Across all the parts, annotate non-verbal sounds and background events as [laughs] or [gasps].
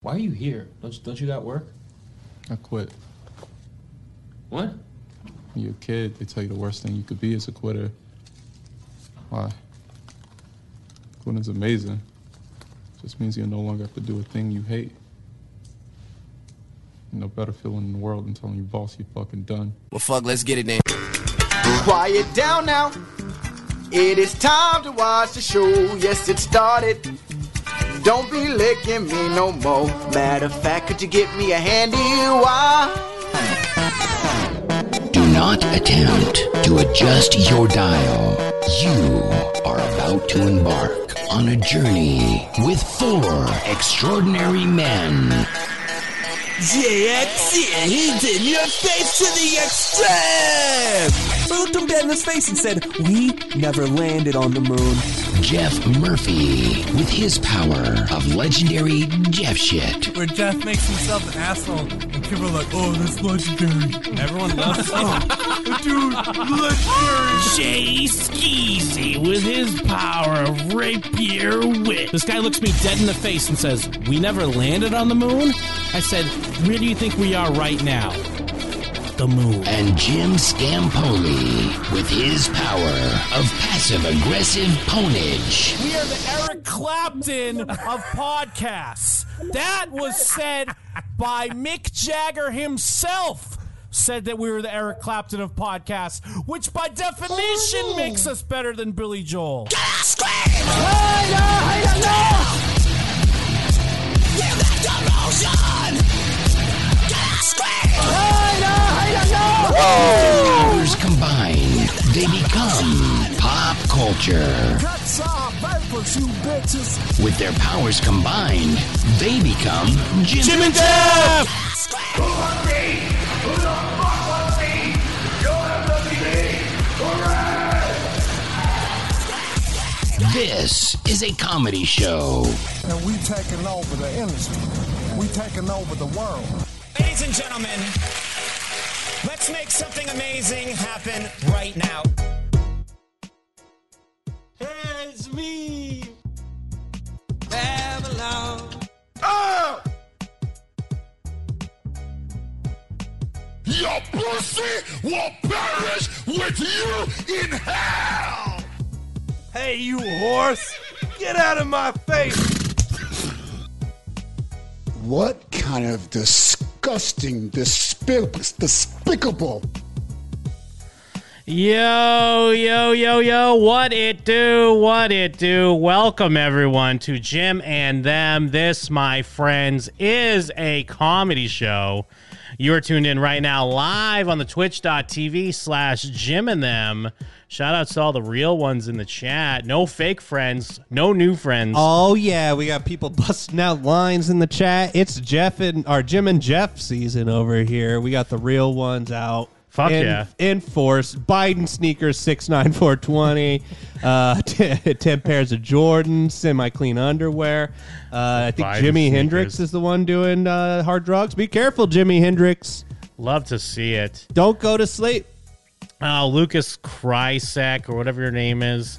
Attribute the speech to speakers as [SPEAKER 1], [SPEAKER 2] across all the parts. [SPEAKER 1] Why are you here? Don't don't you got work?
[SPEAKER 2] I quit.
[SPEAKER 1] What?
[SPEAKER 2] When you're a kid, they tell you the worst thing you could be is a quitter. Why? Quitting's amazing. Just means you'll no longer have to do a thing you hate. You no better feeling in the world than telling your boss you're fucking done.
[SPEAKER 3] Well, fuck, let's get it in.
[SPEAKER 4] Quiet down now. It is time to watch the show. Yes, it started. Don't be licking me no more. Matter of fact, could you get me a handy wire?
[SPEAKER 5] Do not attempt to adjust your dial. You are about to embark on a journey with four extraordinary men.
[SPEAKER 3] JX, he's in your face to the extreme! I looked him dead in his face and said, We never landed on the moon.
[SPEAKER 5] Jeff Murphy with his power of legendary Jeff shit.
[SPEAKER 6] where Jeff makes himself an asshole, and people are like, "Oh, that's legendary." And everyone loves
[SPEAKER 7] [laughs] Oh,
[SPEAKER 6] it. Dude, legendary.
[SPEAKER 7] Jay Skeezy with his power of rapier wit. This guy looks me dead in the face and says, We never landed on the moon? I said, Where do you think we are right now? The moon.
[SPEAKER 5] And Jim Scampoli with his power of passive aggressive ponage.
[SPEAKER 7] We are the Eric Clapton of podcasts. That was said by Mick Jagger himself. Said that we were the Eric Clapton of podcasts, which by definition makes us better than Billy Joel.
[SPEAKER 5] Powers combined, they become pop culture. With their powers combined, they become Jim, and Jeff. This is a comedy show.
[SPEAKER 8] and we taking over the industry. We taking over the world.
[SPEAKER 9] Ladies and gentlemen, let's make something amazing happen right now.
[SPEAKER 6] It's me, Babylon.
[SPEAKER 10] Ah! Your pussy will perish with you in hell!
[SPEAKER 6] Hey, you horse! Get out of my face!
[SPEAKER 8] What kind of disgusting, despic- despicable?
[SPEAKER 7] Yo, yo, yo, yo, what it do, what it do. Welcome everyone to Jim and Them. This, my friends, is a comedy show. You're tuned in right now live on the twitch.tv slash Jim and Them. Shout outs to all the real ones in the chat. No fake friends, no new friends.
[SPEAKER 11] Oh yeah, we got people [laughs] busting out lines in the chat. It's Jeff and our Jim and Jeff season over here. We got the real ones out.
[SPEAKER 7] Fuck
[SPEAKER 11] in,
[SPEAKER 7] yeah.
[SPEAKER 11] In force, Biden sneakers six nine four twenty, uh, [laughs] t- ten pairs of Jordans, semi clean underwear. Uh, I think
[SPEAKER 7] Biden
[SPEAKER 11] Jimi
[SPEAKER 7] sneakers.
[SPEAKER 11] Hendrix is the one doing uh, hard drugs. Be careful, Jimi Hendrix.
[SPEAKER 7] Love to see it.
[SPEAKER 11] Don't go to sleep.
[SPEAKER 7] uh, Lucas Krysak or whatever your name is.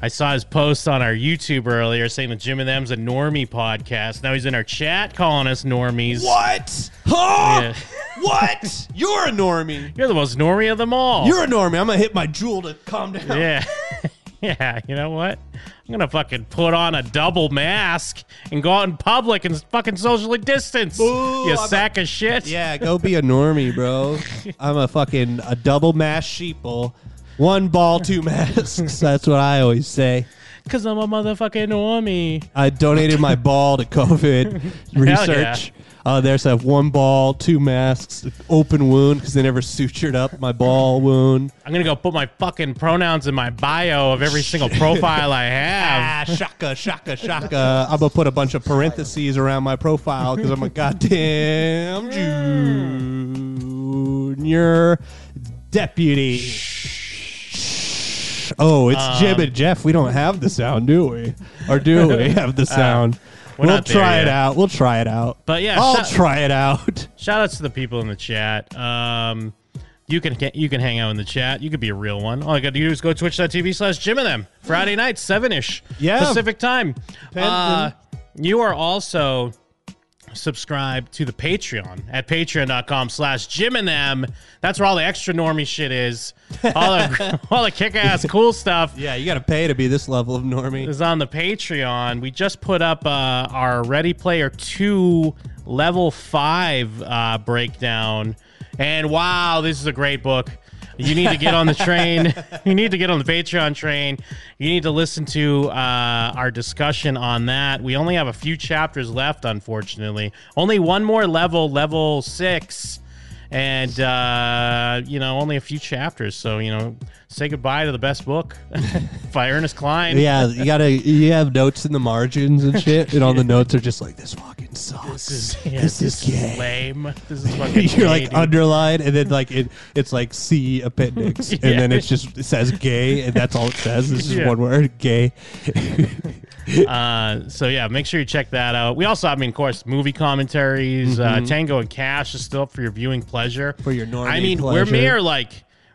[SPEAKER 7] I saw his post on our YouTube earlier saying that Jim and Them's a normie podcast. Now he's in our chat calling us normies.
[SPEAKER 11] What? Huh?
[SPEAKER 7] Yeah.
[SPEAKER 11] [laughs] What? You're a normie.
[SPEAKER 7] You're the most normie of them all.
[SPEAKER 11] You're a normie. I'm gonna hit my jewel to calm down.
[SPEAKER 7] Oh. [laughs] yeah. [laughs] yeah, you know what? I'm going to fucking put on a double mask and go out in public and fucking socially distance.
[SPEAKER 11] Boo,
[SPEAKER 7] you
[SPEAKER 11] I'm
[SPEAKER 7] sack of shit.
[SPEAKER 11] Yeah,
[SPEAKER 7] [laughs]
[SPEAKER 11] go be a normie, bro. I'm a fucking a double mask sheeple. One ball, two masks. That's what I always say.
[SPEAKER 7] Because I'm a motherfucking normie.
[SPEAKER 11] I donated my ball to COVID research. Uh, there's that one ball, two masks, open wound because they never sutured up my ball wound.
[SPEAKER 7] I'm going to go put my fucking pronouns in my bio of every single profile I have.
[SPEAKER 11] Ah, shaka, shaka, shaka. I'm gonna uh, put a bunch of parentheses around my profile because I'm a goddamn junior deputy. Oh, it's
[SPEAKER 7] Um,
[SPEAKER 11] Jim and Jeff. We don't have the sound, do we? Or do
[SPEAKER 7] [laughs]
[SPEAKER 11] we have the sound?
[SPEAKER 7] Uh, we're
[SPEAKER 11] we'll
[SPEAKER 7] not there
[SPEAKER 11] try
[SPEAKER 7] yet.
[SPEAKER 11] it out. We'll try it out.
[SPEAKER 7] But yeah,
[SPEAKER 11] I'll
[SPEAKER 7] shut-
[SPEAKER 11] try it out. [laughs]
[SPEAKER 7] Shout outs to the people in the chat. Um, you can you can hang out in the chat. You could be a real one. All I got to do is go twitch.tv slash Jim and them Friday night seven ish
[SPEAKER 11] Yeah.
[SPEAKER 7] Pacific time. Uh, you are also subscribe to the Patreon at patreon.com slash Jim and M. That's where all the extra normie shit is. All the, [laughs] all the kick ass cool stuff.
[SPEAKER 11] [laughs] Yeah, you got to pay to be this level of normie.
[SPEAKER 7] Is on the Patreon. We just put up uh, our Ready Player 2 level 5 uh, breakdown. And wow, this is a great book. You need to get on the
[SPEAKER 11] [laughs]
[SPEAKER 7] train. [laughs] you need to get on the Patreon train. You need to listen to uh, our discussion on that. We only have a few chapters left, unfortunately. Only one more level, level six, and uh, you know only a few chapters. So you know, say goodbye to the best book [laughs] by Ernest Klein.
[SPEAKER 11] Yeah, you gotta. You have notes in the
[SPEAKER 7] [laughs]
[SPEAKER 11] margins and shit, and all the notes are just like this fucking
[SPEAKER 7] This
[SPEAKER 11] sucks.
[SPEAKER 7] is yeah,
[SPEAKER 11] this, is gay.
[SPEAKER 7] lame. This
[SPEAKER 11] [laughs]
[SPEAKER 7] is fucking.
[SPEAKER 11] You're
[SPEAKER 7] gay,
[SPEAKER 11] like
[SPEAKER 7] dude.
[SPEAKER 11] underline, and then
[SPEAKER 7] [laughs]
[SPEAKER 11] like it, it's like C appendix, and then it's just it says gay, and that's all it says. This is
[SPEAKER 7] Yeah.
[SPEAKER 11] one word, gay.
[SPEAKER 7] [laughs] uh, so yeah, make sure you check that out. We also, I mean, of course, movie commentaries. Uh,
[SPEAKER 11] Mhm.
[SPEAKER 7] Tango and Cash is still up for your viewing pleasure. For your
[SPEAKER 11] normie
[SPEAKER 7] I mean, we're
[SPEAKER 11] pleasure.
[SPEAKER 7] mere like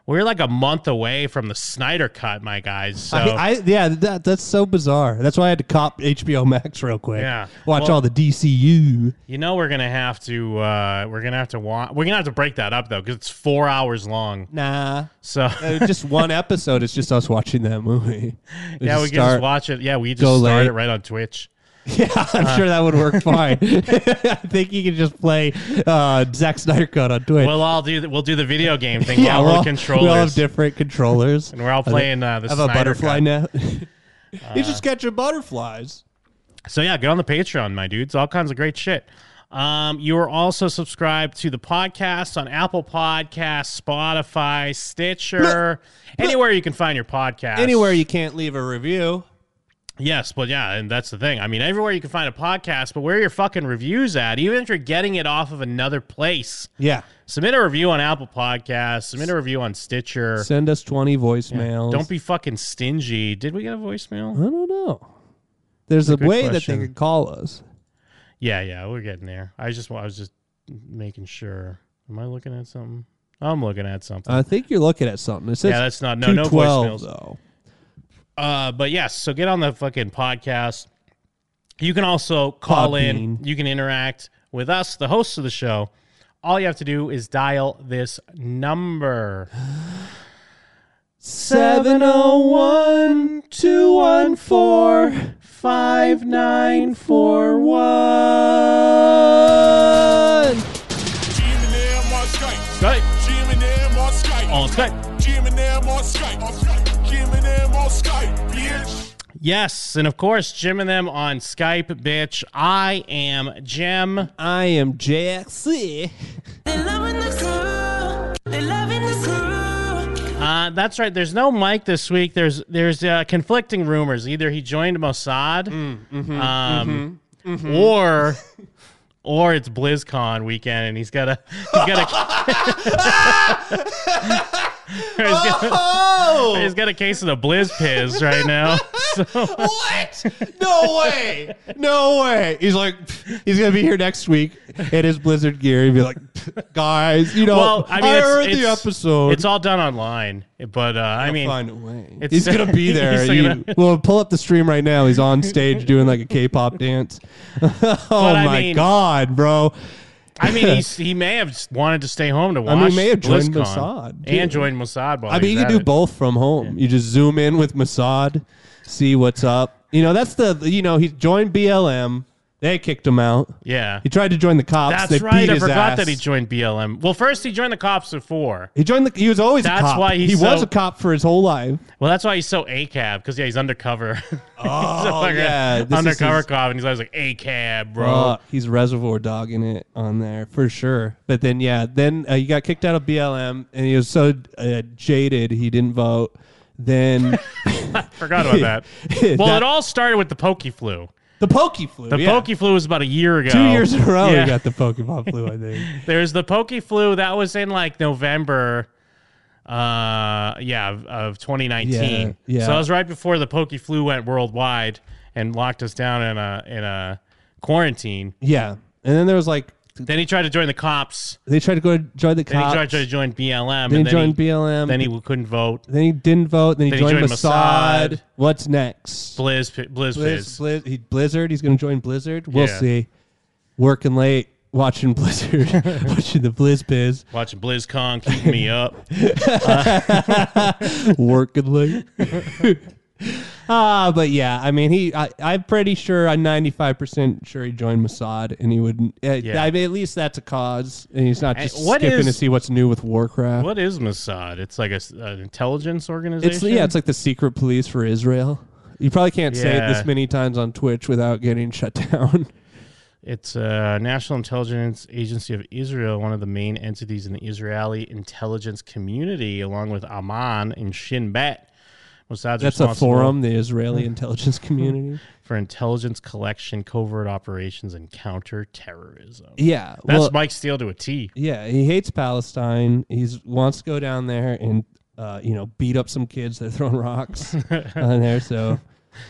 [SPEAKER 7] we're like a month away from the Snyder Cut, my guys. So
[SPEAKER 11] I, I yeah, that, that's so bizarre. That's why I had to cop HBO Max [laughs] real quick.
[SPEAKER 7] Yeah.
[SPEAKER 11] watch
[SPEAKER 7] Well-
[SPEAKER 11] all the DCU.
[SPEAKER 7] you know we're gonna have to uh, we're gonna have to wa- we're gonna have to break that up though because it's four hours long.
[SPEAKER 11] Nah,
[SPEAKER 7] So [laughs]
[SPEAKER 11] Uh, just one episode is just us watching that movie.
[SPEAKER 7] yeah, we
[SPEAKER 11] can
[SPEAKER 7] can just watch it. Yeah, we just
[SPEAKER 11] go
[SPEAKER 7] start
[SPEAKER 11] late.
[SPEAKER 7] it right on Twitch.
[SPEAKER 11] [laughs] Yeah, I'm
[SPEAKER 7] Uh,
[SPEAKER 11] sure that
[SPEAKER 7] [laughs]
[SPEAKER 11] would work fine. [laughs] I think you can just play uh, Zack Snyder Cut on Twitch.
[SPEAKER 7] We'll all do the, we'll do the video game thing.
[SPEAKER 11] [laughs] yeah,
[SPEAKER 7] we'll
[SPEAKER 11] we're
[SPEAKER 7] all
[SPEAKER 11] all-
[SPEAKER 7] the controllers.
[SPEAKER 11] We all have different controllers,
[SPEAKER 7] And we're all
[SPEAKER 11] I think-
[SPEAKER 7] playing, uh, the
[SPEAKER 11] I have
[SPEAKER 7] Snyder
[SPEAKER 11] a butterfly
[SPEAKER 7] Cut.
[SPEAKER 11] net.
[SPEAKER 7] Uh,
[SPEAKER 11] you just catch your butterflies.
[SPEAKER 7] So yeah, get on the Patreon, my dudes. All kinds of great shit. Um, you are also subscribed to the podcast on Apple Podcasts, Spotify, Stitcher, anywhere you can find your podcast.
[SPEAKER 11] Anywhere you can't leave a review.
[SPEAKER 7] Yes, but yeah, and that's the thing. I mean, everywhere you can find a podcast, but where are your fucking reviews at? Even if you're getting it off of another place,
[SPEAKER 11] Yeah.
[SPEAKER 7] submit a review on Apple Podcasts, submit a review on Stitcher.
[SPEAKER 11] Send us 20 voicemails.
[SPEAKER 7] Don't be fucking stingy. Did we get a voicemail?
[SPEAKER 11] I don't know. There's a,
[SPEAKER 7] That's a good
[SPEAKER 11] way that
[SPEAKER 7] question.
[SPEAKER 11] they could call us.
[SPEAKER 7] Yeah, yeah, we're getting there. I just I was just making sure. Am I looking at something? I'm looking at something.
[SPEAKER 11] I think you're looking at something. It says
[SPEAKER 7] yeah, that's not no no
[SPEAKER 11] 212,
[SPEAKER 7] voicemails.
[SPEAKER 11] though.
[SPEAKER 7] Uh, but yes, so get on the fucking podcast. You can also call in. You can interact with us, the hosts of the show. All you have to do is dial this
[SPEAKER 11] [sighs]
[SPEAKER 7] number.
[SPEAKER 11] 701 214 5941.
[SPEAKER 10] Jim and them on Skype. Jim and them on Skype.
[SPEAKER 7] On Skype.
[SPEAKER 10] Jim and them on Skype. On Skype. Jim and them on Skype, bitch.
[SPEAKER 7] Yes, and of course, Jim and them on Skype, bitch. I am Jim.
[SPEAKER 11] I am JXC.
[SPEAKER 7] Uh, that's right. There's no Mike this week. There's there's uh, conflicting rumors. Either he joined Mossad,
[SPEAKER 11] Mm, mm-hmm,
[SPEAKER 7] um,
[SPEAKER 10] mhm, mhm.
[SPEAKER 7] or or it's BlizzCon weekend and he's got a he's got a. he's got a-
[SPEAKER 11] [laughs]
[SPEAKER 10] Oh!
[SPEAKER 7] he's got a case of the blizz piz right now. So,
[SPEAKER 11] What? No [laughs] way. [laughs] No way. He's like, he's going to be here next week in his Blizzard gear. He'd be like, guys, you know,
[SPEAKER 7] well, I mean, it's,
[SPEAKER 11] heard the
[SPEAKER 7] it's-
[SPEAKER 11] episode.
[SPEAKER 7] It's all done online, but uh, I mean,
[SPEAKER 11] find a way.
[SPEAKER 7] it's-
[SPEAKER 11] he's gonna be
[SPEAKER 7] [laughs]
[SPEAKER 11] there.
[SPEAKER 7] he's
[SPEAKER 11] You-
[SPEAKER 7] gonna-
[SPEAKER 11] we'll pull up the stream right now. He's on stage doing like a K-pop dance. [laughs] oh
[SPEAKER 7] I
[SPEAKER 11] my
[SPEAKER 7] mean-
[SPEAKER 11] god, bro!
[SPEAKER 7] I mean, he's, he may have wanted to stay home to
[SPEAKER 11] I
[SPEAKER 7] watch.
[SPEAKER 11] mean, he may have joined
[SPEAKER 7] BlizzCon
[SPEAKER 11] Mossad, too.
[SPEAKER 7] and joined Mossad. While
[SPEAKER 11] I mean,
[SPEAKER 7] he's
[SPEAKER 11] you can
[SPEAKER 7] at
[SPEAKER 11] do
[SPEAKER 7] it.
[SPEAKER 11] both from home. You just zoom in with Mossad, see what's up. You know, that's the you know he joined BLM. They kicked him out.
[SPEAKER 7] Yeah.
[SPEAKER 11] he tried to join the cops.
[SPEAKER 7] That's
[SPEAKER 11] they
[SPEAKER 7] right.
[SPEAKER 11] Beat
[SPEAKER 7] I
[SPEAKER 11] his
[SPEAKER 7] forgot
[SPEAKER 11] ass.
[SPEAKER 7] that he joined BLM. Well, first he joined the cops before.
[SPEAKER 11] He joined the. He was always.
[SPEAKER 7] That's
[SPEAKER 11] a cop.
[SPEAKER 7] why he's
[SPEAKER 11] he was
[SPEAKER 7] so-
[SPEAKER 11] a cop for his whole life.
[SPEAKER 7] Well, that's why he's so ACAB because yeah, he's undercover. [laughs] Oh
[SPEAKER 11] yeah, this is
[SPEAKER 7] undercover
[SPEAKER 11] his-
[SPEAKER 7] cop, and he's always like ACAB, bro.
[SPEAKER 11] Bro, Uh, he's Reservoir dogging it on there for sure. But then, yeah, then uh, he got kicked out of BLM, and he was so uh, jaded he didn't vote.
[SPEAKER 7] [laughs]
[SPEAKER 11] Then
[SPEAKER 7] [laughs]
[SPEAKER 11] [laughs]
[SPEAKER 7] forgot about that. well, it all started with the pokey flu.
[SPEAKER 11] the pokey flu.
[SPEAKER 7] The
[SPEAKER 11] yeah.
[SPEAKER 7] pokey flu was about a year ago.
[SPEAKER 11] Two years in a row,
[SPEAKER 7] Yeah.
[SPEAKER 11] we got the Pokemon flu. I
[SPEAKER 7] [laughs]
[SPEAKER 11] think.
[SPEAKER 7] There's the pokey flu that was in like November. Uh, yeah, of, of 2019.
[SPEAKER 11] Yeah, yeah.
[SPEAKER 7] So it was right before the pokey flu went worldwide and locked us down in a in a quarantine.
[SPEAKER 11] Yeah, and then there was like
[SPEAKER 7] Then he tried to join the cops.
[SPEAKER 11] they tried to go join the
[SPEAKER 7] Then he
[SPEAKER 11] cops.
[SPEAKER 7] tried to join BLM.
[SPEAKER 11] Then
[SPEAKER 7] and
[SPEAKER 11] he joined BLM.
[SPEAKER 7] Then he couldn't vote.
[SPEAKER 11] Then he didn't vote. Then he,
[SPEAKER 7] Then
[SPEAKER 11] joined, Mossad. What's next?
[SPEAKER 7] Blizz, Blizz, Blizz.
[SPEAKER 11] Blizz, Blizz, he, Blizzard. He's going to join Blizzard. We'll
[SPEAKER 7] Yeah.
[SPEAKER 11] see. working late,
[SPEAKER 7] [laughs]
[SPEAKER 11] watching [laughs] Blizzard, watching the Blizz Biz.
[SPEAKER 7] Watching BlizzCon keep me up. Uh,
[SPEAKER 11] [laughs]
[SPEAKER 7] [laughs]
[SPEAKER 11] working late. Ah, but yeah, I mean, he. I, I'm pretty sure. I'm 95 percent sure he joined Mossad, and he wouldn't. Uh,
[SPEAKER 7] Yeah.
[SPEAKER 11] I mean, at least that's a cause, and he's not
[SPEAKER 7] And
[SPEAKER 11] just
[SPEAKER 7] what
[SPEAKER 11] skipping to
[SPEAKER 7] is-
[SPEAKER 11] see what's new with Warcraft.
[SPEAKER 7] What is Mossad? It's like a, s- an intelligence organization.
[SPEAKER 11] It's yeah, it's like the secret police for Israel. You probably can't say it
[SPEAKER 7] Yeah.
[SPEAKER 11] this many times on Twitch without getting shut [laughs] down.
[SPEAKER 7] It's a National Intelligence Agency of Israel, one of the main entities in the Israeli intelligence community, along with Amman and Shin Bet. Mossad's
[SPEAKER 11] That's a
[SPEAKER 7] responsible
[SPEAKER 11] forum, the
[SPEAKER 7] [laughs]
[SPEAKER 11] Israeli intelligence community.
[SPEAKER 7] for intelligence collection, covert operations, and counterterrorism.
[SPEAKER 11] Yeah,
[SPEAKER 7] that's
[SPEAKER 11] well-
[SPEAKER 7] Mike Steele to a T.
[SPEAKER 11] Yeah, he hates Palestine. He's wants to go down there and uh, you know beat up some kids. They're throwing
[SPEAKER 7] [laughs]
[SPEAKER 11] rocks on there, so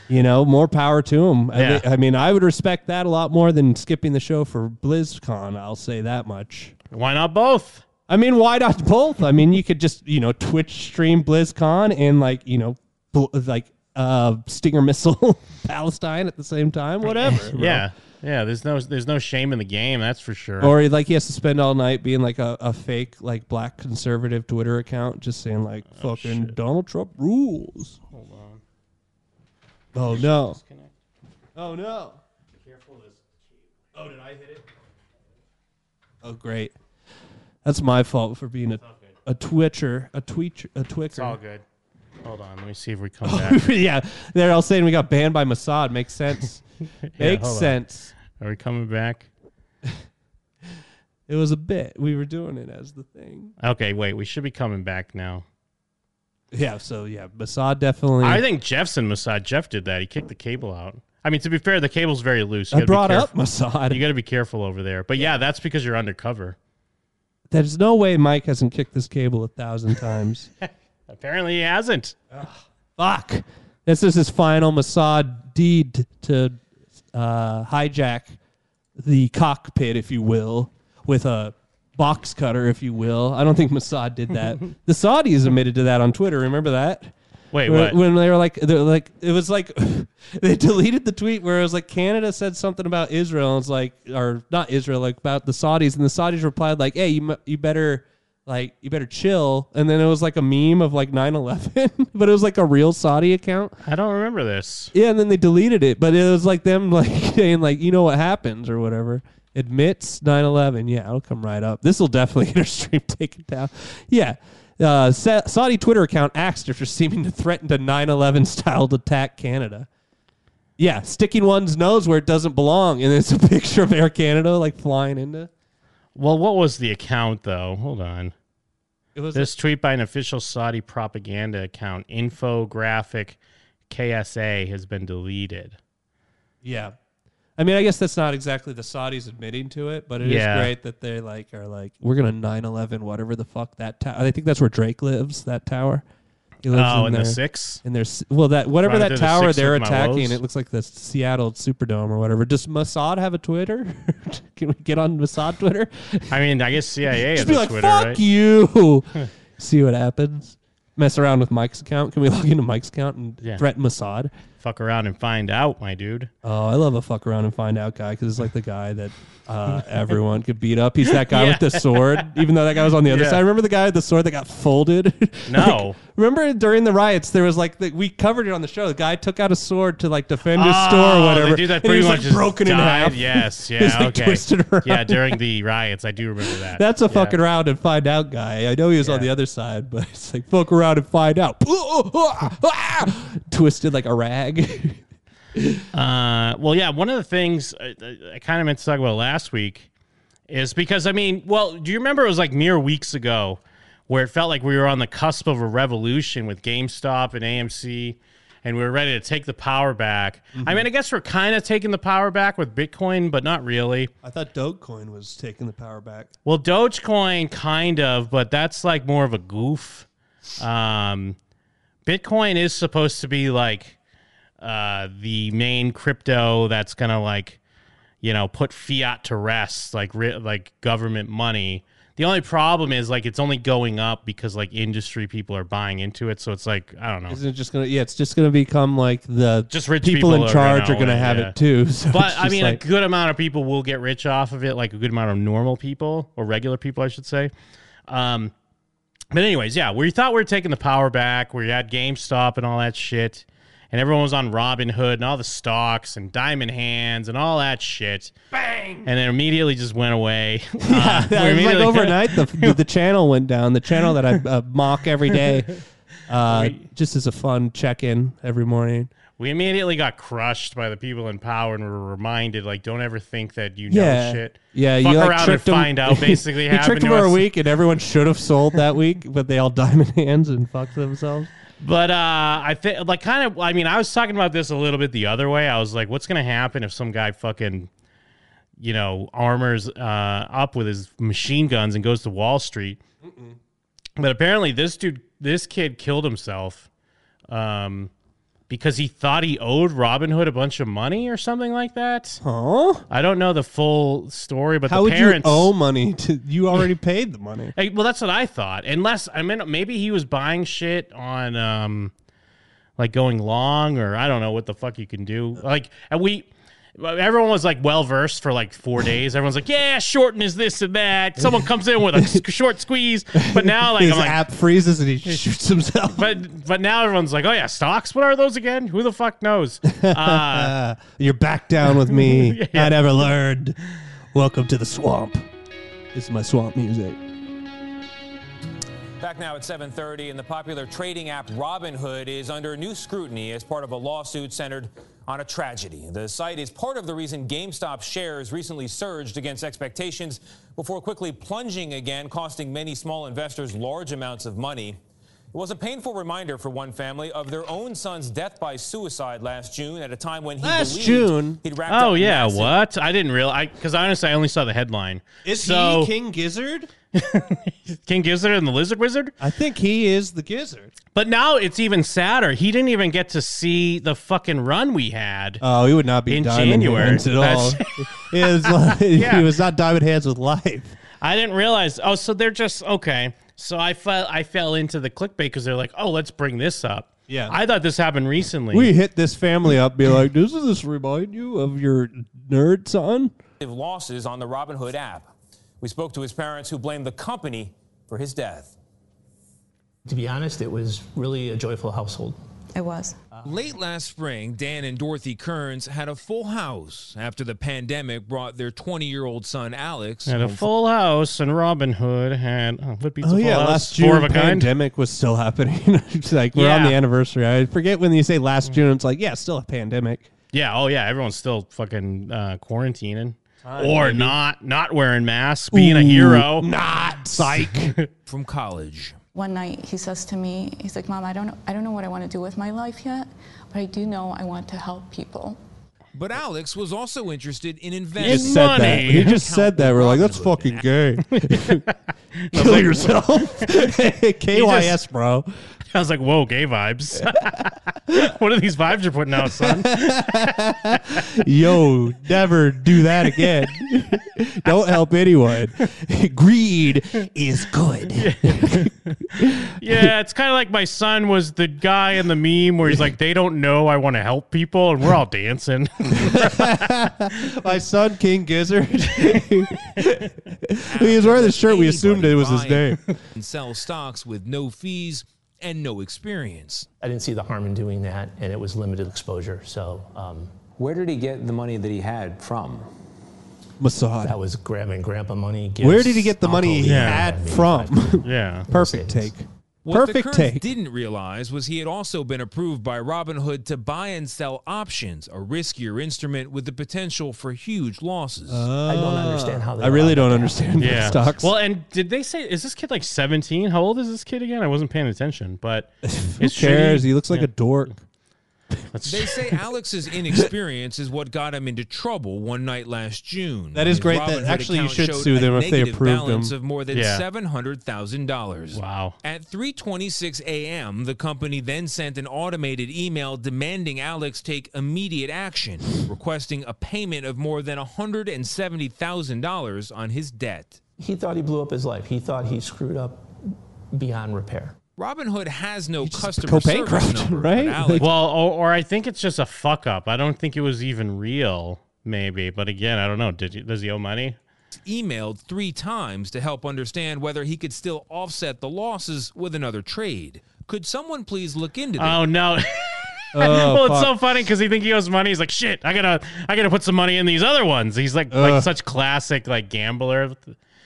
[SPEAKER 11] you know more power to him. I,
[SPEAKER 7] Yeah.
[SPEAKER 11] mean, I mean, I would respect that a lot more than skipping the show for BlizzCon. I'll say that much.
[SPEAKER 7] Why not both?
[SPEAKER 11] I mean, why not both? I mean, you could just you know Twitch stream BlizzCon and like you know bl- like uh Stinger missile [laughs] Palestine at the same time.
[SPEAKER 7] [laughs]
[SPEAKER 11] Whatever. bro.
[SPEAKER 7] Yeah, yeah. There's no there's no shame in the game. That's for sure.
[SPEAKER 11] Or he, like he has to spend all night being like a, a fake like black conservative Twitter account just saying like
[SPEAKER 7] Oh,
[SPEAKER 11] fucking Donald Trump rules. Hold on. Oh no. Oh no.
[SPEAKER 7] Careful this. Oh, did I hit it?
[SPEAKER 11] Oh great. That's my fault for being a, a Twitcher, a tweeter, a Twicker. [laughs]
[SPEAKER 7] It's all good. Hold on. Let me see if we come back.
[SPEAKER 11] Oh, yeah, they're all saying we got banned by Mossad. Makes sense.
[SPEAKER 7] [laughs] Yeah,
[SPEAKER 11] Makes
[SPEAKER 7] hold on.
[SPEAKER 11] sense.
[SPEAKER 7] Are we coming back?
[SPEAKER 11] It was a bit. We were doing it as the thing.
[SPEAKER 7] Okay, wait. We should be coming back now.
[SPEAKER 11] Yeah. So yeah, Mossad definitely.
[SPEAKER 7] I think Jeff's in Mossad. Jeff did that. He kicked the cable out. I mean, to be fair, the cable's very loose. You
[SPEAKER 11] I
[SPEAKER 7] gotta be
[SPEAKER 11] brought up
[SPEAKER 7] careful.
[SPEAKER 11] Mossad.
[SPEAKER 7] You got to be careful over there. But yeah, that's because you're undercover.
[SPEAKER 11] There's no way Mike hasn't kicked this cable a thousand times.
[SPEAKER 7] Apparently, he hasn't.
[SPEAKER 11] Fuck. This is his final Mossad deed to uh, hijack the cockpit, if you will, with a box cutter, if you will. I don't think Mossad did
[SPEAKER 7] [laughs]
[SPEAKER 11] that. the Saudis admitted to that on Twitter. Remember that?
[SPEAKER 7] Wait,
[SPEAKER 11] when,
[SPEAKER 7] what?
[SPEAKER 11] When they were like, they were like, it was like, [laughs] they deleted the tweet where it was like Canada said something about Israel, and it's like, or not Israel, like about the Saudis, and the Saudis replied like, "Hey, you m- you better." Like you better chill, and then it was like a meme of like 9-11, [laughs] but it was like a real Saudi account.
[SPEAKER 7] I don't remember this.
[SPEAKER 11] Yeah, and then they deleted it, but it was like them [laughs] like saying like you know what happens or whatever. Admits 9/11. Yeah, it'll come right up. This will definitely [laughs] get our stream taken down. Yeah. Uh, Sa- Saudi Twitter account axed after [laughs] seeming to threaten to 9/11 styled attack Canada. Yeah, sticking one's nose where it doesn't belong, and it's a [laughs] picture of Air Canada like flying into.
[SPEAKER 7] Well, what was the account though? Hold on.
[SPEAKER 11] It was
[SPEAKER 7] this tweet by an official Saudi propaganda account, Infographic KSA, has been deleted.
[SPEAKER 11] Yeah. I mean, I guess that's not exactly the Saudis admitting to it, but it is
[SPEAKER 7] Yeah.
[SPEAKER 11] great that they like are like we're gonna 9-11, whatever the fuck that tower. I think that's where Drake lives. That tower. He lives
[SPEAKER 7] Oh, in the
[SPEAKER 11] there.
[SPEAKER 7] six?
[SPEAKER 11] And there's well that whatever
[SPEAKER 7] Trying to do
[SPEAKER 11] that
[SPEAKER 7] the
[SPEAKER 11] tower
[SPEAKER 7] six
[SPEAKER 11] they're
[SPEAKER 7] with my
[SPEAKER 11] attacking.
[SPEAKER 7] woes.
[SPEAKER 11] It looks like the Seattle Superdome or whatever. Does Mossad have a Twitter? [laughs] Can we get on Mossad Twitter?
[SPEAKER 7] I mean, I guess CIA
[SPEAKER 11] [laughs]
[SPEAKER 7] has
[SPEAKER 11] Just be
[SPEAKER 7] a
[SPEAKER 11] like,
[SPEAKER 7] Twitter,
[SPEAKER 11] fuck
[SPEAKER 7] right?
[SPEAKER 11] you.
[SPEAKER 7] [laughs]
[SPEAKER 11] See what happens. Mess around with Mike's account. Can we log into Mike's account and
[SPEAKER 7] Yeah.
[SPEAKER 11] threaten Mossad?
[SPEAKER 7] Fuck around and find out, my dude.
[SPEAKER 11] Oh, I love a fuck around and find out guy because it's like the guy that uh, everyone could beat up.
[SPEAKER 7] [laughs]
[SPEAKER 11] He's that guy with the
[SPEAKER 7] Yeah.
[SPEAKER 11] sword, even though that guy was on the other
[SPEAKER 7] Yeah.
[SPEAKER 11] side. Remember the guy with the sword that got folded? [laughs]
[SPEAKER 7] No.
[SPEAKER 11] Like, remember during the riots, there was like, the, we covered it on the show. The guy took out a sword to like defend his store or
[SPEAKER 7] Oh,
[SPEAKER 11] whatever.
[SPEAKER 7] The dude that
[SPEAKER 11] and he
[SPEAKER 7] pretty
[SPEAKER 11] was
[SPEAKER 7] much
[SPEAKER 11] like
[SPEAKER 7] just
[SPEAKER 11] broken in
[SPEAKER 7] died.
[SPEAKER 11] half.
[SPEAKER 7] Yes,
[SPEAKER 11] [laughs] He
[SPEAKER 7] yeah,
[SPEAKER 11] was, like,
[SPEAKER 7] okay.
[SPEAKER 11] twisted around.
[SPEAKER 7] Yeah, during the riots, I do remember that.
[SPEAKER 11] That's a fucking
[SPEAKER 7] Yeah.
[SPEAKER 11] round and find out guy. I know he was on the other side, but it's like fuck around and find out. Twisted like a rag. [laughs]
[SPEAKER 7] Uh, well, yeah, one of the things I, I, I kind of meant to talk about last week is because, I mean, well, do you remember it was like mere weeks ago where it felt like we were on the cusp of a revolution with GameStop and AMC and we were ready to take the power back?
[SPEAKER 11] Mm-hmm.
[SPEAKER 7] I mean, I guess we're kind of taking the power back with Bitcoin, but not really.
[SPEAKER 11] I thought Dogecoin was taking the power back.
[SPEAKER 7] Well, Dogecoin kind of, but that's like more of a goof. Um, Bitcoin is supposed to be like uh, the main crypto that's gonna like you know put fiat to rest, like ri- like government money. The only problem is like it's only going up because like industry people are buying into it. So it's like I don't know.
[SPEAKER 11] Isn't it just gonna? Yeah, it's just gonna become like the
[SPEAKER 7] just rich
[SPEAKER 11] people, in charge
[SPEAKER 7] gonna
[SPEAKER 11] are gonna
[SPEAKER 7] own
[SPEAKER 11] have
[SPEAKER 7] yeah.
[SPEAKER 11] it too. [laughs] So
[SPEAKER 7] but
[SPEAKER 11] it's
[SPEAKER 7] I
[SPEAKER 11] just
[SPEAKER 7] mean, [laughs]
[SPEAKER 11] like-
[SPEAKER 7] a good amount of people will get rich off of it, like a good amount of normal people or regular people, I should say. Um, but anyways, yeah, we thought we were taking the power back. We had GameStop and all that shit, and everyone was on Robinhood and all the stocks and Diamond Hands and all that shit. Bang! And then immediately just went away. Uh, [laughs] we
[SPEAKER 11] [laughs] Yeah, it was like
[SPEAKER 7] immediately-
[SPEAKER 11] overnight, the, the, the channel went down. The channel that I uh, mock
[SPEAKER 7] [laughs]
[SPEAKER 11] every day, uh, just as a fun check in every morning.
[SPEAKER 7] We immediately got crushed by the people in power and were reminded, like, don't ever think that you
[SPEAKER 11] yeah,
[SPEAKER 7] know shit.
[SPEAKER 11] yeah.
[SPEAKER 7] Fuck
[SPEAKER 11] you like,
[SPEAKER 7] around and
[SPEAKER 11] tricked 'em-
[SPEAKER 7] find out. Basically,
[SPEAKER 11] [laughs] you
[SPEAKER 7] happened
[SPEAKER 11] tricked
[SPEAKER 7] to
[SPEAKER 11] them for
[SPEAKER 7] us.
[SPEAKER 11] a week, and everyone should have sold that [laughs] week, but they all diamond [laughs] hands and fucked themselves.
[SPEAKER 7] But uh, I think, like, kind of. I mean, I was talking about this a little bit the other way. I was like, what's gonna happen if some guy fucking, you know, armors uh, up with his machine guns and goes to Wall Street? But apparently, this dude, this kid, killed himself um, because he thought he owed Robin Hood a bunch of money or something like that.
[SPEAKER 11] Huh?
[SPEAKER 7] I don't know the full story, but
[SPEAKER 11] How
[SPEAKER 7] the
[SPEAKER 11] would
[SPEAKER 7] parents
[SPEAKER 11] you owe money to? You
[SPEAKER 7] [laughs]
[SPEAKER 11] already paid the money.
[SPEAKER 7] Hey, well, that's what I thought. Unless I mean, maybe he was buying shit on, um, like going long, or I don't know what the fuck you can do. Like, and we, everyone was like well versed for like four days. Everyone's like, yeah, shorten is this and that. Someone comes in with
[SPEAKER 11] [laughs]
[SPEAKER 7] a s- short squeeze, but now like
[SPEAKER 11] His
[SPEAKER 7] I'm like,
[SPEAKER 11] app freezes and
[SPEAKER 7] [laughs]
[SPEAKER 11] he shoots himself.
[SPEAKER 7] but but now everyone's like, oh yeah, stocks. What are those again? Who the fuck
[SPEAKER 11] [laughs]
[SPEAKER 7] knows? Uh,
[SPEAKER 11] You're back down with me.
[SPEAKER 7] [laughs] Yeah.
[SPEAKER 11] I never learned. Welcome to the swamp. This is my swamp music.
[SPEAKER 12] Back now at 7:30, and the popular trading app Robinhood is under new scrutiny as part of a lawsuit centered on a tragedy. The site is part of the reason GameStop shares recently surged against expectations before quickly plunging again, costing many small investors large amounts of money. It was a painful reminder for one family of their own son's death by suicide last June at a time when he
[SPEAKER 11] Last
[SPEAKER 12] believed
[SPEAKER 11] June?
[SPEAKER 12] he'd racked
[SPEAKER 7] oh
[SPEAKER 12] up
[SPEAKER 7] yeah,
[SPEAKER 12] massive
[SPEAKER 7] what? I didn't realize because honestly, I only saw the headline.
[SPEAKER 11] Is
[SPEAKER 7] so,
[SPEAKER 11] he King Gizzard?
[SPEAKER 7] King Gizzard and the Lizard Wizard?
[SPEAKER 11] I think he is the Gizzard.
[SPEAKER 7] But now it's even sadder. He didn't even get to see the fucking run we had.
[SPEAKER 11] Oh, he would not be
[SPEAKER 7] In
[SPEAKER 11] diamond
[SPEAKER 7] January.
[SPEAKER 11] hands at all. [laughs] It was like-
[SPEAKER 7] [laughs] Yeah.
[SPEAKER 11] He was not diamond hands with life.
[SPEAKER 7] I didn't realize. Oh, so they're just okay. So I fell I fell into the clickbait because they're like, oh, let's bring this up.
[SPEAKER 11] Yeah.
[SPEAKER 7] I thought this happened recently.
[SPEAKER 11] We hit this family up, be like, "Does this remind you of your nerd son?"
[SPEAKER 12] losses on the Robinhood app. We spoke to his parents who blamed the company for his death.
[SPEAKER 13] To be honest, it was really a joyful household.
[SPEAKER 14] It was.
[SPEAKER 12] Uh-huh. Late last spring, Dan and Dorothy Kearns had a full house after the pandemic brought their 20 year old son Alex
[SPEAKER 7] Had a
[SPEAKER 12] home
[SPEAKER 7] full house, and Robin Hood had oh, what beats
[SPEAKER 11] Oh
[SPEAKER 7] a full
[SPEAKER 11] yeah,
[SPEAKER 7] house?
[SPEAKER 11] last
[SPEAKER 7] Four
[SPEAKER 11] June
[SPEAKER 7] of a kind.
[SPEAKER 11] pandemic was still happening. [laughs] it's like we're on
[SPEAKER 7] Yeah.
[SPEAKER 11] the anniversary. I forget when you say last June. It's like yeah, still a pandemic.
[SPEAKER 7] Yeah. Oh yeah. Everyone's still fucking uh, quarantining
[SPEAKER 11] Time,
[SPEAKER 7] or
[SPEAKER 11] baby.
[SPEAKER 7] not, not wearing masks, being a
[SPEAKER 11] Ooh,
[SPEAKER 7] hero.
[SPEAKER 11] Not psych.
[SPEAKER 12] from college.
[SPEAKER 14] One night he says to me, he's like, "Mom, I don't know, I don't know what I want to do with my life yet, but I do know I want to help people."
[SPEAKER 12] But Alex was also interested in
[SPEAKER 11] He
[SPEAKER 12] investing.
[SPEAKER 11] just said that. He just said that. We're like, that's fucking gay. [laughs] Kill yourself. KYS, bro.
[SPEAKER 7] [laughs] I was like, whoa, gay vibes. [laughs] what are these vibes you're putting out, son?
[SPEAKER 11] [laughs] Yo, never do that [laughs] again. Don't help anyone. [laughs] Greed is good.
[SPEAKER 7] yeah, it's kind of like my son was the guy in the meme where he's like, they don't know I want to help people, and we're all dancing.
[SPEAKER 11] [laughs]
[SPEAKER 7] [laughs]
[SPEAKER 11] My son, King [laughs] Gizzard. he was wearing the shirt. We assumed it was his name.
[SPEAKER 12] [laughs] And sell stocks with no fees and no experience.
[SPEAKER 13] I didn't see the harm in doing that, and it was limited exposure. So, um, where did he get the money that he had from?
[SPEAKER 11] Massad.
[SPEAKER 13] That was grandma and grandpa money.
[SPEAKER 11] Where
[SPEAKER 13] gifts,
[SPEAKER 11] did he get the money
[SPEAKER 13] uncle,
[SPEAKER 11] he
[SPEAKER 13] yeah.
[SPEAKER 7] [laughs]
[SPEAKER 11] had from?
[SPEAKER 7] yeah.
[SPEAKER 11] Perfect take.
[SPEAKER 7] [laughs]
[SPEAKER 12] What the
[SPEAKER 11] Perfect
[SPEAKER 12] Kearns
[SPEAKER 11] take.
[SPEAKER 12] didn't realize was he had also been approved by Robinhood to buy and sell options, a riskier instrument with the potential for huge losses.
[SPEAKER 11] I don't understand how they Ah. I really allowed don't that to understand happen.
[SPEAKER 7] yeah.
[SPEAKER 11] stocks.
[SPEAKER 7] Well, and did they say, is this kid like 17? How old is this kid again? I wasn't paying attention, but
[SPEAKER 11] [laughs] Who cares? He looks like a dork.
[SPEAKER 12] [laughs] They say Alex's inexperience is what got him into trouble one night last June.
[SPEAKER 11] That is
[SPEAKER 12] His
[SPEAKER 11] great that-
[SPEAKER 12] Robinhood
[SPEAKER 11] actually, you
[SPEAKER 12] account
[SPEAKER 11] should
[SPEAKER 12] showed
[SPEAKER 11] sue
[SPEAKER 12] a
[SPEAKER 11] them if they
[SPEAKER 12] negative
[SPEAKER 11] approved him.
[SPEAKER 12] balance of more than
[SPEAKER 11] Yeah.
[SPEAKER 12] seven hundred thousand dollars.
[SPEAKER 7] Wow!
[SPEAKER 12] At three twenty-six a.m., the company then sent an automated email demanding Alex take immediate action, requesting a payment of more than hundred and seventy thousand dollars on his debt.
[SPEAKER 13] He thought he blew up his life. He thought he screwed up beyond repair.
[SPEAKER 12] Robinhood has no customer
[SPEAKER 13] co-bankrupt,
[SPEAKER 12] service number, but Alex-
[SPEAKER 7] well, or, or I think it's just a fuck up. I don't think it was even real, maybe. But again, I don't know. Did you, does he owe money?
[SPEAKER 12] emailed three times to help understand whether he could still offset the losses with another trade. Could someone please look into this?
[SPEAKER 7] Oh no.
[SPEAKER 12] Oh,
[SPEAKER 7] [laughs] well, it's
[SPEAKER 12] fuck.
[SPEAKER 7] so funny because he think he owes money. He's like, "Shit, I gotta, I gotta put some money in these other ones." He's like, like
[SPEAKER 12] Ugh.
[SPEAKER 7] such classic like gambler.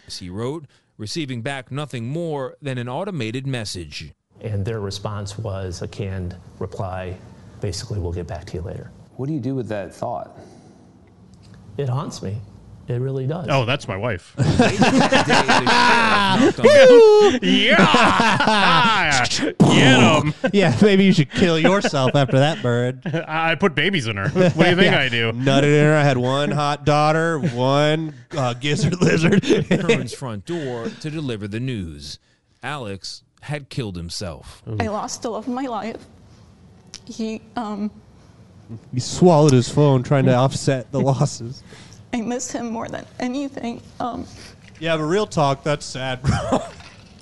[SPEAKER 12] He wrote, receiving back nothing more than an automated message.
[SPEAKER 13] And their response was a canned reply basically, we'll get back to you later.
[SPEAKER 10] What do you do with that thought?
[SPEAKER 13] It haunts me. It really does.
[SPEAKER 7] Oh, that's my wife. [laughs] "Ah,
[SPEAKER 11] [laughs] yeah.
[SPEAKER 7] Get him.
[SPEAKER 11] yeah, maybe you should kill yourself after that bird.
[SPEAKER 7] I I put babies
[SPEAKER 11] [laughs]
[SPEAKER 7] in her. [laughs] What do you think
[SPEAKER 11] Yeah.
[SPEAKER 7] I do?
[SPEAKER 11] [laughs] Nutted in her. I had one hot daughter, one uh,
[SPEAKER 12] [laughs]
[SPEAKER 11] gizzard lizard.
[SPEAKER 12] Heron's front door to deliver the news. Alex had killed himself.
[SPEAKER 14] I lost the love of my life. He, um,
[SPEAKER 11] he swallowed his phone trying to offset
[SPEAKER 7] [laughs]
[SPEAKER 11] the losses. [laughs]
[SPEAKER 14] I miss him more than anything. Um,
[SPEAKER 11] Yeah, but real talk, that's sad, bro.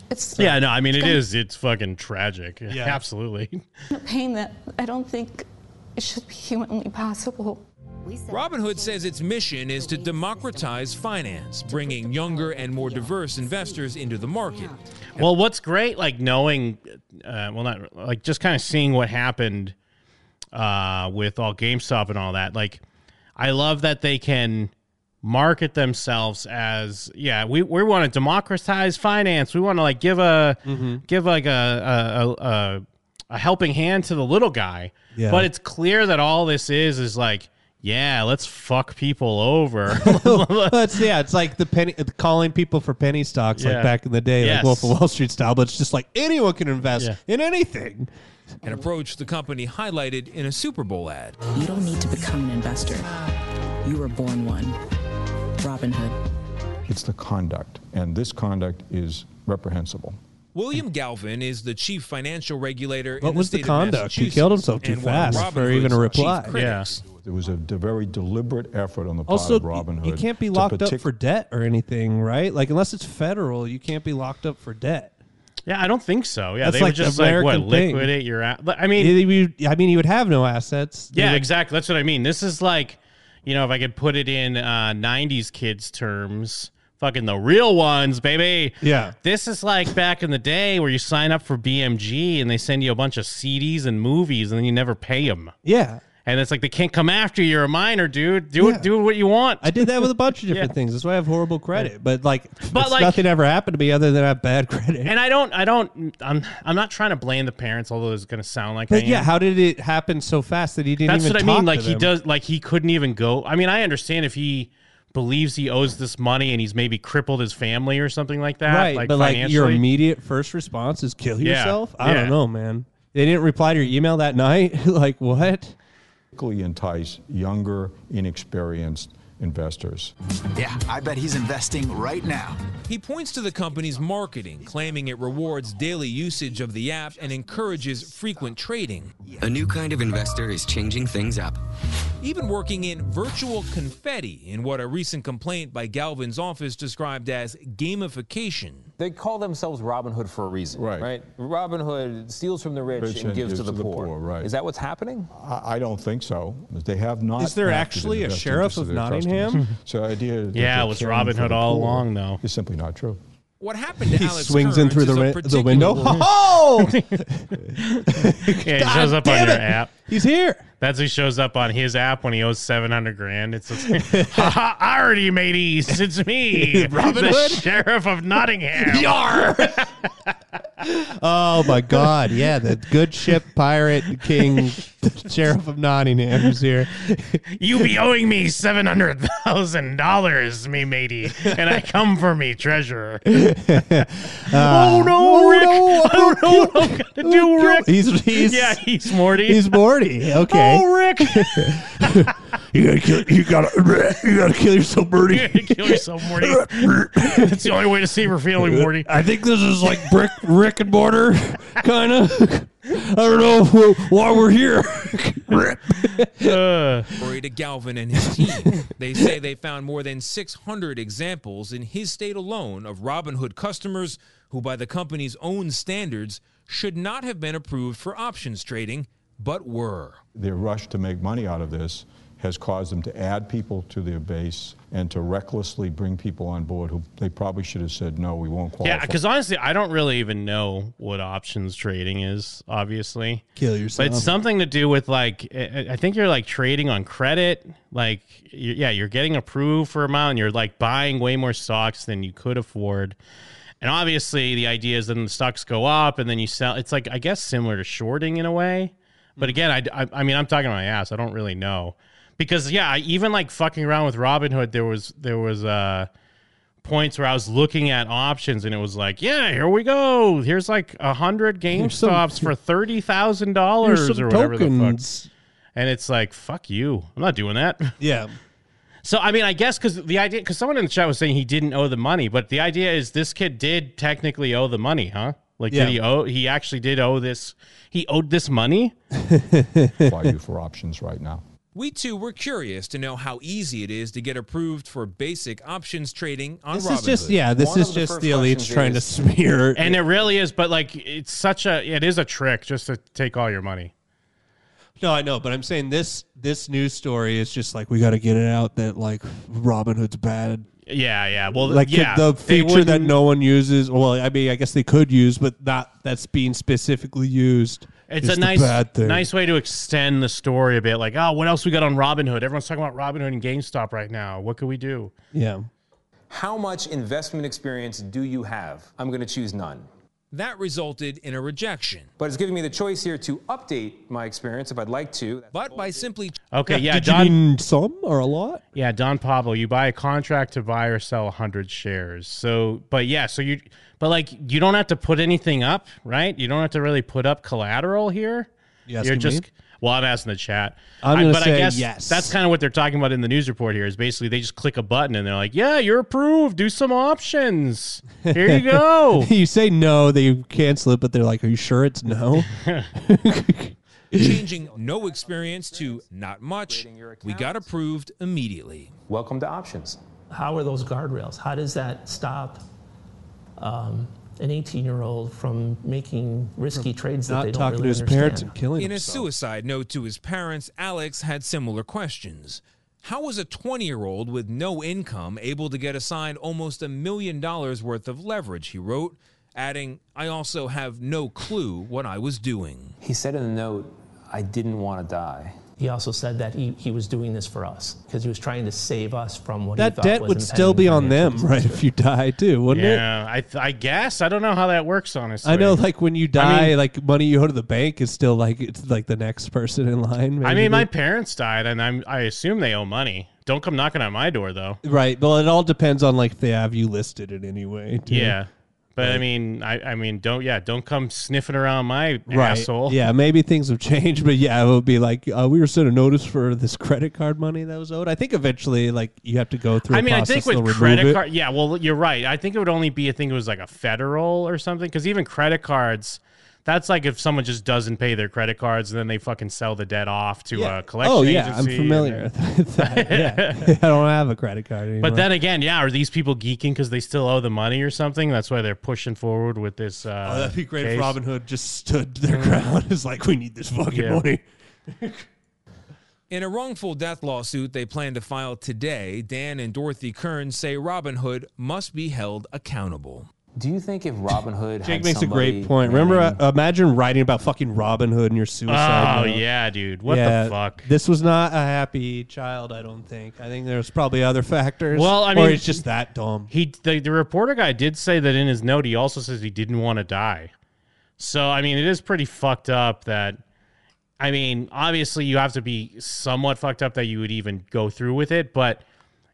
[SPEAKER 14] it's
[SPEAKER 7] Yeah, no, I mean it
[SPEAKER 14] gonna-
[SPEAKER 7] is. It's fucking tragic. Yeah, absolutely.
[SPEAKER 14] a pain that I don't think it should be humanly possible.
[SPEAKER 12] Robinhood says its mission is to democratize finance, bringing younger and more diverse investors into the market.
[SPEAKER 7] Well, what's great, like knowing, uh, well, not like just kind of seeing what happened uh, with all GameStop and all that. Like, I love that they can market themselves as, yeah, we, we want to democratize finance. We want to like give a give like a a, a a a helping hand to the little guy.
[SPEAKER 11] Yeah.
[SPEAKER 7] But it's clear that all this is is like, yeah, let's fuck people over.
[SPEAKER 11] That's yeah. It's like the penny calling people for penny stocks
[SPEAKER 7] Yeah.
[SPEAKER 11] like back in the day,
[SPEAKER 7] Yes.
[SPEAKER 11] like Wolf of Wall Street style. But it's just like anyone can invest in anything.
[SPEAKER 12] An approach the company highlighted in a Super Bowl ad.
[SPEAKER 15] You don't need to become an investor. You were born one. Robinhood.
[SPEAKER 16] It's the conduct, and this conduct is reprehensible.
[SPEAKER 12] William Galvin is the chief financial regulator. in
[SPEAKER 16] What
[SPEAKER 12] the
[SPEAKER 16] was the
[SPEAKER 12] state of
[SPEAKER 16] conduct? He
[SPEAKER 12] Massachusetts
[SPEAKER 16] killed himself too
[SPEAKER 12] and one of
[SPEAKER 16] fast
[SPEAKER 12] Robin
[SPEAKER 16] for even a
[SPEAKER 12] Hood's chief
[SPEAKER 16] reply.
[SPEAKER 12] critics.
[SPEAKER 16] There was a de- very deliberate effort on the part
[SPEAKER 11] Also,
[SPEAKER 16] of Robin Hood.
[SPEAKER 11] you can't be
[SPEAKER 16] to
[SPEAKER 11] locked up
[SPEAKER 16] partic-
[SPEAKER 11] for debt or anything, right? Like unless it's federal, you can't be locked up for debt.
[SPEAKER 7] yeah, I don't think so. Yeah,
[SPEAKER 11] That's
[SPEAKER 7] they
[SPEAKER 11] like
[SPEAKER 7] would just
[SPEAKER 11] the
[SPEAKER 7] like what
[SPEAKER 11] American thing.
[SPEAKER 7] liquidate your. a- but, I mean,
[SPEAKER 11] Either you- I mean, you would have no assets. They
[SPEAKER 7] Yeah,
[SPEAKER 11] would-
[SPEAKER 7] exactly. That's what I mean. This is like, you know, if I could put it in uh, 90s kids terms, fucking the real ones, baby.
[SPEAKER 11] Yeah.
[SPEAKER 7] This is like back in the day where you sign up for BMG and they send you a bunch of CDs and movies and then you never pay them.
[SPEAKER 11] Yeah.
[SPEAKER 7] And it's like they can't come after you. You're a minor, dude. Do it. Do what you want.
[SPEAKER 11] I did that with a bunch
[SPEAKER 7] [laughs]
[SPEAKER 11] of
[SPEAKER 7] Yeah.
[SPEAKER 11] different things. That's why I have horrible credit. But like,
[SPEAKER 7] But,
[SPEAKER 11] it's-
[SPEAKER 7] like-
[SPEAKER 11] nothing ever happened to me other than I have bad [laughs] credit.
[SPEAKER 7] And I don't. I don't. I'm. I'm not trying to blame the parents, although it's going to sound like. I
[SPEAKER 11] But
[SPEAKER 7] am.
[SPEAKER 11] yeah, how did it happen so fast that he didn't
[SPEAKER 7] That's
[SPEAKER 11] even?
[SPEAKER 7] what I
[SPEAKER 11] talk
[SPEAKER 7] mean.
[SPEAKER 11] to
[SPEAKER 7] Like he
[SPEAKER 11] them?
[SPEAKER 7] does, like he couldn't even go. I mean, I understand if he believes he owes this money and he's maybe crippled his family or something like that.
[SPEAKER 11] right? but like your
[SPEAKER 7] financially.
[SPEAKER 11] immediate first response is kill
[SPEAKER 7] Yeah,
[SPEAKER 11] yourself. I
[SPEAKER 7] yeah.
[SPEAKER 11] don't know, man. They didn't reply to your email that night. [laughs] like what?
[SPEAKER 16] Particularly entice younger, inexperienced investors.
[SPEAKER 17] Yeah, I bet he's investing right now.
[SPEAKER 12] He points to the company's marketing, claiming it rewards daily usage of the app and encourages frequent trading.
[SPEAKER 18] A new kind of investor is changing things up.
[SPEAKER 12] Even working in virtual confetti in what a recent complaint by Galvin's office described as gamification.
[SPEAKER 10] They call themselves Robin Hood for a reason, right? Robin Hood steals from the rich,
[SPEAKER 16] Rich
[SPEAKER 10] and gives to the, poor.
[SPEAKER 16] right.
[SPEAKER 10] Is that what's happening?
[SPEAKER 11] [laughs]
[SPEAKER 16] I, I don't think so. They have not.
[SPEAKER 10] Is there
[SPEAKER 16] acted in
[SPEAKER 10] actually
[SPEAKER 16] the
[SPEAKER 10] a
[SPEAKER 16] best
[SPEAKER 10] sheriff
[SPEAKER 16] interest
[SPEAKER 10] of
[SPEAKER 16] their
[SPEAKER 10] Nottingham?
[SPEAKER 16] customers. [laughs] so the idea. that
[SPEAKER 7] Yeah,
[SPEAKER 16] they're
[SPEAKER 7] it was
[SPEAKER 16] caring
[SPEAKER 7] Robin
[SPEAKER 16] for
[SPEAKER 7] Hood
[SPEAKER 16] the
[SPEAKER 7] all
[SPEAKER 16] poor
[SPEAKER 7] along, though.
[SPEAKER 16] Is simply not true.
[SPEAKER 12] What happened to
[SPEAKER 11] He
[SPEAKER 12] Alex
[SPEAKER 11] swings in
[SPEAKER 12] Kearns
[SPEAKER 11] through the
[SPEAKER 12] is a
[SPEAKER 11] ri- the
[SPEAKER 12] particular-
[SPEAKER 11] window.
[SPEAKER 7] [laughs]
[SPEAKER 11] Oh!
[SPEAKER 7] yeah, he
[SPEAKER 11] God
[SPEAKER 7] shows up on
[SPEAKER 11] damn
[SPEAKER 7] your
[SPEAKER 11] it!
[SPEAKER 7] app.
[SPEAKER 11] [laughs] He's here.
[SPEAKER 7] That's who shows up on his app when he owes seven hundred grand. It's just,
[SPEAKER 11] [laughs]
[SPEAKER 7] "Ha ha, [laughs] I already made ease. It's me,
[SPEAKER 11] Robin
[SPEAKER 7] the
[SPEAKER 11] Hood?
[SPEAKER 7] sheriff of Nottingham.
[SPEAKER 11] Oh my God! Yeah, the good ship pirate
[SPEAKER 7] [laughs]
[SPEAKER 11] king, sheriff of Nottingham is here.
[SPEAKER 7] You be owing me seven hundred thousand dollars, me matey, and I come for me
[SPEAKER 11] [laughs]
[SPEAKER 7] treasurer.
[SPEAKER 11] oh
[SPEAKER 7] Oh, no, Rick! I don't know what I'm gonna do, Rick.
[SPEAKER 11] He's- he's- [laughs]
[SPEAKER 7] yeah, he's Morty.
[SPEAKER 11] He's Morty. Okay.
[SPEAKER 7] Oh, Rick!
[SPEAKER 11] you gotta kill. You gotta. [laughs] You gotta kill yourself, Morty.
[SPEAKER 7] You're gonna [laughs] kill yourself, Morty. That's the only way to save her feeling, Morty.
[SPEAKER 11] I think this is like brick, [laughs] Rick and mortar, kind of. I don't know wh- why we're here. [laughs]
[SPEAKER 12] Rita Galvin and his
[SPEAKER 10] [laughs]
[SPEAKER 12] team. They say they found more than 600 examples in his state alone of Robinhood customers who, by the company's own standards, should not have been approved for options trading, but were.
[SPEAKER 16] [laughs] Their rush to make money out of this has caused them to add people to their base and to recklessly bring people on board who they probably should have said, no, we won't qualify.
[SPEAKER 7] Yeah, because honestly, I don't really even know what options trading is. Obviously,
[SPEAKER 11] [laughs] Kill
[SPEAKER 7] But
[SPEAKER 11] yourself.
[SPEAKER 7] it's something to do with like I I think you're like trading on credit. Like you yeah, you're getting approved for amount. And you're like buying way more stocks than you could afford. And obviously, the idea is then the stocks go up and then you sell. It's like I guess similar to shorting in a way.
[SPEAKER 11] Mm-hmm.
[SPEAKER 7] But again, I, I, I mean, I'm talking my ass. I don't really know because yeah, I- even like fucking around with Robinhood, there was there was uh points where I was looking at options and it was like, yeah, here we go. Here's like a hundred
[SPEAKER 11] Here's some-
[SPEAKER 7] GameStops
[SPEAKER 11] [laughs]
[SPEAKER 7] for thirty thousand dollars
[SPEAKER 11] Here's some
[SPEAKER 7] or whatever
[SPEAKER 11] tokens.
[SPEAKER 7] the fuck. And it's like, fuck you. I'm not doing that.
[SPEAKER 11] [laughs] Yeah.
[SPEAKER 7] So I mean, I guess because the idea, because someone in the chat was saying he didn't owe the money, but the idea is this kid did technically owe the money, huh? Like,
[SPEAKER 11] Yeah.
[SPEAKER 7] did he owe? He actually did owe this. He owed this
[SPEAKER 11] [laughs]
[SPEAKER 7] money.
[SPEAKER 16] [laughs] Qualify you for options right now.
[SPEAKER 12] We too were curious to know how easy it is to get approved for basic options trading on
[SPEAKER 11] This
[SPEAKER 12] Robinhood.
[SPEAKER 11] is just yeah. This is just the elites trying to smear.
[SPEAKER 7] [laughs] and it really is but like it's such a it is a trick just to take all your money
[SPEAKER 11] No, I know, but I'm saying this this news story is just like we got to get it out that like Robin Hood's bad.
[SPEAKER 7] yeah yeah well
[SPEAKER 11] like
[SPEAKER 7] yeah
[SPEAKER 11] the
[SPEAKER 7] they
[SPEAKER 11] feature that
[SPEAKER 7] wouldn't-
[SPEAKER 11] no one uses. Well, I mean, I guess they could use, but not that's being specifically used.
[SPEAKER 7] it's
[SPEAKER 11] is
[SPEAKER 7] a
[SPEAKER 11] the
[SPEAKER 7] nice
[SPEAKER 11] bad thing. [laughs]
[SPEAKER 7] nice way to extend the story a bit like oh what else we got on robinhood everyone's talking about robinhood and gamestop right now what could we do
[SPEAKER 11] Yeah.
[SPEAKER 19] How much investment experience do you have? I'm going to choose none.
[SPEAKER 12] That resulted in a rejection.
[SPEAKER 19] But it's giving me the choice here to update my experience if I'd like to.
[SPEAKER 12] But by simply
[SPEAKER 7] [laughs] okay yeah,
[SPEAKER 11] Did
[SPEAKER 7] don [laughs]
[SPEAKER 11] you mean some or a lot?
[SPEAKER 7] yeah don pablo you buy a contract to buy or sell 100 shares so but yeah so you but like you don't have to put anything up right you don't have to really put up collateral here
[SPEAKER 11] You
[SPEAKER 7] you're
[SPEAKER 11] asking
[SPEAKER 7] just
[SPEAKER 11] me?
[SPEAKER 7] well i'm asking the chat
[SPEAKER 11] I'm
[SPEAKER 7] I-
[SPEAKER 11] gonna
[SPEAKER 7] but I
[SPEAKER 11] say
[SPEAKER 7] guess
[SPEAKER 11] yes.
[SPEAKER 7] That's kind of what they're talking about in the news report here. Is basically they just click a button and they're like, "Yeah, you're approved. Do some options. Here you go."
[SPEAKER 11] [laughs] you say no, they cancel it, but they're like, "Are you sure
[SPEAKER 7] [laughs]
[SPEAKER 11] it's no?" [laughs]
[SPEAKER 12] changing no experience to not much, we got approved immediately.
[SPEAKER 19] Welcome to options.
[SPEAKER 13] [laughs] How are those guardrails? How does that stop um, an 18 year old from making risky trades that they don't really understand?
[SPEAKER 12] In a suicide note to his parents, Alex had similar questions. How was a 20 year old with no income able to get assigned almost a million dollars worth of leverage? He wrote, adding, I also have no clue what I was doing.
[SPEAKER 19] He said in the note, I didn't want to die.
[SPEAKER 13] He also said that he, he was doing this for us because he was trying to save us from what he
[SPEAKER 11] that
[SPEAKER 13] thought
[SPEAKER 11] debt
[SPEAKER 13] was
[SPEAKER 11] would
[SPEAKER 13] impending
[SPEAKER 11] still be on
[SPEAKER 13] financial
[SPEAKER 11] them, [laughs] right? If you die too, wouldn't it?
[SPEAKER 7] yeah, I, th- I guess I don't know how that works. Honestly,
[SPEAKER 11] I know, like when you die,
[SPEAKER 7] I mean,
[SPEAKER 11] like money you owe to the bank is still like it's like the next person in line.
[SPEAKER 7] I
[SPEAKER 11] maybe.
[SPEAKER 7] mean, my parents died, and I'm I assume they owe money. Don't come knocking on my door though.
[SPEAKER 11] right. Well, it all depends on like if they have you listed in any way. too.
[SPEAKER 7] Yeah, but I mean, I I mean, don't yeah, don't come sniffing around my
[SPEAKER 11] Right.
[SPEAKER 7] asshole.
[SPEAKER 11] Yeah, maybe things have changed, but yeah, it would be like uh, we were sent a notice for this credit card money that was owed. I think eventually, like you have to go through.
[SPEAKER 7] I
[SPEAKER 11] a
[SPEAKER 7] mean, I
[SPEAKER 11] process
[SPEAKER 7] think with
[SPEAKER 11] they'll remove
[SPEAKER 7] credit
[SPEAKER 11] it.
[SPEAKER 7] card, yeah. Well, you're right. I think it would only be, I think it was like a federal or something, because even credit cards, that's like if someone just doesn't pay their credit cards and then they fucking sell the debt off to a collection
[SPEAKER 11] Oh yeah,
[SPEAKER 7] agency.
[SPEAKER 11] I'm familiar [laughs] with that.
[SPEAKER 7] [laughs]
[SPEAKER 11] Yeah, I don't have a credit card anymore.
[SPEAKER 7] But then again, yeah, are these people geeking because they still owe the money or something? That's why they're pushing forward with this. Uh,
[SPEAKER 11] Oh, that'd be great
[SPEAKER 7] case.
[SPEAKER 11] if Robin Hood just stood their [laughs] ground. It's like we need this fucking
[SPEAKER 7] Yeah.
[SPEAKER 11] money.
[SPEAKER 12] In a wrongful death lawsuit they plan to file today, Dan and Dorothy Kern say Robin Hood must be held accountable.
[SPEAKER 19] Do you think if Robin Hood
[SPEAKER 11] Jake
[SPEAKER 19] had
[SPEAKER 11] makes a
[SPEAKER 19] somebody
[SPEAKER 11] great point. Remember, uh, imagine writing about fucking Robin Hood and your suicide.
[SPEAKER 7] Oh,
[SPEAKER 11] note.
[SPEAKER 7] yeah, dude. What the fuck?
[SPEAKER 11] This was not a happy child. I don't think. I think there's probably other factors.
[SPEAKER 7] Well, I
[SPEAKER 11] or
[SPEAKER 7] mean,
[SPEAKER 11] it's just [laughs] that dumb.
[SPEAKER 7] He the, the reporter guy did say that in his note. He also says he didn't want to die. So I mean, it is pretty fucked up that. I mean, obviously you have to be somewhat fucked up that you would even go through with it, but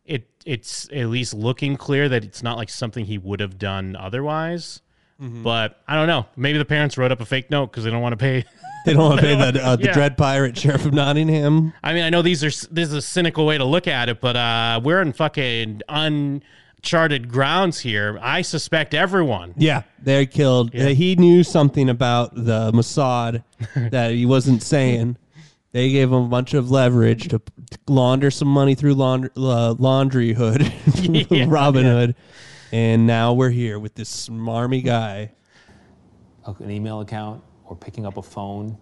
[SPEAKER 7] it it's at least looking clear that it's not like something he would have done otherwise.
[SPEAKER 11] Mhm.
[SPEAKER 7] But I don't know. Maybe the parents wrote up a fake note because they don't want to pay.
[SPEAKER 11] They don't want
[SPEAKER 7] [laughs]
[SPEAKER 11] to pay the uh, the
[SPEAKER 7] Yeah.
[SPEAKER 11] Dread Pirate Sheriff of Nottingham.
[SPEAKER 7] I mean, I know these are this is a cynical way to look at it, but uh, we're in fucking uncharted grounds here. I suspect everyone.
[SPEAKER 11] Yeah, they
[SPEAKER 7] [laughs]
[SPEAKER 11] killed. He knew something about the Mossad that he wasn't saying. They gave them a bunch of leverage to launder some money through laundry, uh, laundry hood, [laughs]
[SPEAKER 7] Yeah,
[SPEAKER 11] Robin
[SPEAKER 7] yeah.
[SPEAKER 11] Hood, and now we're here with this smarmy guy.
[SPEAKER 13] an email account or picking up a phone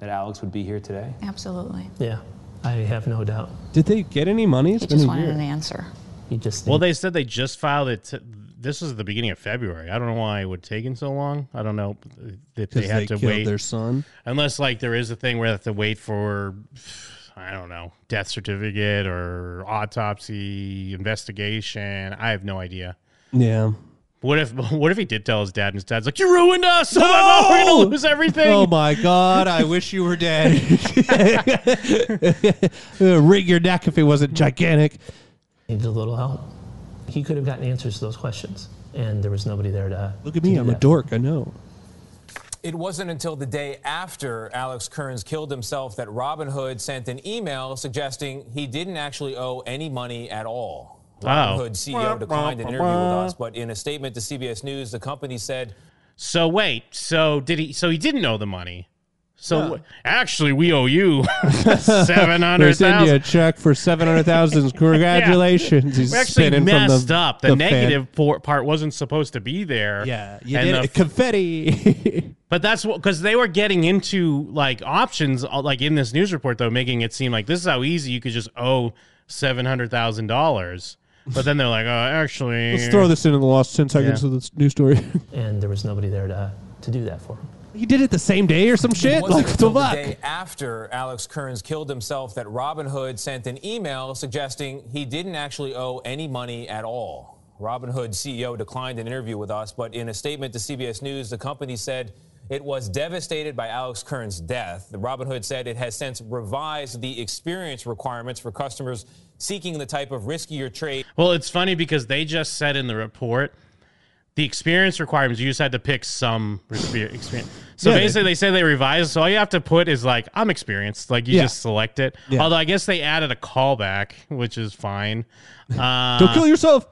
[SPEAKER 13] that Alex would be here today?
[SPEAKER 14] Absolutely.
[SPEAKER 13] Yeah, I have no doubt.
[SPEAKER 11] Did they get any money? It's
[SPEAKER 14] He just wanted an answer.
[SPEAKER 13] You
[SPEAKER 11] [laughs]
[SPEAKER 13] just
[SPEAKER 7] Well, they said they just filed it. T- this was the beginning of February. I don't know why it would take him so long. I don't know uh, that they
[SPEAKER 11] 'Cause
[SPEAKER 7] had
[SPEAKER 11] they
[SPEAKER 7] to
[SPEAKER 11] killed
[SPEAKER 7] wait
[SPEAKER 11] their son?
[SPEAKER 7] unless like there is a thing where they have to wait for I don't know death certificate or autopsy investigation. I have no idea.
[SPEAKER 11] Yeah.
[SPEAKER 7] What if [laughs] what if he did tell his dad and his dad's like you ruined us? [laughs] No! Oh, we're gonna lose everything.
[SPEAKER 11] Oh my God! I wish you were dead. Uh, Ring your neck if it wasn't gigantic.
[SPEAKER 20] needed a little help. He could have gotten answers to those questions, and there was nobody there to
[SPEAKER 11] Look at me, I'm a dork. I know.
[SPEAKER 12] It wasn't until the day after Alex Kearns killed himself that Robin Hood sent an email suggesting he didn't actually owe any money at all.
[SPEAKER 7] Wow.
[SPEAKER 12] Robin Hood CEO declined an interview with us, but in a statement to CBS News, the company said
[SPEAKER 7] [laughs] So wait, so did he? So he didn't owe the money. So
[SPEAKER 12] No.
[SPEAKER 7] actually, we owe
[SPEAKER 11] [laughs]
[SPEAKER 7] you [laughs] seven hundred
[SPEAKER 11] They send you a
[SPEAKER 7] thousand.
[SPEAKER 11] check for seven
[SPEAKER 7] [laughs]
[SPEAKER 11] hundred thousand. [laughs] Congratulations! He's
[SPEAKER 7] We actually
[SPEAKER 11] spinning from
[SPEAKER 7] messed
[SPEAKER 11] the,
[SPEAKER 7] up. The,
[SPEAKER 11] the fan.
[SPEAKER 7] negative por- part wasn't supposed to be there. Yeah,
[SPEAKER 11] You did it. confetti. [laughs]
[SPEAKER 7] But that's what because they were getting into like options, uh, like in this news report though, making it seem like this is how easy you could just owe seven hundred thousand dollars. But then they're like, oh, actually,
[SPEAKER 11] Let's throw this into the last ten seconds
[SPEAKER 7] Yeah.
[SPEAKER 11] of this new story. [laughs]
[SPEAKER 20] and there was nobody there to, to do that for him.
[SPEAKER 11] he did it the same day or some
[SPEAKER 12] it
[SPEAKER 11] shit.
[SPEAKER 12] wasn't
[SPEAKER 11] Like what
[SPEAKER 12] until
[SPEAKER 11] the
[SPEAKER 12] the
[SPEAKER 11] fuck?
[SPEAKER 12] day after Alex Kearns killed himself that Robin Hood sent an email suggesting he didn't actually owe any money at all. Robin Hood CEO declined an interview with us, but in a statement to CBS News, the company said it was devastated by Alex Kearns' death. The Robin Hood said it has since revised the experience requirements for customers seeking the type of riskier trade.
[SPEAKER 7] Well, it's funny because they just said in the report the experience requirements. You just had to pick some respe- experience. So
[SPEAKER 11] Yeah, they-
[SPEAKER 7] basically, they said they revised. So all you have to put is like, I'm experienced. Like you
[SPEAKER 11] Yeah.
[SPEAKER 7] just select it.
[SPEAKER 11] Yeah.
[SPEAKER 7] Although I guess they added a callback, which is
[SPEAKER 11] [laughs]
[SPEAKER 7] fine. Uh,
[SPEAKER 11] Don't kill yourself.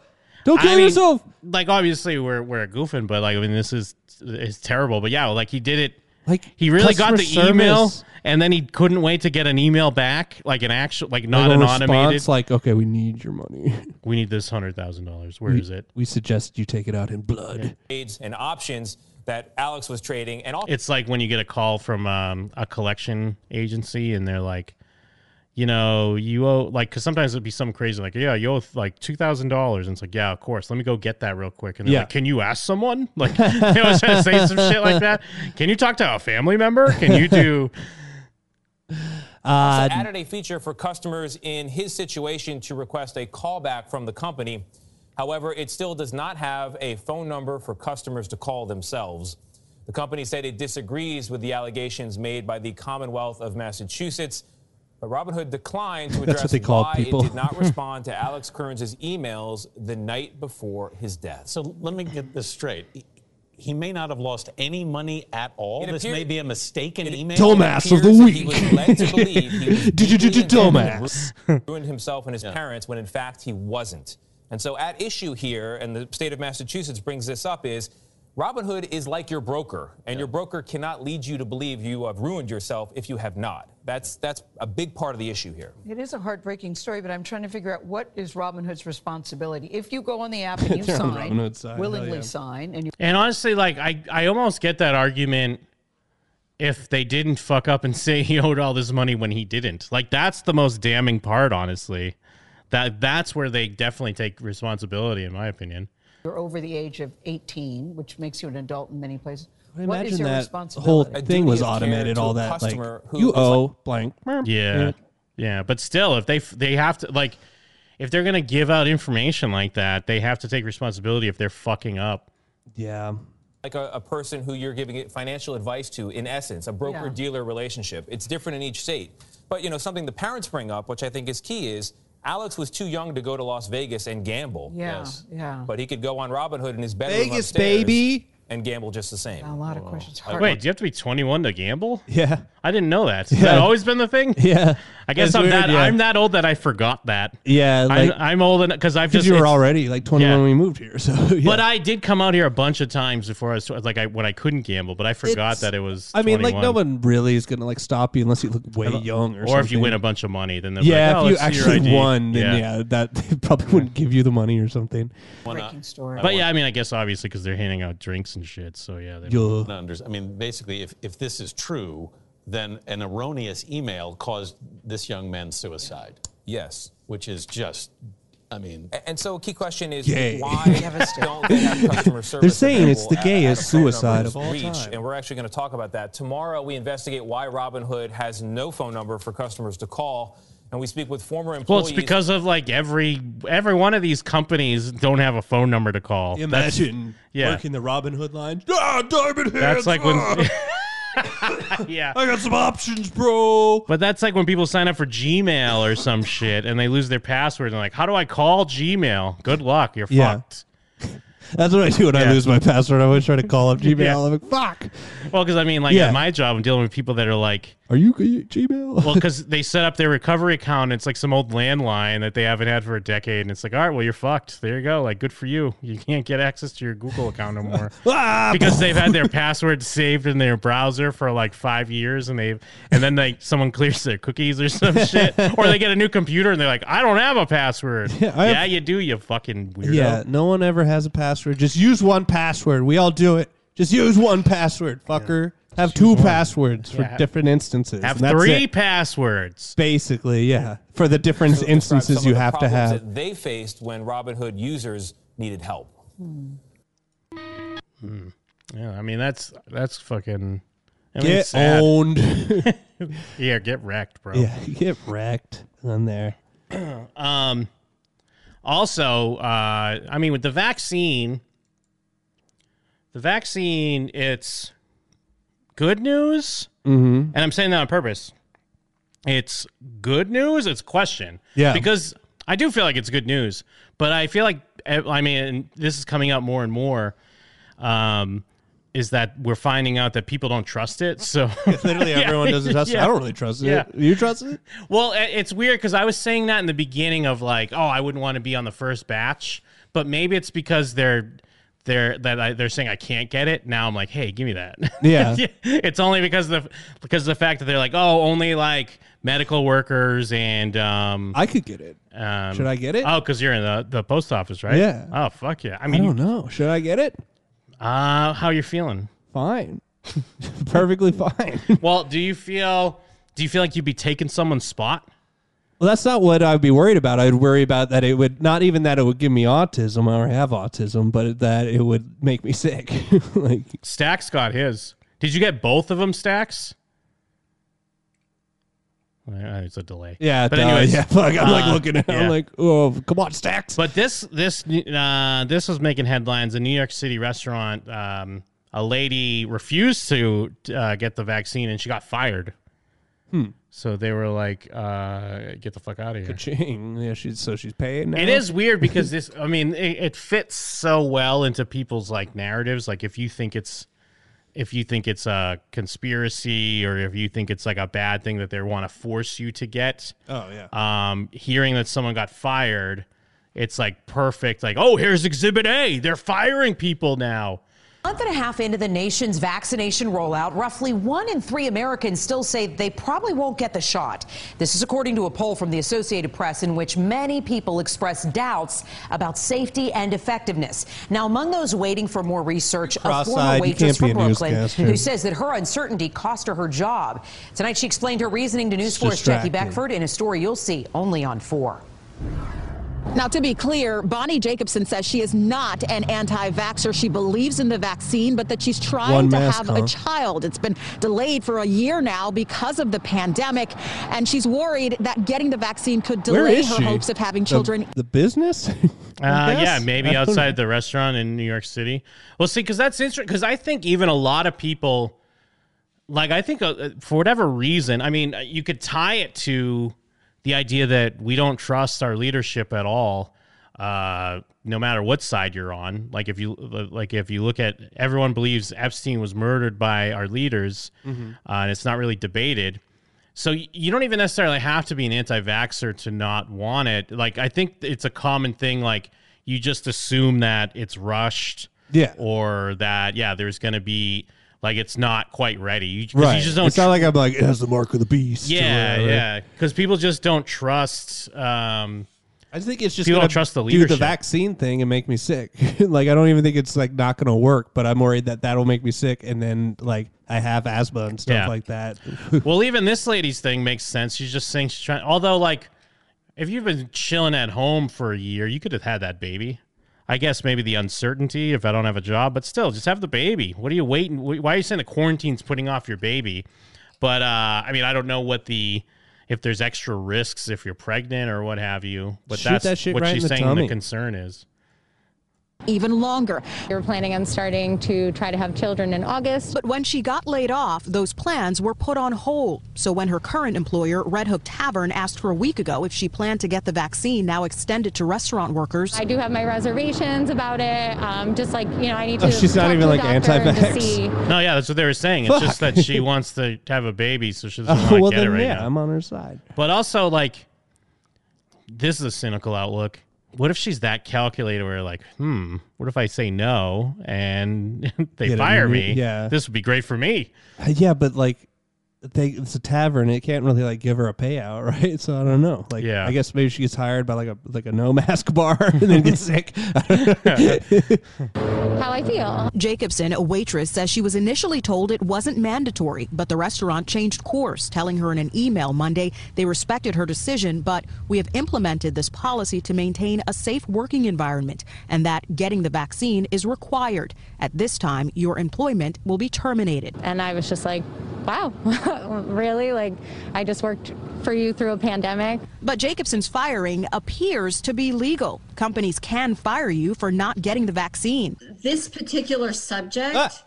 [SPEAKER 11] Don't kill
[SPEAKER 7] I mean,
[SPEAKER 11] yourself.
[SPEAKER 7] Like obviously we're we're goofing, but like I mean this is is terrible. But yeah, like he did it.
[SPEAKER 11] Like
[SPEAKER 7] he really got
[SPEAKER 11] customer
[SPEAKER 7] the email,
[SPEAKER 11] service.
[SPEAKER 7] and then he couldn't wait to get an email back, like an actual, like not
[SPEAKER 11] Like a
[SPEAKER 7] an
[SPEAKER 11] response,
[SPEAKER 7] automated.
[SPEAKER 11] Like okay, we need your money. [laughs]
[SPEAKER 7] we need this hundred thousand dollars. Where
[SPEAKER 11] we,
[SPEAKER 7] is it?
[SPEAKER 11] We suggest you take it out in blood.
[SPEAKER 12] trades and options that Alex was trading and all
[SPEAKER 7] It's like when you get a call from um, a collection agency and they're like, you know, you owe like because sometimes it'd be some crazy like, yeah, you owe like two thousand dollars, and it's like, yeah, of course, let me go get that real quick. And they're
[SPEAKER 11] Yeah.
[SPEAKER 7] like, can you ask someone? [laughs] Like they always try to say some shit like that. Can you talk to a family member? Can you do?
[SPEAKER 12] also
[SPEAKER 11] [laughs] Uh,
[SPEAKER 12] added a feature for customers in his situation to request a callback from the company. However, it still does not have a phone number for customers to call themselves. The company said it disagrees with the allegations made by the Commonwealth of Massachusetts, but Robinhood declined to
[SPEAKER 11] [laughs] That's what
[SPEAKER 12] address
[SPEAKER 11] they call
[SPEAKER 12] why
[SPEAKER 11] people.
[SPEAKER 12] it did
[SPEAKER 11] [laughs]
[SPEAKER 12] not respond to Alex Kearns' emails the night before his death.
[SPEAKER 1] So let me get this straight. He- He may not have lost any money at all.
[SPEAKER 12] It
[SPEAKER 1] this
[SPEAKER 12] appear-
[SPEAKER 1] may be a mistaken email.
[SPEAKER 11] Dumbass of the
[SPEAKER 12] appears that he was led to believe he was
[SPEAKER 11] [laughs] week.
[SPEAKER 12] deeply
[SPEAKER 11] Dumbass.
[SPEAKER 12] intent to ruin himself and his parents when in fact he wasn't. And so at issue here, and the state of Massachusetts brings this up, is Robinhood is like your broker, and your broker cannot lead you to believe you have ruined yourself if you have not. That's that's a big part of the issue here.
[SPEAKER 21] It is a heartbreaking story, but I'm trying to figure out what is Robin Hood's responsibility. If you go on the
[SPEAKER 7] [laughs]
[SPEAKER 21] app and you
[SPEAKER 7] They're on Robin
[SPEAKER 21] sign,
[SPEAKER 7] Hood's side, hell
[SPEAKER 21] willingly
[SPEAKER 7] yeah.
[SPEAKER 21] sign, and you
[SPEAKER 7] And honestly, like I, I almost get that argument if they didn't fuck up and [laughs] say he owed all this money when he didn't. Like that's the most damning part, honestly. That that's where they definitely take responsibility, in my opinion.
[SPEAKER 21] you're over the age of 18, which makes you an adult in many places,
[SPEAKER 11] I
[SPEAKER 21] what
[SPEAKER 11] imagine
[SPEAKER 21] is your
[SPEAKER 11] that whole
[SPEAKER 21] responsibility?
[SPEAKER 11] thing was automated. All that, like you owe blank.
[SPEAKER 7] Yeah.
[SPEAKER 11] Yeah.
[SPEAKER 7] yeah, But still, if they f- they have to like, if they're gonna give out information like that, they have to take responsibility if they're fucking up.
[SPEAKER 11] Yeah.
[SPEAKER 12] like a, a person who you're giving financial advice to, in essence, a broker dealer relationship. It's different in each state. But, you know, something the parents bring up, which I think is key, is Alex was too young to go to Las Vegas and gamble.
[SPEAKER 21] Yeah, Yes. yeah.
[SPEAKER 12] But he could go on Robinhood in his bedroom.
[SPEAKER 11] Vegas,
[SPEAKER 12] upstairs
[SPEAKER 11] baby.
[SPEAKER 12] and gamble just the same. Oh.
[SPEAKER 21] A lot of questions. Hard
[SPEAKER 7] Wait, do you have to be 21 to gamble?
[SPEAKER 11] Yeah.
[SPEAKER 7] I didn't know that. Has that
[SPEAKER 11] Yeah.
[SPEAKER 7] always been the thing?
[SPEAKER 11] [laughs] Yeah.
[SPEAKER 7] I guess
[SPEAKER 11] It's
[SPEAKER 7] I'm
[SPEAKER 11] weird,
[SPEAKER 7] that
[SPEAKER 11] yeah.
[SPEAKER 7] I'm that old that I forgot that.
[SPEAKER 11] Yeah, like-
[SPEAKER 7] I'm, I'm old because I've
[SPEAKER 11] Because
[SPEAKER 7] just
[SPEAKER 11] you were
[SPEAKER 7] it's-
[SPEAKER 11] already like 21
[SPEAKER 7] Yeah.
[SPEAKER 11] when we moved here. [laughs] So yeah.
[SPEAKER 7] But I did come out here a bunch of times before I was like I when I couldn't gamble, but I forgot
[SPEAKER 11] It's-
[SPEAKER 7] that it was.
[SPEAKER 11] I mean, like no
[SPEAKER 7] 21.
[SPEAKER 11] one really is gonna like stop you unless you look way young, or,
[SPEAKER 7] if you
[SPEAKER 11] something.
[SPEAKER 7] win a bunch of money, then they're
[SPEAKER 11] yeah,
[SPEAKER 7] like, oh,
[SPEAKER 11] if you
[SPEAKER 7] let's see your
[SPEAKER 11] actually
[SPEAKER 7] ID.
[SPEAKER 11] won, then yeah, that [laughs] they probably wouldn't give you the money or something.
[SPEAKER 1] Why not?
[SPEAKER 21] Breaking story.
[SPEAKER 7] But yeah, I mean, I guess obviously because they're handing out drinks and shit. So yeah, they
[SPEAKER 11] Yeah.
[SPEAKER 1] Not under- I mean, basically, if, if this is true, then an erroneous email caused this young man's suicide.
[SPEAKER 12] Yes.
[SPEAKER 1] Which is just, I mean,
[SPEAKER 12] And so, a key question is
[SPEAKER 1] Gay.
[SPEAKER 12] why
[SPEAKER 1] Devastating.
[SPEAKER 12] don't they have customer service?
[SPEAKER 11] [laughs] They're saying it's the
[SPEAKER 12] available at-
[SPEAKER 11] gayest
[SPEAKER 12] at a phone number
[SPEAKER 11] suicide
[SPEAKER 12] to
[SPEAKER 11] of all
[SPEAKER 12] reach?
[SPEAKER 11] time.
[SPEAKER 12] And we're actually going to talk about that tomorrow. We investigate why Robinhood has no phone number for customers to call, and we speak with former employees.
[SPEAKER 7] Well, it's because of like every every one of these companies don't have a phone number to call. That's-
[SPEAKER 11] Imagine
[SPEAKER 7] yeah,
[SPEAKER 11] working the Robin Hood line. Ah, diamond
[SPEAKER 7] That's
[SPEAKER 11] hands.
[SPEAKER 7] like when-
[SPEAKER 11] ah."
[SPEAKER 7] [laughs] yeah,
[SPEAKER 11] I got some options, bro.
[SPEAKER 7] but that's like when people sign up for Gmail or some shit and they lose their password. And they're like, how do I call Gmail? Good luck, you're
[SPEAKER 11] Yeah.
[SPEAKER 7] fucked.
[SPEAKER 11] That's what I do when I
[SPEAKER 7] Yeah.
[SPEAKER 11] lose my password. I always try to call up
[SPEAKER 7] [laughs]
[SPEAKER 11] Gmail.
[SPEAKER 7] Yeah.
[SPEAKER 11] I'm like, fuck.
[SPEAKER 7] Well, because I mean, like
[SPEAKER 11] Yeah.
[SPEAKER 7] at my job, I'm dealing with people that are like,
[SPEAKER 11] Are you g- Gmail?
[SPEAKER 7] well,
[SPEAKER 11] [laughs]
[SPEAKER 7] because they set up their recovery account. And it's like some old landline that they haven't had for a decade, and it's like, all right, well, you're fucked. There you go. Like, good for you. You can't get access to your Google account no
[SPEAKER 11] [laughs]
[SPEAKER 7] more
[SPEAKER 11] Ah,
[SPEAKER 7] because they've had their password saved in their browser for like five years, and they've and then like someone clears their cookies or
[SPEAKER 11] [laughs]
[SPEAKER 7] some shit, or they get a new computer and they're like, I don't have a
[SPEAKER 11] [laughs]
[SPEAKER 7] password. Yeah,
[SPEAKER 11] I have-
[SPEAKER 7] you do. You fucking weirdo.
[SPEAKER 11] Yeah, no one ever has a password. Just use one password. We all do it. Just use one password, fucker. Have two passwords
[SPEAKER 7] Yeah,
[SPEAKER 11] for
[SPEAKER 7] have-
[SPEAKER 11] different instances.
[SPEAKER 7] Have
[SPEAKER 11] and that's
[SPEAKER 7] three
[SPEAKER 11] it.
[SPEAKER 7] passwords.
[SPEAKER 11] Basically, yeah. For the different
[SPEAKER 12] to describe
[SPEAKER 11] instances
[SPEAKER 12] some
[SPEAKER 11] you
[SPEAKER 12] of the
[SPEAKER 11] have to
[SPEAKER 12] problems
[SPEAKER 11] have.
[SPEAKER 12] that they faced when Robinhood users needed help.
[SPEAKER 7] Yeah, I mean that's that's fucking. I mean,
[SPEAKER 11] Get
[SPEAKER 7] it's sad.
[SPEAKER 11] owned.
[SPEAKER 7] [laughs] yeah, get wrecked, bro.
[SPEAKER 11] Yeah, [laughs] get wrecked on there.
[SPEAKER 7] [clears throat] um, also, uh, I mean, with the vaccine, the vaccine, it's good news,
[SPEAKER 11] Mhm.
[SPEAKER 7] and I'm saying that on purpose. It's good news. It's question.
[SPEAKER 11] Yeah.
[SPEAKER 7] because I do feel like it's good news, but I feel like eh, I mean and this is coming up more and more. Um, is that we're finding out that people don't trust it?
[SPEAKER 11] [laughs]
[SPEAKER 7] So [laughs]
[SPEAKER 11] Literally
[SPEAKER 7] Yeah.
[SPEAKER 11] everyone doesn't trust it. I
[SPEAKER 7] Yeah.
[SPEAKER 11] don't really trust
[SPEAKER 7] Yeah.
[SPEAKER 11] it. You trust it?
[SPEAKER 7] Well, i- it's weird because I was saying that in the beginning of like, oh, I wouldn't want to be on the first batch, but maybe it's because they're they're that I, they're saying I can't get it. Now I'm like, hey, give me that. [laughs]
[SPEAKER 11] Yeah.
[SPEAKER 7] it's only because of the because of the fact that they're like, oh, only like medical workers and um.
[SPEAKER 11] I could get it.
[SPEAKER 7] Um,
[SPEAKER 11] Should I get it?
[SPEAKER 7] Oh, because you're in the, the post office, right?
[SPEAKER 11] Yeah.
[SPEAKER 7] Oh, fuck yeah. I
[SPEAKER 11] I,
[SPEAKER 7] mean,
[SPEAKER 11] don't know. Oh, Should I get it?
[SPEAKER 7] Uh, how you feeling? [laughs]
[SPEAKER 11] Fine. [laughs] Perfectly fine.
[SPEAKER 7] well, do you feel do you feel like you'd be taking someone's spot?
[SPEAKER 11] Well, that's not what I'd be worried about. I'd worry about that it would not even that it would give me autism. I already have autism, but that it would make me sick. [laughs] like,
[SPEAKER 7] Stacks got his. Did you get both of them, Stacks? Uh, It's a delay.
[SPEAKER 11] yeah,
[SPEAKER 7] but
[SPEAKER 11] duh,
[SPEAKER 7] anyways,
[SPEAKER 11] yeah. [laughs] Fuck, I'm like
[SPEAKER 7] uh,
[SPEAKER 11] looking at.
[SPEAKER 7] yeah.
[SPEAKER 11] I'm like, oh, come on, stacks.
[SPEAKER 7] But this this uh, this was making headlines. A New York City restaurant, um, a lady refused to uh, get the vaccine, and she got fired.
[SPEAKER 11] Hmm.
[SPEAKER 7] So they were like, uh, "Get the fuck out of here."
[SPEAKER 11] Ka-ching. Yeah, she's so she's paying. Now.
[SPEAKER 7] It is weird because this, I mean, it, it fits so well into people's like narratives. Like if you think it's, if you think it's a conspiracy or if you think it's like a bad thing that they want to force you to get.
[SPEAKER 11] Oh, yeah.
[SPEAKER 7] Um, hearing that someone got fired, it's like perfect. Like, oh, here's Exhibit A. They're firing people now.
[SPEAKER 2] Month and a half into the nation's vaccination rollout, roughly one in three Americans still say they probably won't get the shot. This is according to a poll from the Associated Press in which many people expressed doubts about safety and effectiveness. Now, among those waiting for more research, a
[SPEAKER 11] Cross-eyed,
[SPEAKER 2] former
[SPEAKER 11] you
[SPEAKER 2] waitress
[SPEAKER 11] can't be
[SPEAKER 2] from
[SPEAKER 11] a
[SPEAKER 2] Brooklyn
[SPEAKER 11] newscaster.
[SPEAKER 2] who says that her uncertainty cost her her job. Tonight, she explained her reasoning to News It's 4's Jackie distracting. Beckford in a story you'll see only on 4.
[SPEAKER 4] Now, to be clear, Bonnie Jacobson says she is not an anti vaxxer. She believes in the vaccine, but that she's trying One to mask, have huh? a child. It's been delayed for a year now because of the pandemic, and she's worried that getting the vaccine could
[SPEAKER 11] Where
[SPEAKER 4] delay
[SPEAKER 11] is
[SPEAKER 4] her
[SPEAKER 11] she?
[SPEAKER 4] hopes of having
[SPEAKER 11] The-
[SPEAKER 4] children.
[SPEAKER 11] The, business. [laughs] uh,
[SPEAKER 7] Uh, yeah, maybe outside the restaurant in New York City. Well, see, because that's interesting. Because I think even a lot of people, like, I think uh, for whatever reason, I mean, uh, you could tie it to the idea that we don't trust our leadership at all. uh, no matter what side you're on. Like if you uh, like if you look at everyone believes Epstein was murdered by our leaders,
[SPEAKER 3] Mhm.
[SPEAKER 7] uh, and it's not really debated. So y- you don't even necessarily have to be an anti-vaxxer to not want it. Like I think it's a common thing. Like you just assume that it's rushed,
[SPEAKER 11] Yeah.
[SPEAKER 7] or that yeah, there's going to be like it's not quite ready. You, 'cause
[SPEAKER 11] Right.
[SPEAKER 7] you just don't.
[SPEAKER 11] it's not like I'm like, it
[SPEAKER 7] yeah,
[SPEAKER 11] has the mark of the beast. or
[SPEAKER 7] yeah,
[SPEAKER 11] whatever.
[SPEAKER 7] because people just don't trust. Um,
[SPEAKER 11] I think it's just
[SPEAKER 7] people
[SPEAKER 11] gonna
[SPEAKER 7] don't trust the
[SPEAKER 11] Do
[SPEAKER 7] leadership.
[SPEAKER 11] the vaccine thing and make me sick. [laughs] like I don't even think it's like not going to work, but I'm worried that that'll make me sick, and then like I have asthma and stuff
[SPEAKER 7] Yeah.
[SPEAKER 11] like that.
[SPEAKER 7] [laughs] well, even this lady's thing makes sense. She's just saying she's trying. Although, like, if you've been chilling at home for a year, you could have had that baby. I guess maybe the uncertainty if I don't have a job, but still, just have the baby. What are you waiting? wh- Why are you saying the quarantine's putting off your baby? But uh, I mean, I don't know what the if there's extra risks if you're pregnant or what have you. But
[SPEAKER 11] Shoot
[SPEAKER 7] that's
[SPEAKER 11] that shit
[SPEAKER 7] what
[SPEAKER 11] right
[SPEAKER 7] she's
[SPEAKER 11] in the
[SPEAKER 7] saying the
[SPEAKER 11] tummy.
[SPEAKER 7] concern is.
[SPEAKER 4] even longer.
[SPEAKER 5] We were planning on starting to try to have children in August.
[SPEAKER 22] But when she got laid off, those plans were put on hold. So when her current employer, Red Hook Tavern, asked her a week ago if she planned to get the vaccine now extended to restaurant workers,
[SPEAKER 5] I do have my reservations about it. Um, just like you know, I need to.
[SPEAKER 11] Oh, she's not
[SPEAKER 5] talk
[SPEAKER 11] even,
[SPEAKER 5] to a
[SPEAKER 11] like,
[SPEAKER 5] doctor to
[SPEAKER 11] anti-vax.
[SPEAKER 5] see-
[SPEAKER 7] No, yeah, that's what they were saying. It's just
[SPEAKER 11] Fuck.
[SPEAKER 7] that she wants to have a baby, so she doesn't
[SPEAKER 11] Oh,
[SPEAKER 7] want to
[SPEAKER 11] [laughs] well,
[SPEAKER 7] get
[SPEAKER 11] then
[SPEAKER 7] it right
[SPEAKER 11] yeah,
[SPEAKER 7] now.
[SPEAKER 11] I'm on her side.
[SPEAKER 7] But also, like, this is a cynical outlook. What if she's that calculated where, like, hmm, what if I say no and [laughs] they
[SPEAKER 11] Get a
[SPEAKER 7] fire
[SPEAKER 11] new-
[SPEAKER 7] me?
[SPEAKER 11] yeah.
[SPEAKER 7] This would be great for me.
[SPEAKER 11] Uh, Yeah, but like they, it's a tavern; it can't really like give her a payout, [laughs] right? So I don't know. Like,
[SPEAKER 7] Yeah.
[SPEAKER 11] I guess maybe she gets hired by like a like a no mask [laughs] bar and then gets sick. [laughs]
[SPEAKER 5] How I feel.
[SPEAKER 22] Jacobson, a waitress, says she was initially told it wasn't mandatory, but the restaurant changed course, telling her in an email Monday they respected her decision, but we have implemented this policy to maintain a safe working environment and that getting the vaccine is required. At this time, your employment will be terminated.
[SPEAKER 5] And I was just like, wow, [laughs] really? Like, I just worked for you through a pandemic.
[SPEAKER 22] But Jacobson's firing appears to be legal. Companies can fire you for not getting the vaccine.
[SPEAKER 18] This particular subject
[SPEAKER 11] Ah.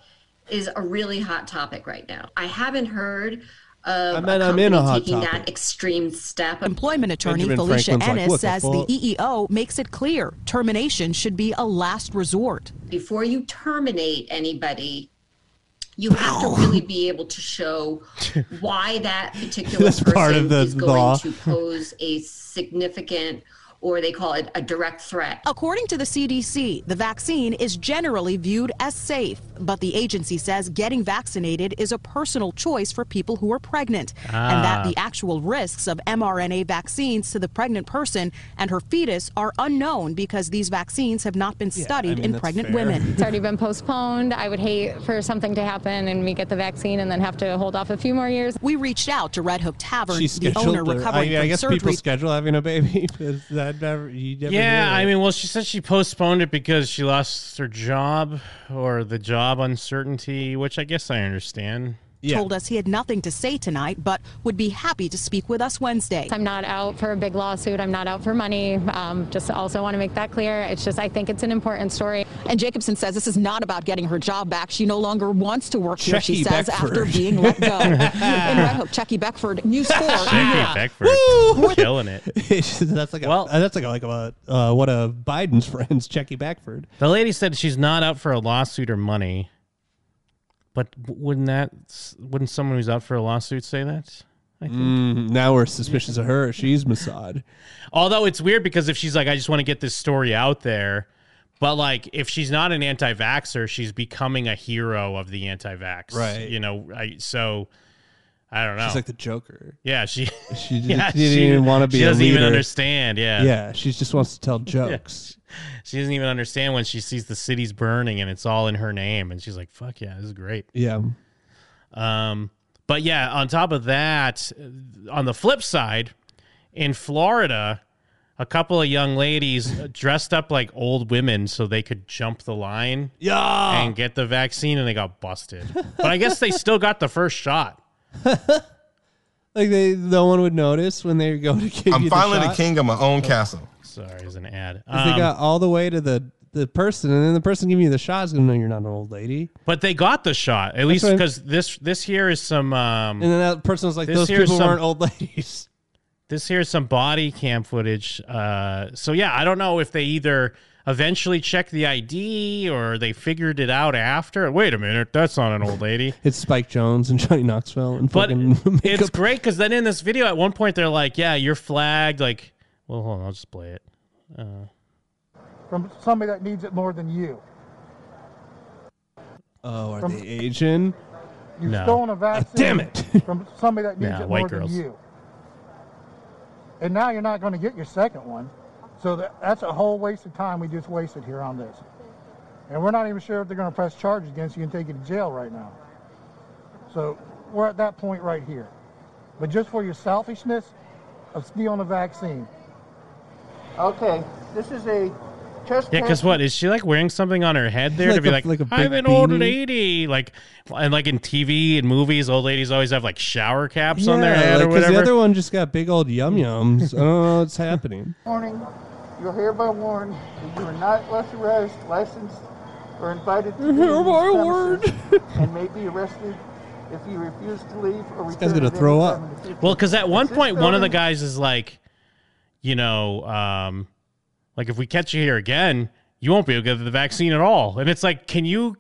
[SPEAKER 18] is a really hot topic right now. I haven't heard of
[SPEAKER 22] I
[SPEAKER 18] I
[SPEAKER 22] mean,
[SPEAKER 18] a
[SPEAKER 22] I'm in
[SPEAKER 18] company
[SPEAKER 22] a hot
[SPEAKER 18] taking that
[SPEAKER 22] topic.
[SPEAKER 18] extreme step.
[SPEAKER 22] Employment attorney Benjamin Felicia Franklin's like, Ennis "Look, says
[SPEAKER 18] if all-
[SPEAKER 22] the EEO makes it clear termination should be a last resort.
[SPEAKER 18] Before you terminate anybody, you have to really be able
[SPEAKER 11] [laughs]
[SPEAKER 18] to show why that particular
[SPEAKER 11] That's
[SPEAKER 18] person
[SPEAKER 11] part of the
[SPEAKER 18] is going
[SPEAKER 11] law.
[SPEAKER 18] to [laughs] pose a significant, or they call it a direct threat.
[SPEAKER 22] According to the CDC, the vaccine is generally viewed as safe, but the agency says getting vaccinated is a personal choice for people who are pregnant, and that
[SPEAKER 23] Ah.
[SPEAKER 22] the actual risks of mRNA vaccines to the pregnant person and her fetus are unknown because these vaccines have not been studied
[SPEAKER 5] mean,
[SPEAKER 22] in
[SPEAKER 5] that's
[SPEAKER 22] pregnant
[SPEAKER 5] fair. [laughs]
[SPEAKER 22] women.
[SPEAKER 5] It's already been postponed. I would hate for something to happen and we get the vaccine and then have to hold off a few more years.
[SPEAKER 22] We reached out to Red Hook Tavern,
[SPEAKER 11] She
[SPEAKER 22] the
[SPEAKER 11] scheduled.
[SPEAKER 22] owner
[SPEAKER 11] her- I,
[SPEAKER 22] recovering
[SPEAKER 11] mean, I
[SPEAKER 22] from
[SPEAKER 11] guess
[SPEAKER 22] surgery.
[SPEAKER 11] people schedule having a baby. [laughs] but that never, you never
[SPEAKER 7] yeah,
[SPEAKER 11] knew.
[SPEAKER 7] I mean, well, she said she postponed it because she lost her job or the job uncertainty, which I guess I understand.
[SPEAKER 22] told us he had nothing to say tonight, but would be happy to speak with us Wednesday.
[SPEAKER 5] I'm not out for a big lawsuit. I'm not out for money. Um, just also want to make that clear. It's just, I think it's an important story.
[SPEAKER 22] And Jacobson says this is not about getting her job back. She no longer wants to work here, she Checky says, Beckford. after being let [laughs] go. In Red Hook, Chucky Beckford, [laughs] News
[SPEAKER 11] [laughs]
[SPEAKER 22] 4.
[SPEAKER 7] Jackie Beckford [laughs] killing it.
[SPEAKER 11] that's like a, well, that's like a, like a uh, one of Biden's [laughs] friends, Checky Backford.
[SPEAKER 7] The lady said she's not out for a lawsuit or money. But wouldn't that wouldn't someone who's out for a lawsuit say that? I think.
[SPEAKER 11] Mm, now we're suspicious of her. She's Mossad.
[SPEAKER 7] Although it's weird because if she's like, I just want to get this story out there, but like if she's not an anti vaxxer, she's becoming a hero of the anti vax.
[SPEAKER 11] Right.
[SPEAKER 7] You know, I, so I don't know.
[SPEAKER 11] She's like the Joker.
[SPEAKER 7] Oh. Yeah, [laughs] she
[SPEAKER 11] [laughs] She didn't, didn't even want to be.
[SPEAKER 7] She
[SPEAKER 11] a
[SPEAKER 7] doesn't even
[SPEAKER 11] leader.
[SPEAKER 7] understand, yeah.
[SPEAKER 11] Yeah, she just wants
[SPEAKER 7] [laughs]
[SPEAKER 11] to tell jokes.
[SPEAKER 7] She doesn't even understand when she sees the city's burning and it's all in her name and she's like, Fuck yeah, this is great.
[SPEAKER 11] Yeah.
[SPEAKER 7] Um, but yeah, on top of that, on the flip side, in Florida, a couple of young ladies dressed up like old women so they could jump the line
[SPEAKER 11] Yeah.
[SPEAKER 7] and get the vaccine, and they got busted. but I guess they still got the first shot.
[SPEAKER 11] Like they, no one would notice when they go to give
[SPEAKER 24] I'm
[SPEAKER 11] you
[SPEAKER 24] finally the,
[SPEAKER 11] the, shot. Oh.
[SPEAKER 24] king of my own castle.
[SPEAKER 7] Sorry, it's an ad.
[SPEAKER 11] 'Cause they
[SPEAKER 7] Um,
[SPEAKER 11] got all the way to the the person, and then the person giving you the shot is gonna know you're not an old lady.
[SPEAKER 7] But they got the shot at least
[SPEAKER 11] what I'm-
[SPEAKER 7] because this this here is some. Um,
[SPEAKER 24] Hmm.
[SPEAKER 11] And then that person was like,
[SPEAKER 7] this
[SPEAKER 11] "Those
[SPEAKER 7] here is
[SPEAKER 11] people
[SPEAKER 7] some-
[SPEAKER 11] weren't old ladies." [laughs]
[SPEAKER 7] This here's some body cam footage. Uh, so yeah, I don't know if they either eventually checked the ID or they figured it out after. Wait a minute, that's not an old
[SPEAKER 11] [laughs]
[SPEAKER 7] lady.
[SPEAKER 11] It's Spike Jones and [laughs] Johnny Knoxville and
[SPEAKER 7] But
[SPEAKER 11] fucking
[SPEAKER 7] [laughs] it's great because then in this video, at one point they're like, "Yeah, you're flagged." Like, well, hold on, I'll just play it. Uh,
[SPEAKER 3] from somebody that needs it more than you.
[SPEAKER 11] oh, are they Asian? Ah,
[SPEAKER 3] You've stolen a vaccine.
[SPEAKER 11] damn it!
[SPEAKER 3] [laughs] from somebody that needs
[SPEAKER 11] Nah,
[SPEAKER 3] it
[SPEAKER 11] white
[SPEAKER 3] more
[SPEAKER 11] girls.
[SPEAKER 3] than you. And now you're not going to get your second one. So that, that's a whole waste of time we just wasted here on this. And we're not even sure if they're going to press charges against you and take you to jail right now. So we're at that point right here. But just for your selfishness of stealing a vaccine.
[SPEAKER 6] Okay, this is a trespass.
[SPEAKER 7] Yeah, because what is she like wearing something on her head there to
[SPEAKER 11] Like
[SPEAKER 7] be
[SPEAKER 11] a-
[SPEAKER 7] like,
[SPEAKER 11] like a
[SPEAKER 7] I'm
[SPEAKER 11] big
[SPEAKER 7] an old
[SPEAKER 11] beanie."
[SPEAKER 7] lady, like and like in TV and movies, old ladies always have like shower caps on their head or
[SPEAKER 11] because
[SPEAKER 7] whatever.
[SPEAKER 11] the other one just got big old yum
[SPEAKER 7] [laughs]
[SPEAKER 11] yums. I don't know what's happening.
[SPEAKER 6] Warning, you're hereby warned that you are not less arrest, licensed, or invited to leave
[SPEAKER 11] Hereby
[SPEAKER 6] this premises and may be arrested if you refuse to leave or return.
[SPEAKER 11] guy's gonna
[SPEAKER 6] at any
[SPEAKER 11] throw
[SPEAKER 6] time
[SPEAKER 11] up.
[SPEAKER 6] in the future.
[SPEAKER 7] Well, because at one
[SPEAKER 6] Is this
[SPEAKER 7] point, one of the
[SPEAKER 6] building-
[SPEAKER 7] guys is like, you know, um, like if we catch you here again, you won't be able to get the vaccine at all. And it's like, can you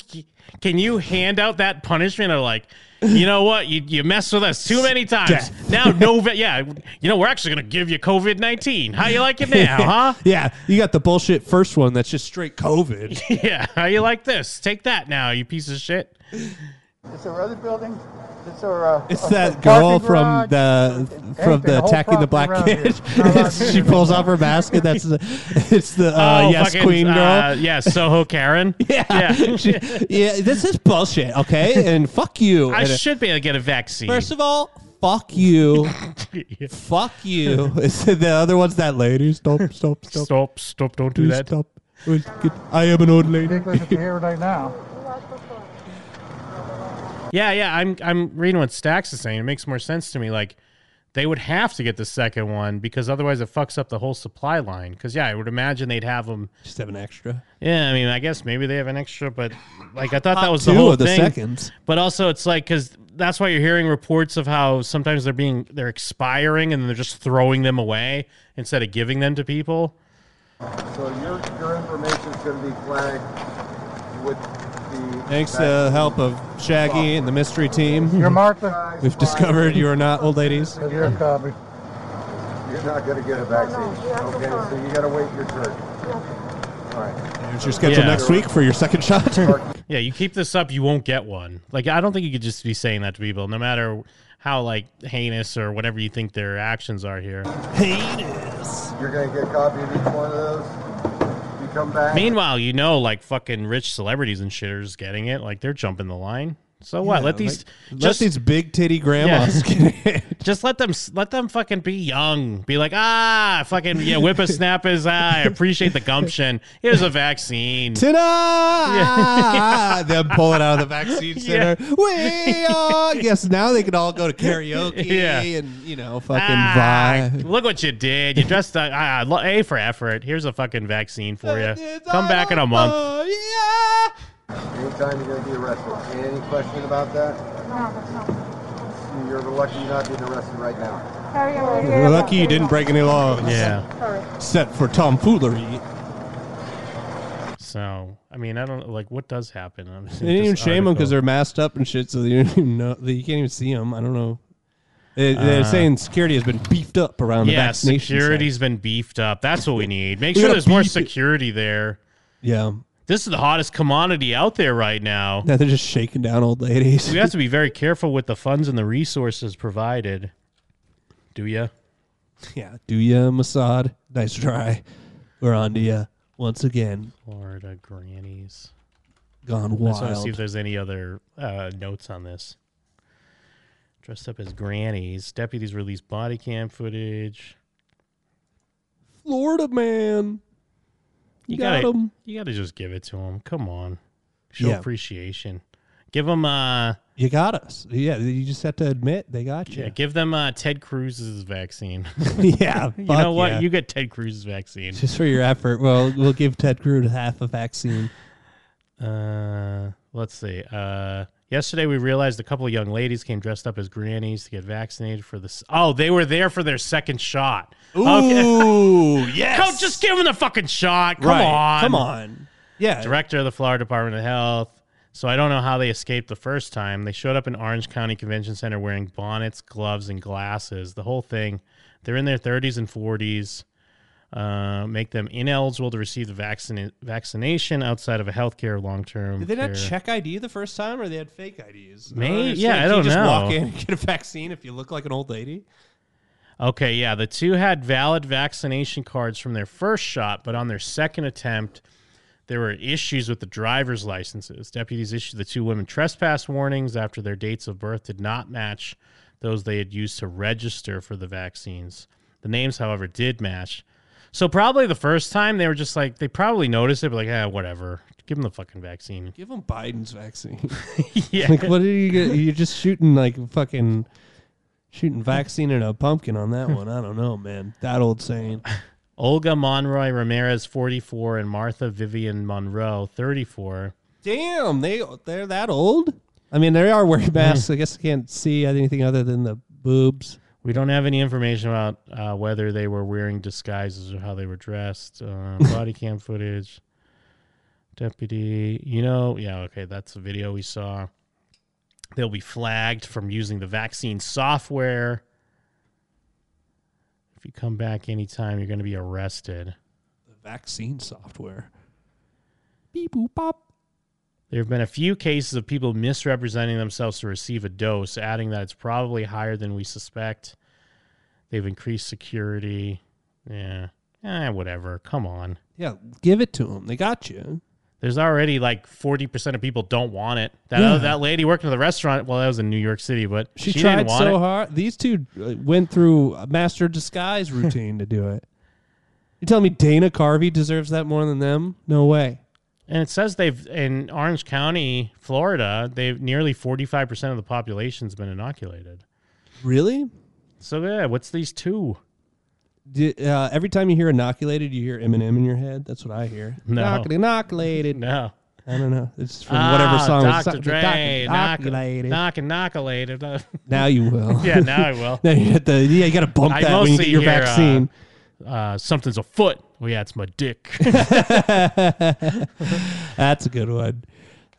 [SPEAKER 7] can you hand out that punishment? Or like, you know what, you you messed with us too many times.
[SPEAKER 11] Death.
[SPEAKER 7] Now no, va- yeah, you know, we're actually gonna give you COVID nineteen. How you like it now, huh?
[SPEAKER 11] [laughs] yeah, you got the bullshit first one that's just straight COVID.
[SPEAKER 7] [laughs] yeah, how you like this? Take that now, you piece of shit.
[SPEAKER 6] Is there other buildings? Is there a,
[SPEAKER 11] It's
[SPEAKER 6] a-
[SPEAKER 11] that
[SPEAKER 6] a
[SPEAKER 11] girl
[SPEAKER 6] parking
[SPEAKER 11] from
[SPEAKER 6] garage?
[SPEAKER 11] the
[SPEAKER 6] Anything,
[SPEAKER 11] from the
[SPEAKER 6] whole
[SPEAKER 11] attacking the
[SPEAKER 6] property
[SPEAKER 11] black
[SPEAKER 6] around here.
[SPEAKER 11] kid. [laughs] she pulls off her basket. That's the, [laughs] it's the uh,
[SPEAKER 7] Oh,
[SPEAKER 11] yes
[SPEAKER 7] fucking,
[SPEAKER 11] queen girl.
[SPEAKER 7] Uh, yeah, Soho
[SPEAKER 11] [laughs]
[SPEAKER 7] Karen. yeah.
[SPEAKER 11] She- [laughs] yeah, this is bullshit.
[SPEAKER 7] [laughs]
[SPEAKER 11] Okay, and fuck you.
[SPEAKER 7] I
[SPEAKER 11] And, uh,
[SPEAKER 7] should be able to get a vaccine.
[SPEAKER 11] First of all,
[SPEAKER 7] [laughs]
[SPEAKER 11] fuck you. fuck you. [laughs] Is it the other one's that lady? Stop, stop, stop.
[SPEAKER 7] Stop, stop, don't do
[SPEAKER 11] Please
[SPEAKER 7] that.
[SPEAKER 11] Stop. Please get- I am an old lady.
[SPEAKER 3] Ridiculous if you're here right now.
[SPEAKER 7] Yeah, yeah. I'm I'm reading what Stacks is saying. It makes more sense to me. Like they would have to get the second one because otherwise it fucks up the whole supply line. Because yeah, I would imagine they'd have them.
[SPEAKER 11] Just have an extra.
[SPEAKER 7] Yeah, I mean, I guess maybe they have an extra, but like I thought
[SPEAKER 11] Pop
[SPEAKER 7] that was the
[SPEAKER 11] two
[SPEAKER 7] whole
[SPEAKER 11] of the
[SPEAKER 7] thing.
[SPEAKER 11] seconds.
[SPEAKER 7] But also, it's like because that's why you're hearing reports of how sometimes they're being they're expiring and they're just throwing them away instead of giving them to people.
[SPEAKER 8] So your, your information is going to be flagged with the.
[SPEAKER 7] uh,
[SPEAKER 11] Thanks to the help of Shaggy and the mystery team.
[SPEAKER 3] You're Martha.
[SPEAKER 11] We've discovered you are not old ladies.
[SPEAKER 3] You're a copy.
[SPEAKER 8] You're not going to get a vaccine. Okay, so you got to wait your turn. All right.
[SPEAKER 11] Here's your schedule
[SPEAKER 7] Yeah.
[SPEAKER 11] next week for your second shot.
[SPEAKER 7] Yeah, [laughs] you keep this up, you won't get one. Like I don't think you could just be saying that to people, no matter how like heinous or whatever you think their actions are here.
[SPEAKER 8] You're going to get a copy of each one of those. You come back.
[SPEAKER 7] Meanwhile, you know, like fucking rich celebrities and shit are just getting it. Like they're jumping the line. So what?
[SPEAKER 11] Yeah,
[SPEAKER 7] let these
[SPEAKER 11] like,
[SPEAKER 7] just
[SPEAKER 11] let these big
[SPEAKER 7] [laughs]
[SPEAKER 11] titty grandmas
[SPEAKER 7] Yeah.
[SPEAKER 11] get it.
[SPEAKER 7] just let them let them fucking be young. Be like ah, fucking yeah, whippersnappers. ah, I appreciate the gumption. Here's a vaccine.
[SPEAKER 11] [laughs] Ah,
[SPEAKER 7] [laughs]
[SPEAKER 11] Ta-da! Them pull it out of the vaccine
[SPEAKER 7] Yeah.
[SPEAKER 11] center. We are. Yes, now they can all go to
[SPEAKER 7] [laughs]
[SPEAKER 11] karaoke
[SPEAKER 7] Yeah.
[SPEAKER 11] and you know fucking
[SPEAKER 7] Ah,
[SPEAKER 11] vibe.
[SPEAKER 7] Look what you did. You dressed up. Ah, lo- a for effort. Here's a fucking vaccine for you. Come back in a month.
[SPEAKER 8] Oh, Anytime you're going to be arrested. Any question about that? No, that's not. You're lucky you're not being arrested right now.
[SPEAKER 11] We're lucky you didn't break any laws.
[SPEAKER 7] Yeah.
[SPEAKER 11] Set for tomfoolery.
[SPEAKER 7] So I mean, I don't like what does happen. I'm just-
[SPEAKER 11] They didn't even
[SPEAKER 7] this
[SPEAKER 11] shame them because
[SPEAKER 7] article.
[SPEAKER 11] they're masked up and shit, so you don't even know. You can't even see them. I don't know. They, are
[SPEAKER 7] Uh,
[SPEAKER 11] saying security has been beefed up around the
[SPEAKER 7] yeah,
[SPEAKER 11] vaccination.
[SPEAKER 7] security's been beefed up. That's
[SPEAKER 11] [laughs]
[SPEAKER 7] what we need. Make
[SPEAKER 11] We
[SPEAKER 7] sure
[SPEAKER 11] gotta
[SPEAKER 7] there's more
[SPEAKER 11] beef it.
[SPEAKER 7] security there.
[SPEAKER 11] Yeah.
[SPEAKER 7] This is the hottest commodity out there right now.
[SPEAKER 11] Now they're just shaking down old ladies.
[SPEAKER 7] we have to be very careful with the funds and the resources provided. Do ya?
[SPEAKER 11] Yeah. [laughs] Do ya, Mossad? Nice try. We're on to ya once again.
[SPEAKER 7] Florida grannies.
[SPEAKER 11] Gone
[SPEAKER 7] I just want to see if
[SPEAKER 11] wild.
[SPEAKER 7] there's any other uh, notes on this. Dressed up as grannies, deputies release body cam footage.
[SPEAKER 11] Florida man.
[SPEAKER 7] You
[SPEAKER 11] got
[SPEAKER 7] gotta,
[SPEAKER 11] him.
[SPEAKER 7] You got to just give it to him. Come on, show
[SPEAKER 11] Yeah.
[SPEAKER 7] appreciation. Give them, uh,
[SPEAKER 11] You got us. Yeah. You just have to admit they got you.
[SPEAKER 7] yeah, give them uh, Ted Cruz's vaccine.
[SPEAKER 11] [laughs] Yeah,
[SPEAKER 7] [laughs] you
[SPEAKER 11] fuck
[SPEAKER 7] know what?
[SPEAKER 11] yeah.
[SPEAKER 7] You get Ted Cruz's vaccine.
[SPEAKER 11] Just for your effort. Well, we'll give Ted Cruz half a vaccine.
[SPEAKER 7] Uh, let's see. Uh, Yesterday, we realized a couple of young ladies came dressed up as grannies to get vaccinated for this. Oh, they were there for their second shot. [laughs]
[SPEAKER 11] Ooh, yes.
[SPEAKER 7] Come, just give them the fucking shot. Come
[SPEAKER 11] Right.
[SPEAKER 7] on.
[SPEAKER 11] Come on. Yeah.
[SPEAKER 7] Director of the Florida Department of Health. So I don't know how they escaped the first time. They showed up in Orange County Convention Center wearing bonnets, gloves, and glasses. The whole thing. They're in their 30s and 40s. Uh, make them ineligible to receive the vaccina- vaccination outside of a healthcare long term.
[SPEAKER 11] Did they not check ID the first time, or they had fake IDs? I don't
[SPEAKER 7] May-
[SPEAKER 11] understand.
[SPEAKER 7] yeah, I
[SPEAKER 11] Can't
[SPEAKER 7] don't
[SPEAKER 11] you just
[SPEAKER 7] know.
[SPEAKER 11] walk in and get a vaccine if you look like an old lady.
[SPEAKER 7] Okay, yeah, the two had valid vaccination cards from their first shot, but on their second attempt, there were issues with the driver's licenses. Deputies issued the two women trespass warnings after their dates of birth did not match those they had used to register for the vaccines. The names, however, did match. So probably the first time they were just like they probably noticed it, but like, ah, whatever. Give them the fucking vaccine.
[SPEAKER 11] Give them
[SPEAKER 7] [laughs]
[SPEAKER 11] Biden's vaccine.
[SPEAKER 7] Yeah.
[SPEAKER 11] Like, what are you? Get? You're just shooting like fucking shooting vaccine in a pumpkin
[SPEAKER 7] [laughs]
[SPEAKER 11] on that one. I don't know, man. That old saying.
[SPEAKER 7] Oh, Olga Monroy Ramirez, 44, and Martha Vivian Monroe, 34.
[SPEAKER 11] Damn, they they're that old. I mean, they are wearing masks. I guess I can't see anything other than the boobs.
[SPEAKER 7] We don't have any information about uh, whether they were wearing disguises or how they were dressed.
[SPEAKER 11] [laughs]
[SPEAKER 7] Uh, body cam footage. Deputy, you know, yeah, okay, that's the video we saw. They'll be flagged from using the vaccine software. If you come back anytime, you're going to be arrested.
[SPEAKER 11] The vaccine software.
[SPEAKER 7] There have been a few cases of people misrepresenting themselves to receive a dose, adding that it's probably higher than we suspect. They've increased security. Yeah. Eh, whatever. Come on.
[SPEAKER 11] Yeah, give it to them. They got you.
[SPEAKER 7] There's already like 40% of people don't want it. That
[SPEAKER 11] Yeah.
[SPEAKER 7] that lady working at the restaurant, well, that was in New York City, but
[SPEAKER 11] She,
[SPEAKER 7] she,
[SPEAKER 11] tried
[SPEAKER 7] didn't want
[SPEAKER 11] so
[SPEAKER 7] it.
[SPEAKER 11] hard. These two uh, went through a master disguise routine to do it. You telling me Dana Carvey deserves that more than them? No way.
[SPEAKER 7] And it says they've in Orange County, Florida, they've nearly 45% of the population's been inoculated.
[SPEAKER 11] Really?
[SPEAKER 7] So yeah, what's these two?
[SPEAKER 11] Di- uh, every time you hear inoculated, you hear Eminem in your head. That's what I hear.
[SPEAKER 7] [laughs] No.
[SPEAKER 11] Inoc- Inoculated.
[SPEAKER 7] No.
[SPEAKER 11] I don't know. It's from whatever
[SPEAKER 7] Ah,
[SPEAKER 11] song.
[SPEAKER 7] Dr.
[SPEAKER 11] So-
[SPEAKER 7] Dre, knock,
[SPEAKER 11] Inoculated.
[SPEAKER 7] knock, inoculated. [laughs]
[SPEAKER 11] Now you will.
[SPEAKER 7] yeah,
[SPEAKER 11] [laughs]
[SPEAKER 7] now I will.
[SPEAKER 11] now you hit the. Yeah, you got to bump
[SPEAKER 7] I
[SPEAKER 11] that when you
[SPEAKER 7] mostly
[SPEAKER 11] get your
[SPEAKER 7] hear, uh,
[SPEAKER 11] vaccine.
[SPEAKER 7] Uh, something's afoot. Well, yeah, it's my dick.
[SPEAKER 11] [laughs]
[SPEAKER 7] [laughs]
[SPEAKER 11] That's a good one.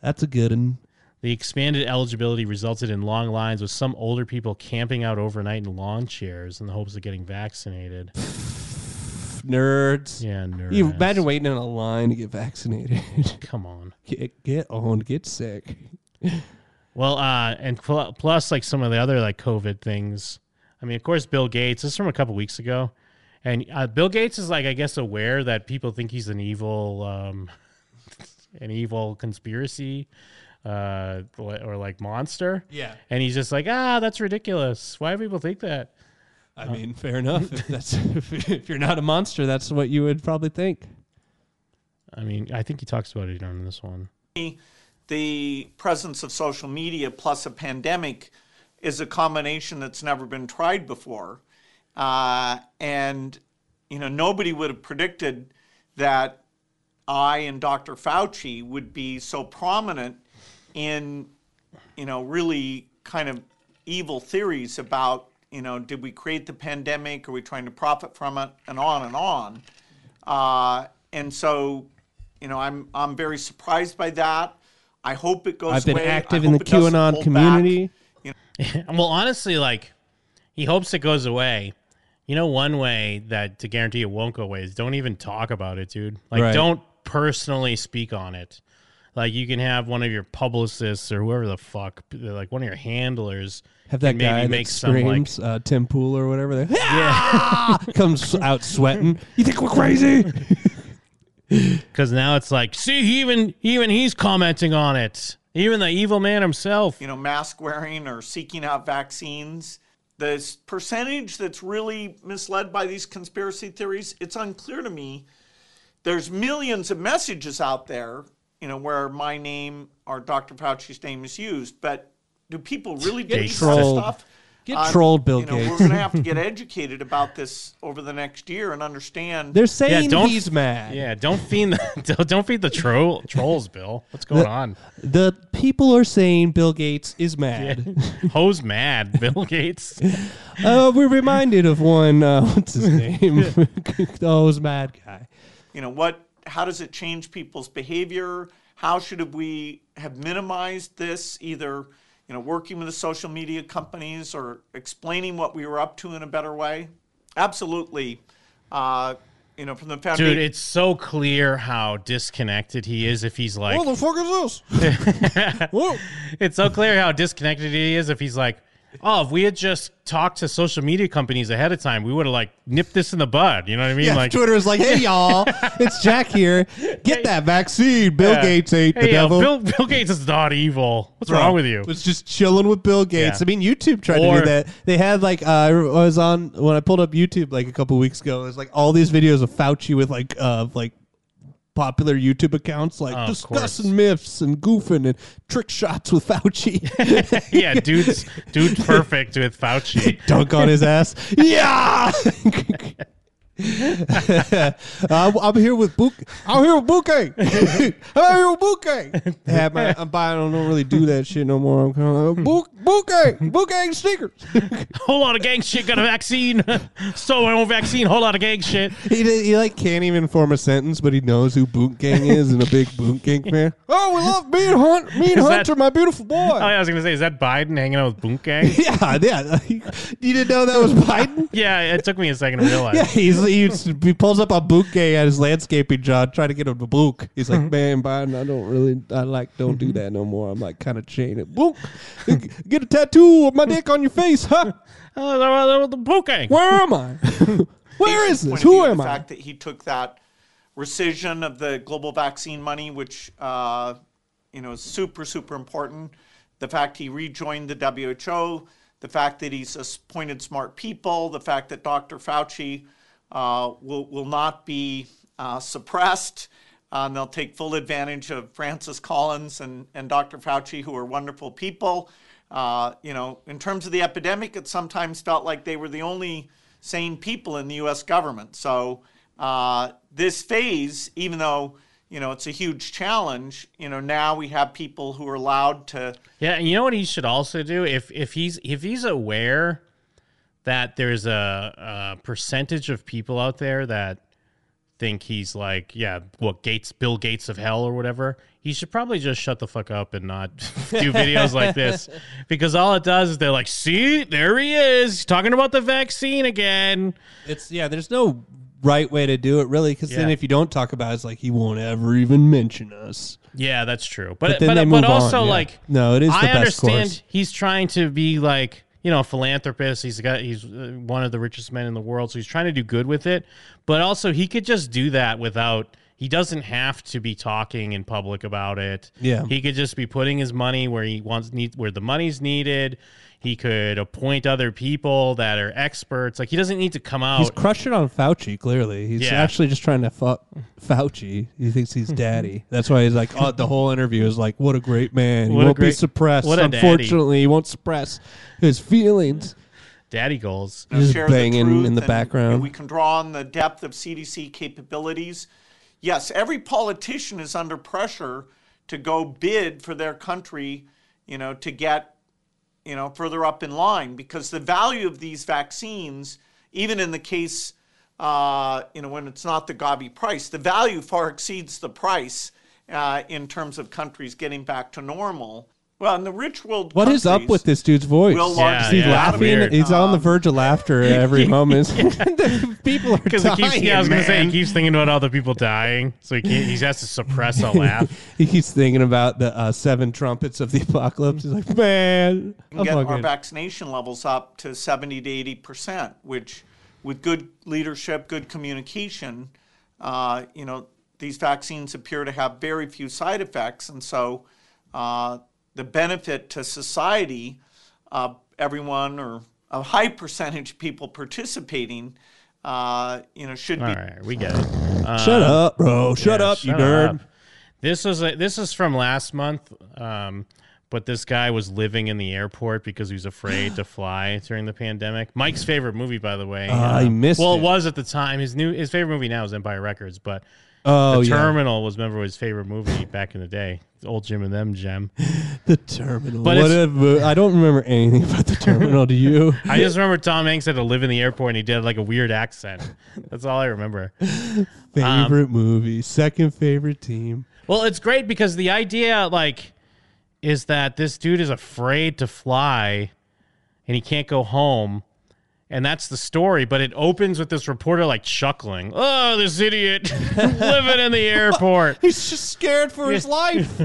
[SPEAKER 11] That's a good one.
[SPEAKER 7] The expanded eligibility resulted in long lines with some older people camping out overnight in lawn chairs in the hopes of getting
[SPEAKER 11] [laughs]
[SPEAKER 7] vaccinated.
[SPEAKER 11] nerds.
[SPEAKER 7] Yeah, nerds.
[SPEAKER 11] You imagine waiting in a line to get vaccinated. [laughs]
[SPEAKER 7] Come on.
[SPEAKER 11] Get, get on, get sick.
[SPEAKER 7] Well, uh, and pl- plus like some of the other like COVID things. I mean, of course, Bill Gates. This is from a couple weeks ago, and uh, Bill Gates is like, I guess, aware that people think he's an evil, um, [laughs] an evil conspiracy, uh, or like monster.
[SPEAKER 11] Yeah.
[SPEAKER 7] And he's just like, ah, that's ridiculous. Why do people think that?
[SPEAKER 11] I
[SPEAKER 7] Uh,
[SPEAKER 11] mean, fair
[SPEAKER 7] [laughs]
[SPEAKER 11] enough. [laughs] If that's if you're not a monster, that's what you would probably think.
[SPEAKER 7] I mean, I think he talks about it on this one.
[SPEAKER 9] the presence of social media plus a pandemic is a combination that's never been tried before. Uh, and, you know, nobody would have predicted that I and Dr. Fauci would be so prominent in, you know, really kind of evil theories about, you know, did we create the pandemic? Are we trying to profit from it? And on and on. Uh, and so, you know, I'm I'm very surprised by that. I hope it goes.
[SPEAKER 11] I've been
[SPEAKER 9] away. I
[SPEAKER 11] active in the
[SPEAKER 9] hope it doesn't
[SPEAKER 11] QAnon
[SPEAKER 9] hold
[SPEAKER 11] community.
[SPEAKER 7] well, honestly, like he hopes it goes away. You know, one way that to guarantee it won't go away is don't even talk about it, dude. Like,
[SPEAKER 11] Right.
[SPEAKER 7] don't personally speak on it. Like, you can have one of your publicists or whoever the fuck, like one of your handlers,
[SPEAKER 11] Have that
[SPEAKER 7] can maybe
[SPEAKER 11] guy that
[SPEAKER 7] make some like,
[SPEAKER 11] screams, uh, Tim Pool or whatever. There, [laughs] yeah, comes out sweating. [laughs] You think we're crazy?
[SPEAKER 7] because now it's like, see, he even even he's commenting on it. Even the evil man himself.
[SPEAKER 9] You know, mask wearing or seeking out vaccines. This percentage that's really misled by these conspiracy theories, it's unclear to me. There's millions of messages out there, you know, where my name or Dr. Fauci's name is used, but do people really
[SPEAKER 11] Get
[SPEAKER 9] believe that
[SPEAKER 11] trolled.
[SPEAKER 9] stuff?
[SPEAKER 11] Get trolled, Bill
[SPEAKER 9] Um, you know, We're
[SPEAKER 11] Gates.
[SPEAKER 9] going to have to
[SPEAKER 11] [laughs]
[SPEAKER 9] get educated about this over the next year and understand.
[SPEAKER 11] They're saying he's mad.
[SPEAKER 7] Yeah, don't feed the [laughs] don't, don't feed the troll trolls, Bill. What's going
[SPEAKER 11] the,
[SPEAKER 7] on?
[SPEAKER 11] The people are saying Bill Gates is mad.
[SPEAKER 7] [laughs] Ho's
[SPEAKER 11] [laughs]
[SPEAKER 7] mad, Bill Gates.
[SPEAKER 11] uh, we're reminded of one. Uh, [laughs] what's his name? [laughs] oh, was mad guy.
[SPEAKER 9] You know what? How does it change people's behavior? How should have we have minimized this? Either you know, working with the social media companies or explaining what we were up to in a better way. Absolutely. Uh, you know, from the foundation.
[SPEAKER 7] Dude, it's so clear how disconnected he is if he's like
[SPEAKER 11] what the fuck is this?
[SPEAKER 7] [laughs] it's so clear how disconnected he is if he's like, oh, if we had just talked to social media companies ahead of time, we would have like nipped this in the bud. You know what I mean?
[SPEAKER 11] Yeah,
[SPEAKER 7] like
[SPEAKER 11] Twitter is
[SPEAKER 7] [laughs]
[SPEAKER 11] like, hey y'all, it's Jack here. Get that vaccine. Bill
[SPEAKER 7] Yeah.
[SPEAKER 11] Gates ain't the
[SPEAKER 7] Hey, yo,
[SPEAKER 11] devil.
[SPEAKER 7] Bill, Bill Gates is not evil. What's
[SPEAKER 11] Bro,
[SPEAKER 7] wrong with you?
[SPEAKER 11] It's just chilling with Bill Gates.
[SPEAKER 7] Yeah.
[SPEAKER 11] I mean, YouTube tried to
[SPEAKER 7] Or-
[SPEAKER 11] do that. They had like uh, I was on when I pulled up YouTube like a couple weeks ago. It was like all these videos of Fauci with like uh like popular YouTube accounts like
[SPEAKER 7] Oh, of
[SPEAKER 11] discussing myths and goofing and trick shots with Fauci.
[SPEAKER 7] [laughs]
[SPEAKER 11] [laughs]
[SPEAKER 7] yeah, dude's dude's perfect with Fauci.
[SPEAKER 11] Dunk on
[SPEAKER 7] [laughs]
[SPEAKER 11] his ass. Yeah. [laughs] uh, I'm here with Book. I'm here
[SPEAKER 7] [laughs]
[SPEAKER 11] with Bouquet. I'm here with Bouquet. Have my, I'm buying. I don't really do that shit no more. I'm uh, kind of Bouquet. Bouquet, Bouquet sneakers.
[SPEAKER 7] [laughs] Whole lot of gang shit got a vaccine. [laughs] Stole my own vaccine. Whole lot of gang shit.
[SPEAKER 11] He, did- he like can't even form a sentence, but he knows who Boot Gang is and a big
[SPEAKER 7] [laughs]
[SPEAKER 11] Boot Gang fan. Oh, we love me and Hunt, me and
[SPEAKER 7] Is that-
[SPEAKER 11] Hunter, my beautiful boy.
[SPEAKER 7] Oh, yeah, I was gonna say, is that Biden hanging out with Boot Gang?
[SPEAKER 11] [laughs] Uh, yeah, yeah. you didn't know that was Biden?
[SPEAKER 7] [laughs] yeah, it took me a second to realize.
[SPEAKER 11] [laughs] Yeah, he's, he's, he pulls up on Boot Gang at his landscaping job, trying to get him to Book. He's like,
[SPEAKER 7] Mm-hmm.
[SPEAKER 11] man, Biden, I don't really, I like, don't do that no more. I'm like kind of chained. it. Book, get a tattoo of my dick on your face,
[SPEAKER 7] [laughs]
[SPEAKER 11] huh?
[SPEAKER 7] Oh, the Boot Gang.
[SPEAKER 11] Where
[SPEAKER 7] [laughs]
[SPEAKER 11] am I? Where is this?
[SPEAKER 9] point of
[SPEAKER 11] Who
[SPEAKER 9] view,
[SPEAKER 11] am
[SPEAKER 9] the
[SPEAKER 11] I?
[SPEAKER 9] fact that he took that rescission of the global vaccine money, which uh, you know is super super important. The fact he rejoined the WHO, the fact that he's appointed smart people, the fact that Dr. Fauci uh, will will not be uh, suppressed. Uh, and they'll take full advantage of Francis Collins and, and Dr. Fauci, who are wonderful people. Uh, you know, in terms of the epidemic, it sometimes felt like they were the only sane people in the U.S. government. So uh, this phase, even though you know it's a huge challenge, you know now we have people who are allowed to.
[SPEAKER 7] Yeah, and you know what he should also do if if he's if he's aware that there's a, a percentage of people out there that think he's like yeah what Gates Bill Gates of hell or whatever. He should probably just shut the fuck up and not [laughs] do videos like
[SPEAKER 11] [laughs]
[SPEAKER 7] this because all it does is they're like, see, there he is talking about the vaccine again.
[SPEAKER 11] It's yeah, there's no right way to do it really, because then
[SPEAKER 7] Yeah.
[SPEAKER 11] if you don't talk about it, it's like he won't ever even mention us.
[SPEAKER 7] Yeah, that's true. But
[SPEAKER 11] But then
[SPEAKER 7] but,
[SPEAKER 11] they
[SPEAKER 7] but,
[SPEAKER 11] move on,
[SPEAKER 7] also
[SPEAKER 11] yeah.
[SPEAKER 7] like
[SPEAKER 11] No, it is the
[SPEAKER 7] I
[SPEAKER 11] best
[SPEAKER 7] understand
[SPEAKER 11] course.
[SPEAKER 7] he's trying to be like you know a philanthropist. He's got he's uh, one of the richest men in the world, so he's trying to do good with it. But also he could just do that without. He doesn't have to be talking in public about it.
[SPEAKER 11] Yeah.
[SPEAKER 7] he could just be putting his money where he wants need where the money's needed. He could appoint other people that are experts. Like he doesn't need to come out.
[SPEAKER 11] He's crushing on Fauci. Clearly, he's
[SPEAKER 7] Yeah.
[SPEAKER 11] actually just trying to fuck Fauci. He thinks he's daddy. That's why he's like, oh, the whole interview is like, what a great man. he
[SPEAKER 7] What a
[SPEAKER 11] won't be
[SPEAKER 7] great-
[SPEAKER 11] suppressed.
[SPEAKER 7] what a daddy."
[SPEAKER 11] Unfortunately, he won't suppress his feelings.
[SPEAKER 7] Daddy goals.
[SPEAKER 11] Just
[SPEAKER 9] share
[SPEAKER 11] banging
[SPEAKER 9] the truth
[SPEAKER 11] in the
[SPEAKER 9] and,
[SPEAKER 11] background.
[SPEAKER 9] you know, we can draw on the depth of CDC capabilities. Yes, every politician is under pressure to go bid for their country, you know, to get, you know, further up in line because the value of these vaccines, even in the case, uh, you know, when it's not the Gavi price, the value far exceeds the price uh, in terms of countries getting back to normal. Well, in the rich world,
[SPEAKER 11] What is up
[SPEAKER 9] countries-
[SPEAKER 11] with this dude's voice?
[SPEAKER 9] Will largely
[SPEAKER 11] he's
[SPEAKER 9] be
[SPEAKER 11] laughing.
[SPEAKER 9] automated.
[SPEAKER 11] He's on the verge of laughter at every moment. [laughs] People
[SPEAKER 7] [laughs]
[SPEAKER 11] are
[SPEAKER 7] Because he keeps, yeah, I was gonna say
[SPEAKER 11] dying,
[SPEAKER 7] he keeps thinking about all the people dying, so he can't, he has to suppress a laugh.
[SPEAKER 11] [laughs] he keeps thinking about the uh, seven trumpets of the apocalypse. He's like, man,
[SPEAKER 9] and
[SPEAKER 11] I'm
[SPEAKER 9] get our
[SPEAKER 11] fucking-
[SPEAKER 9] vaccination levels up to 70 to 80 percent, which, with good leadership, good communication, uh, you know, these vaccines appear to have very few side effects, and so uh, the benefit to society, uh, everyone or a high percentage of people participating, uh, you know, should
[SPEAKER 7] All
[SPEAKER 9] be.
[SPEAKER 7] right, we get it. Um,
[SPEAKER 11] Shut up, bro. Shut up, you nerd.
[SPEAKER 7] This is a, this is from last month, um, but this guy was living in the airport because he was
[SPEAKER 11] [gasps]
[SPEAKER 7] afraid to fly during the pandemic. Mike's favorite movie, by the way.
[SPEAKER 11] Uh, I missed
[SPEAKER 7] Well,
[SPEAKER 11] it.
[SPEAKER 7] it was at the time. His new his favorite movie now is Empire Records, but
[SPEAKER 11] Oh,
[SPEAKER 7] the
[SPEAKER 11] yeah.
[SPEAKER 7] Terminal was remember his favorite movie back in the day. Old Jim and them
[SPEAKER 11] [laughs]
[SPEAKER 7] gem.
[SPEAKER 11] The terminal.
[SPEAKER 7] But
[SPEAKER 11] what
[SPEAKER 7] it's-
[SPEAKER 11] a mo- I don't remember anything [laughs] about the terminal. Do you?
[SPEAKER 7] I just remember Tom Hanks had to live in the airport and he did like a weird accent. That's all I remember. Um,
[SPEAKER 11] favorite movie, second favorite team.
[SPEAKER 7] Well, it's great because the idea, like, is that this dude is afraid to fly and he can't go home. And that's the story, but it opens with this reporter like chuckling. Oh, this idiot [laughs] living in the
[SPEAKER 11] [laughs]
[SPEAKER 7] airport.
[SPEAKER 11] He's
[SPEAKER 7] [laughs]
[SPEAKER 11] just scared
[SPEAKER 10] for his life.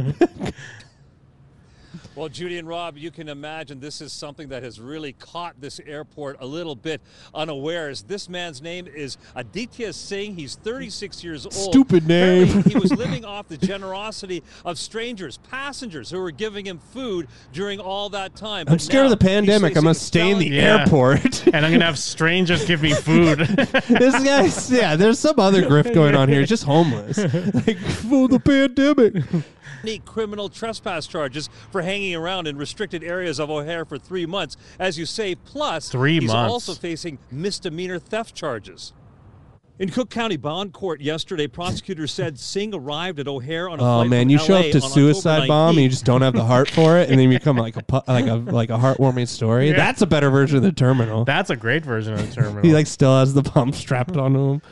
[SPEAKER 25] Well, Judy and Rob, you can imagine this is something that has really caught this airport a little bit unawares. This man's name is Aditya Singh. He's 36 years old.
[SPEAKER 11] Stupid name.
[SPEAKER 25] Apparently, he
[SPEAKER 11] [laughs]
[SPEAKER 25] was living off the generosity of strangers, passengers who were giving him food during all that time.
[SPEAKER 11] I'm scared of the pandemic. I'm gonna stay in the airport.
[SPEAKER 7] [laughs] and I'm gonna have strangers give me food. [laughs]
[SPEAKER 11] [laughs] this guy's yeah. There's some other grift going on here. He's
[SPEAKER 7] [laughs]
[SPEAKER 11] Just homeless. Like [laughs] for the pandemic.
[SPEAKER 25] Unique criminal trespass charges for hanging around in restricted areas of O'Hare for three months, as you say. Plus,
[SPEAKER 7] Three
[SPEAKER 25] he's
[SPEAKER 7] months.
[SPEAKER 25] also facing misdemeanor theft charges. In Cook County Bond Court yesterday, prosecutors said Singh arrived at O'Hare on a
[SPEAKER 11] Oh
[SPEAKER 25] flight
[SPEAKER 11] man,
[SPEAKER 25] from
[SPEAKER 11] you show
[SPEAKER 25] LA
[SPEAKER 11] up to
[SPEAKER 25] on October
[SPEAKER 11] suicide bomb and you just don't have the heart for it, and then you become like a pu- like a like a heartwarming story.
[SPEAKER 7] Yeah.
[SPEAKER 11] That's a better version of the terminal.
[SPEAKER 7] That's a great version of the terminal.
[SPEAKER 11] [laughs] He like still has the bomb strapped onto him.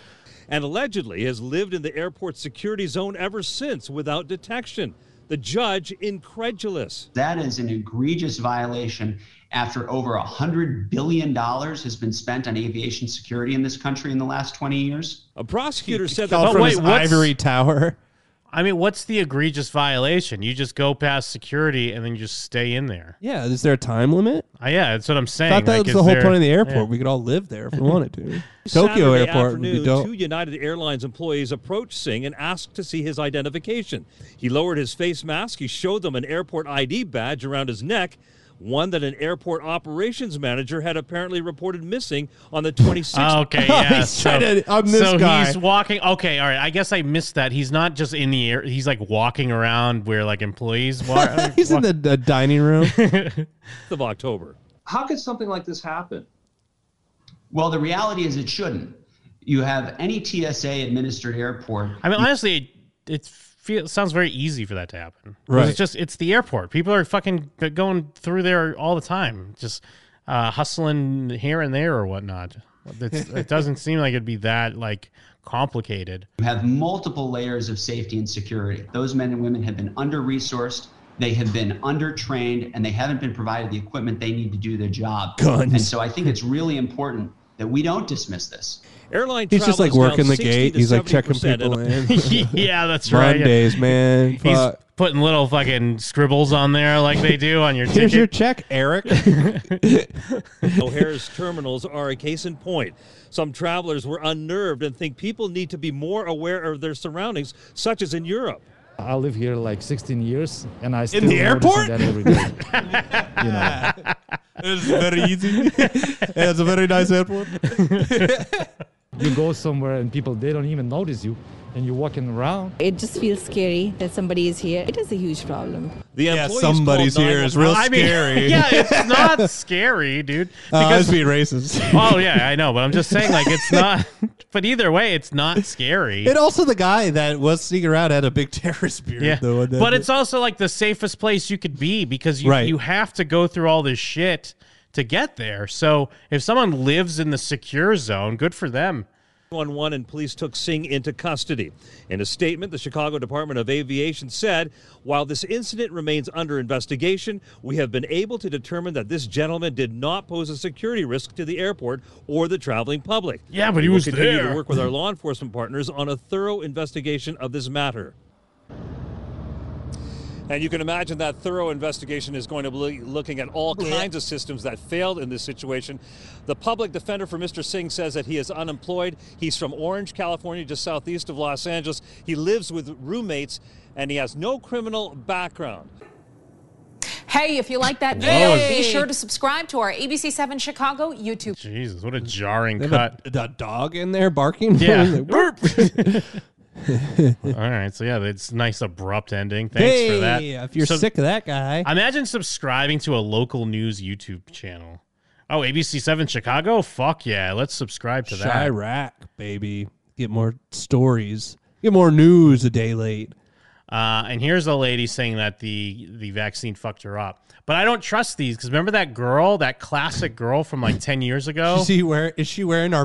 [SPEAKER 25] and allegedly has lived in the airport security zone ever since without detection. The judge incredulous.
[SPEAKER 26] That is an egregious violation after over $100 billion has been spent on aviation security in this country in the last 20 years.
[SPEAKER 25] A prosecutor said
[SPEAKER 11] Fell from his ivory tower.
[SPEAKER 7] I mean, what's the egregious violation? You just go past security and then you just stay in there.
[SPEAKER 11] Yeah, is there a time limit?
[SPEAKER 7] Uh, yeah, that's what I'm
[SPEAKER 11] I
[SPEAKER 7] saying.
[SPEAKER 11] thought that
[SPEAKER 7] Like,
[SPEAKER 11] was
[SPEAKER 7] is
[SPEAKER 11] the whole
[SPEAKER 7] there-
[SPEAKER 11] point of the airport.
[SPEAKER 7] Yeah.
[SPEAKER 11] We could all live there
[SPEAKER 7] [laughs]
[SPEAKER 11] if we wanted to. Tokyo
[SPEAKER 25] [laughs] Saturday
[SPEAKER 11] Airport would be
[SPEAKER 25] afternoon,
[SPEAKER 11] dope.
[SPEAKER 25] two United Airlines employees approached Singh and asked to see his identification. He lowered his face mask. He showed them an airport ID badge around his neck, one that an airport operations manager had apparently reported missing on the 26th. [laughs]
[SPEAKER 7] Oh,
[SPEAKER 11] [laughs]
[SPEAKER 7] okay, yeah. so, so he's walking. Okay, all right. I guess I missed that. He's not just in the air. He's like walking around where like
[SPEAKER 11] [laughs]
[SPEAKER 7] employees walk.
[SPEAKER 11] He's in the, the dining room.
[SPEAKER 25] of October.
[SPEAKER 26] How could something like this happen? Well, the reality is it shouldn't. You have any TSA administered airport.
[SPEAKER 7] I mean, honestly, it, it feels sounds very easy for that to happen. 'Cause
[SPEAKER 26] Right.
[SPEAKER 7] It's just it's the airport. People are fucking g- going through there all the time, just uh, hustling here and there or whatnot.
[SPEAKER 11] [laughs]
[SPEAKER 7] It's, it doesn't seem like it'd be that like complicated.
[SPEAKER 26] You have multiple layers of safety and security. Those men and women have been under resourced, they have been under trained, and they haven't been provided the equipment they need to do their job.
[SPEAKER 11] Guns.
[SPEAKER 26] And so I think it's really important that we don't dismiss this.
[SPEAKER 25] Airline
[SPEAKER 11] He's just like working the gate. He's like checking people in. [laughs]
[SPEAKER 7] [laughs] yeah, [laughs] that's right.
[SPEAKER 11] Mondays, man.
[SPEAKER 7] He's
[SPEAKER 11] Fuck.
[SPEAKER 7] putting little fucking scribbles on there like they do on your ticket.
[SPEAKER 11] Here's your check,
[SPEAKER 7] [laughs]
[SPEAKER 25] [laughs]
[SPEAKER 11] Eric.
[SPEAKER 25] O'Hare's terminals are a case in point. Some travelers were unnerved and think people need to be more aware of their surroundings, such as in Europe.
[SPEAKER 27] I live here like 16 years, and I still
[SPEAKER 25] the
[SPEAKER 27] noticing
[SPEAKER 25] airport?
[SPEAKER 27] that every day.
[SPEAKER 11] [laughs]
[SPEAKER 27] you know,
[SPEAKER 11] it's very easy. it's a very nice airport.
[SPEAKER 27] [laughs] you go somewhere and people they don't even notice you, and you're walking around.
[SPEAKER 23] It just feels scary that somebody is here. It is a huge problem.
[SPEAKER 25] The
[SPEAKER 11] yeah, somebody's here is real
[SPEAKER 7] I mean, [laughs]
[SPEAKER 11] scary.
[SPEAKER 7] yeah, it's not scary, dude.
[SPEAKER 11] [laughs] Uh, I was
[SPEAKER 7] Because-
[SPEAKER 11] being
[SPEAKER 7] [laughs]
[SPEAKER 11] racist.
[SPEAKER 7] oh yeah, I know, but I'm just saying, like, it's not. [laughs] But either way, it's not scary.
[SPEAKER 11] [laughs] And also, the guy that was sneaking around had a big terrorist beard.
[SPEAKER 7] yeah,
[SPEAKER 11] though, and that-
[SPEAKER 7] but it's also like the safest place you could be because you
[SPEAKER 11] Right.
[SPEAKER 7] you have to go through all this shit to get there. So if someone lives in the secure zone, good for them.
[SPEAKER 25] 1-1 and police took Singh into custody. In a statement, the Chicago Department of Aviation said, while this incident remains under investigation, we have been able to determine that this gentleman did not pose a security risk to the airport or the traveling public.
[SPEAKER 7] Yeah, but he
[SPEAKER 25] We will
[SPEAKER 7] was
[SPEAKER 25] continue
[SPEAKER 7] there.
[SPEAKER 25] to work with our law enforcement partners on a thorough investigation of this matter. And you can imagine that thorough investigation is going to be looking at all kinds of systems that failed in this situation. The public defender for Mr. Singh says that he is unemployed. He's from Orange, California, just southeast of Los Angeles. He lives with roommates and he has no criminal background.
[SPEAKER 24] Hey, if you like that video,
[SPEAKER 7] Hey.
[SPEAKER 24] be sure to subscribe to our ABC7 Chicago YouTube
[SPEAKER 7] Jesus, what a jarring
[SPEAKER 11] They have
[SPEAKER 7] cut.
[SPEAKER 11] a- the dog in there barking.
[SPEAKER 7] [laughs]
[SPEAKER 11] [laughs]
[SPEAKER 7] Yeah.
[SPEAKER 11] Like, "Burp."
[SPEAKER 7] All right, so yeah, it's a nice abrupt ending. Thanks for that.
[SPEAKER 11] Hey, if you're sick of that guy.
[SPEAKER 7] imagine subscribing to a local news YouTube channel. Oh, ABC Seven Chicago. Fuck yeah, let's subscribe to that.
[SPEAKER 11] Chirac, baby. Get more stories. Get more news a day late.
[SPEAKER 7] Uh, and here's a lady saying that the the vaccine fucked her up. But I don't trust these because remember that girl, that classic girl from like ten years ago.
[SPEAKER 11] Is she wear? Is she wearing our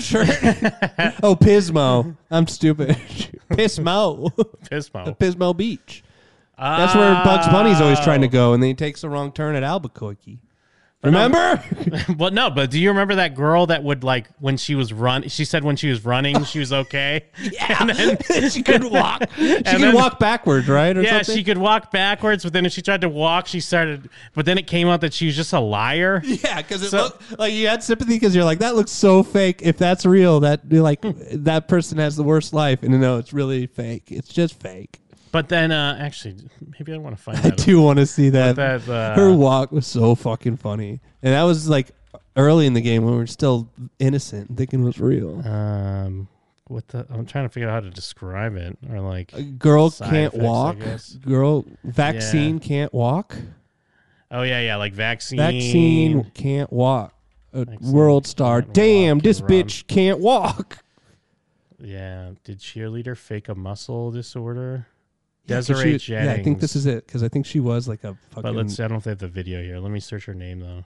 [SPEAKER 7] [laughs]
[SPEAKER 11] shirt? oh, Pismo. I'm stupid. [laughs] Pismo.
[SPEAKER 7] Pismo. Oh.
[SPEAKER 11] Pismo Beach. That's where Bugs Bunny's always trying to go, and then he takes the wrong turn at Albuquerque. Remember?
[SPEAKER 7] [laughs] well, no, but do you remember that girl that would like when she was run? She said when she was running, she was
[SPEAKER 11] [laughs]
[SPEAKER 7] okay. yeah, [laughs] and then
[SPEAKER 11] she could walk. She could walk backwards, right?
[SPEAKER 7] [laughs]
[SPEAKER 11] Or
[SPEAKER 7] yeah,
[SPEAKER 11] something?
[SPEAKER 7] she could walk backwards, but then if she tried to walk, she started. But then it came out that she was just a liar.
[SPEAKER 11] [laughs] Yeah, because it looked like you had sympathy because you're like, that looks so fake. If that's real, that you're
[SPEAKER 7] [laughs]
[SPEAKER 11] like that person has the worst life, and no, it's really fake. It's just fake.
[SPEAKER 7] But then, uh, actually, maybe I want to find.
[SPEAKER 11] I
[SPEAKER 7] That out.
[SPEAKER 11] [laughs] do want to see that.
[SPEAKER 7] But that, uh,
[SPEAKER 11] Her walk was so fucking funny, and that was like early in the game when we were still innocent, and thinking it was real.
[SPEAKER 7] Um, what the? I'm trying to figure out how to describe it, or like
[SPEAKER 11] Girl
[SPEAKER 7] side
[SPEAKER 11] can't
[SPEAKER 7] effects, I
[SPEAKER 11] walk.
[SPEAKER 7] guess.
[SPEAKER 11] Girl vaccine can't walk.
[SPEAKER 7] Oh yeah, yeah, like vaccine.
[SPEAKER 11] Vaccine can't walk. A world star. Damn, this
[SPEAKER 7] run.
[SPEAKER 11] bitch can't walk.
[SPEAKER 7] Yeah. Did cheerleader fake a muscle disorder?
[SPEAKER 11] Yeah, 'cause she
[SPEAKER 7] [laughs] Desiree
[SPEAKER 11] was-
[SPEAKER 7] Jennings.
[SPEAKER 11] Yeah, I think this is it because I think she was like a fucking.
[SPEAKER 7] But let's. uh, I don't think I have the video here. Let me search her name though.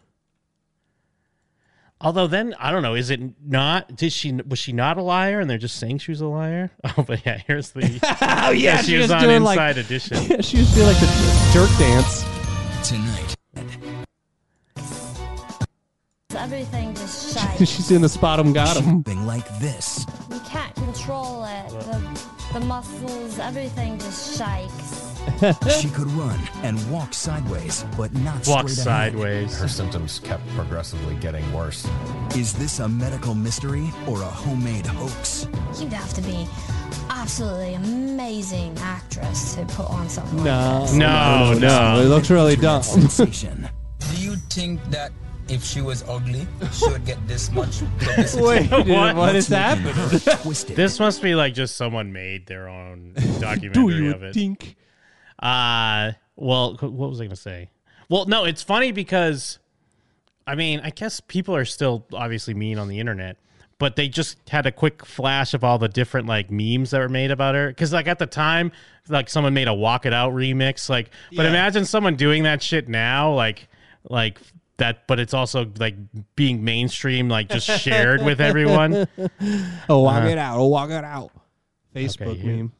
[SPEAKER 7] Although then I don't know. Is it not? Did she? Was she not a liar? And they're just saying she was a liar. [laughs] Oh, but yeah. Here's the.
[SPEAKER 11] [laughs] oh yeah,
[SPEAKER 7] she, was, on
[SPEAKER 11] doing
[SPEAKER 7] Inside
[SPEAKER 11] like,
[SPEAKER 7] Edition.
[SPEAKER 11] Yeah, [laughs] she was doing like the jerk dance. [laughs]
[SPEAKER 10] Tonight.
[SPEAKER 13] Everything
[SPEAKER 11] [laughs]
[SPEAKER 13] just shite.
[SPEAKER 11] [laughs] She's doing the spot 'em got 'em.
[SPEAKER 10] Something like this.
[SPEAKER 13] you can't control it. The, the muscles, everything just shakes.
[SPEAKER 10] she could run and walk sideways, but not
[SPEAKER 7] Walk
[SPEAKER 10] straight ahead.
[SPEAKER 7] sideways.
[SPEAKER 10] Her symptoms kept progressively getting worse. Is this a medical mystery or a homemade hoax?
[SPEAKER 13] You'd have to be absolutely amazing actress to put on something
[SPEAKER 11] No,
[SPEAKER 13] like this.
[SPEAKER 7] No, no.
[SPEAKER 11] It looks really dumb.
[SPEAKER 10] Do you think that if she was ugly, she would get this
[SPEAKER 11] [laughs]
[SPEAKER 10] much publicity?
[SPEAKER 7] [laughs]
[SPEAKER 11] Wait, dude, what is happening? [laughs]
[SPEAKER 7] This must be like just someone made their own documentary
[SPEAKER 11] you
[SPEAKER 7] of it.
[SPEAKER 11] think?
[SPEAKER 7] Uh well, c- what was I going to say? Well, no, it's funny because I mean, I guess people are still obviously mean on the internet, but they just had a quick flash of all the different like memes that were made about her cuz like at the time like someone made a walk it out remix like but
[SPEAKER 11] Yeah.
[SPEAKER 7] imagine someone doing that shit now like like that but it's also like being mainstream like just shared with everyone.
[SPEAKER 11] [laughs] Oh, walk
[SPEAKER 7] Uh,
[SPEAKER 11] it out. Oh, walk it out. Facebook meme.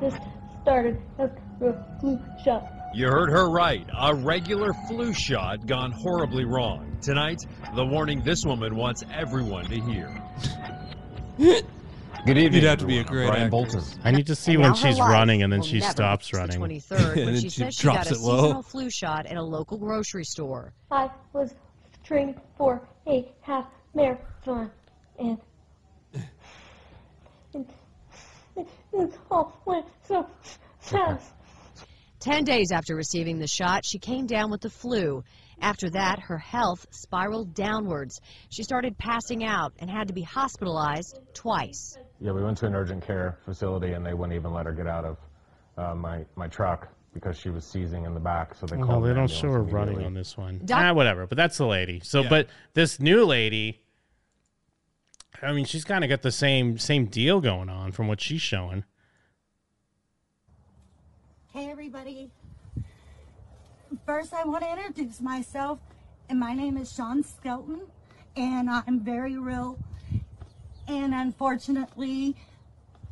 [SPEAKER 13] This started as a flu shot.
[SPEAKER 14] You heard her right. A regular flu shot gone horribly wrong. Tonight, the warning this woman wants everyone to hear. Good evening.
[SPEAKER 11] You'd have to be a great
[SPEAKER 14] Brian
[SPEAKER 11] actress.
[SPEAKER 14] Bolton.
[SPEAKER 7] I need to see
[SPEAKER 28] And
[SPEAKER 7] when
[SPEAKER 28] now her
[SPEAKER 7] she's
[SPEAKER 28] life
[SPEAKER 7] running and then
[SPEAKER 28] will
[SPEAKER 7] she
[SPEAKER 28] never
[SPEAKER 7] stops
[SPEAKER 28] reach the
[SPEAKER 7] running. [laughs]
[SPEAKER 28] 23rd
[SPEAKER 11] [laughs]
[SPEAKER 28] when she says she got a seasonal
[SPEAKER 7] low.
[SPEAKER 28] flu shot at a local grocery store.
[SPEAKER 13] I was training for a half marathon, and it, it, it all went so fast.
[SPEAKER 28] Ten days after receiving the shot, she came down with the flu. After that, her health spiraled downwards. She started passing out and had to be hospitalized twice.
[SPEAKER 16] Yeah, we went to an urgent care facility and they wouldn't even let her get out of uh, my, my truck because she was seizing in the back. So they
[SPEAKER 7] Well,
[SPEAKER 16] called
[SPEAKER 7] they
[SPEAKER 16] an
[SPEAKER 7] don't
[SPEAKER 16] ambulance
[SPEAKER 7] show her running
[SPEAKER 16] immediately.
[SPEAKER 7] on this one.
[SPEAKER 16] Doc-
[SPEAKER 7] ah, whatever. But that's the lady. So,
[SPEAKER 16] Yeah.
[SPEAKER 7] but this new lady, I mean, she's kind of got the same same deal going on from what she's showing.
[SPEAKER 29] Hey, everybody. First, I want to introduce myself, and my name is Sean Skelton, and I'm very real. And unfortunately,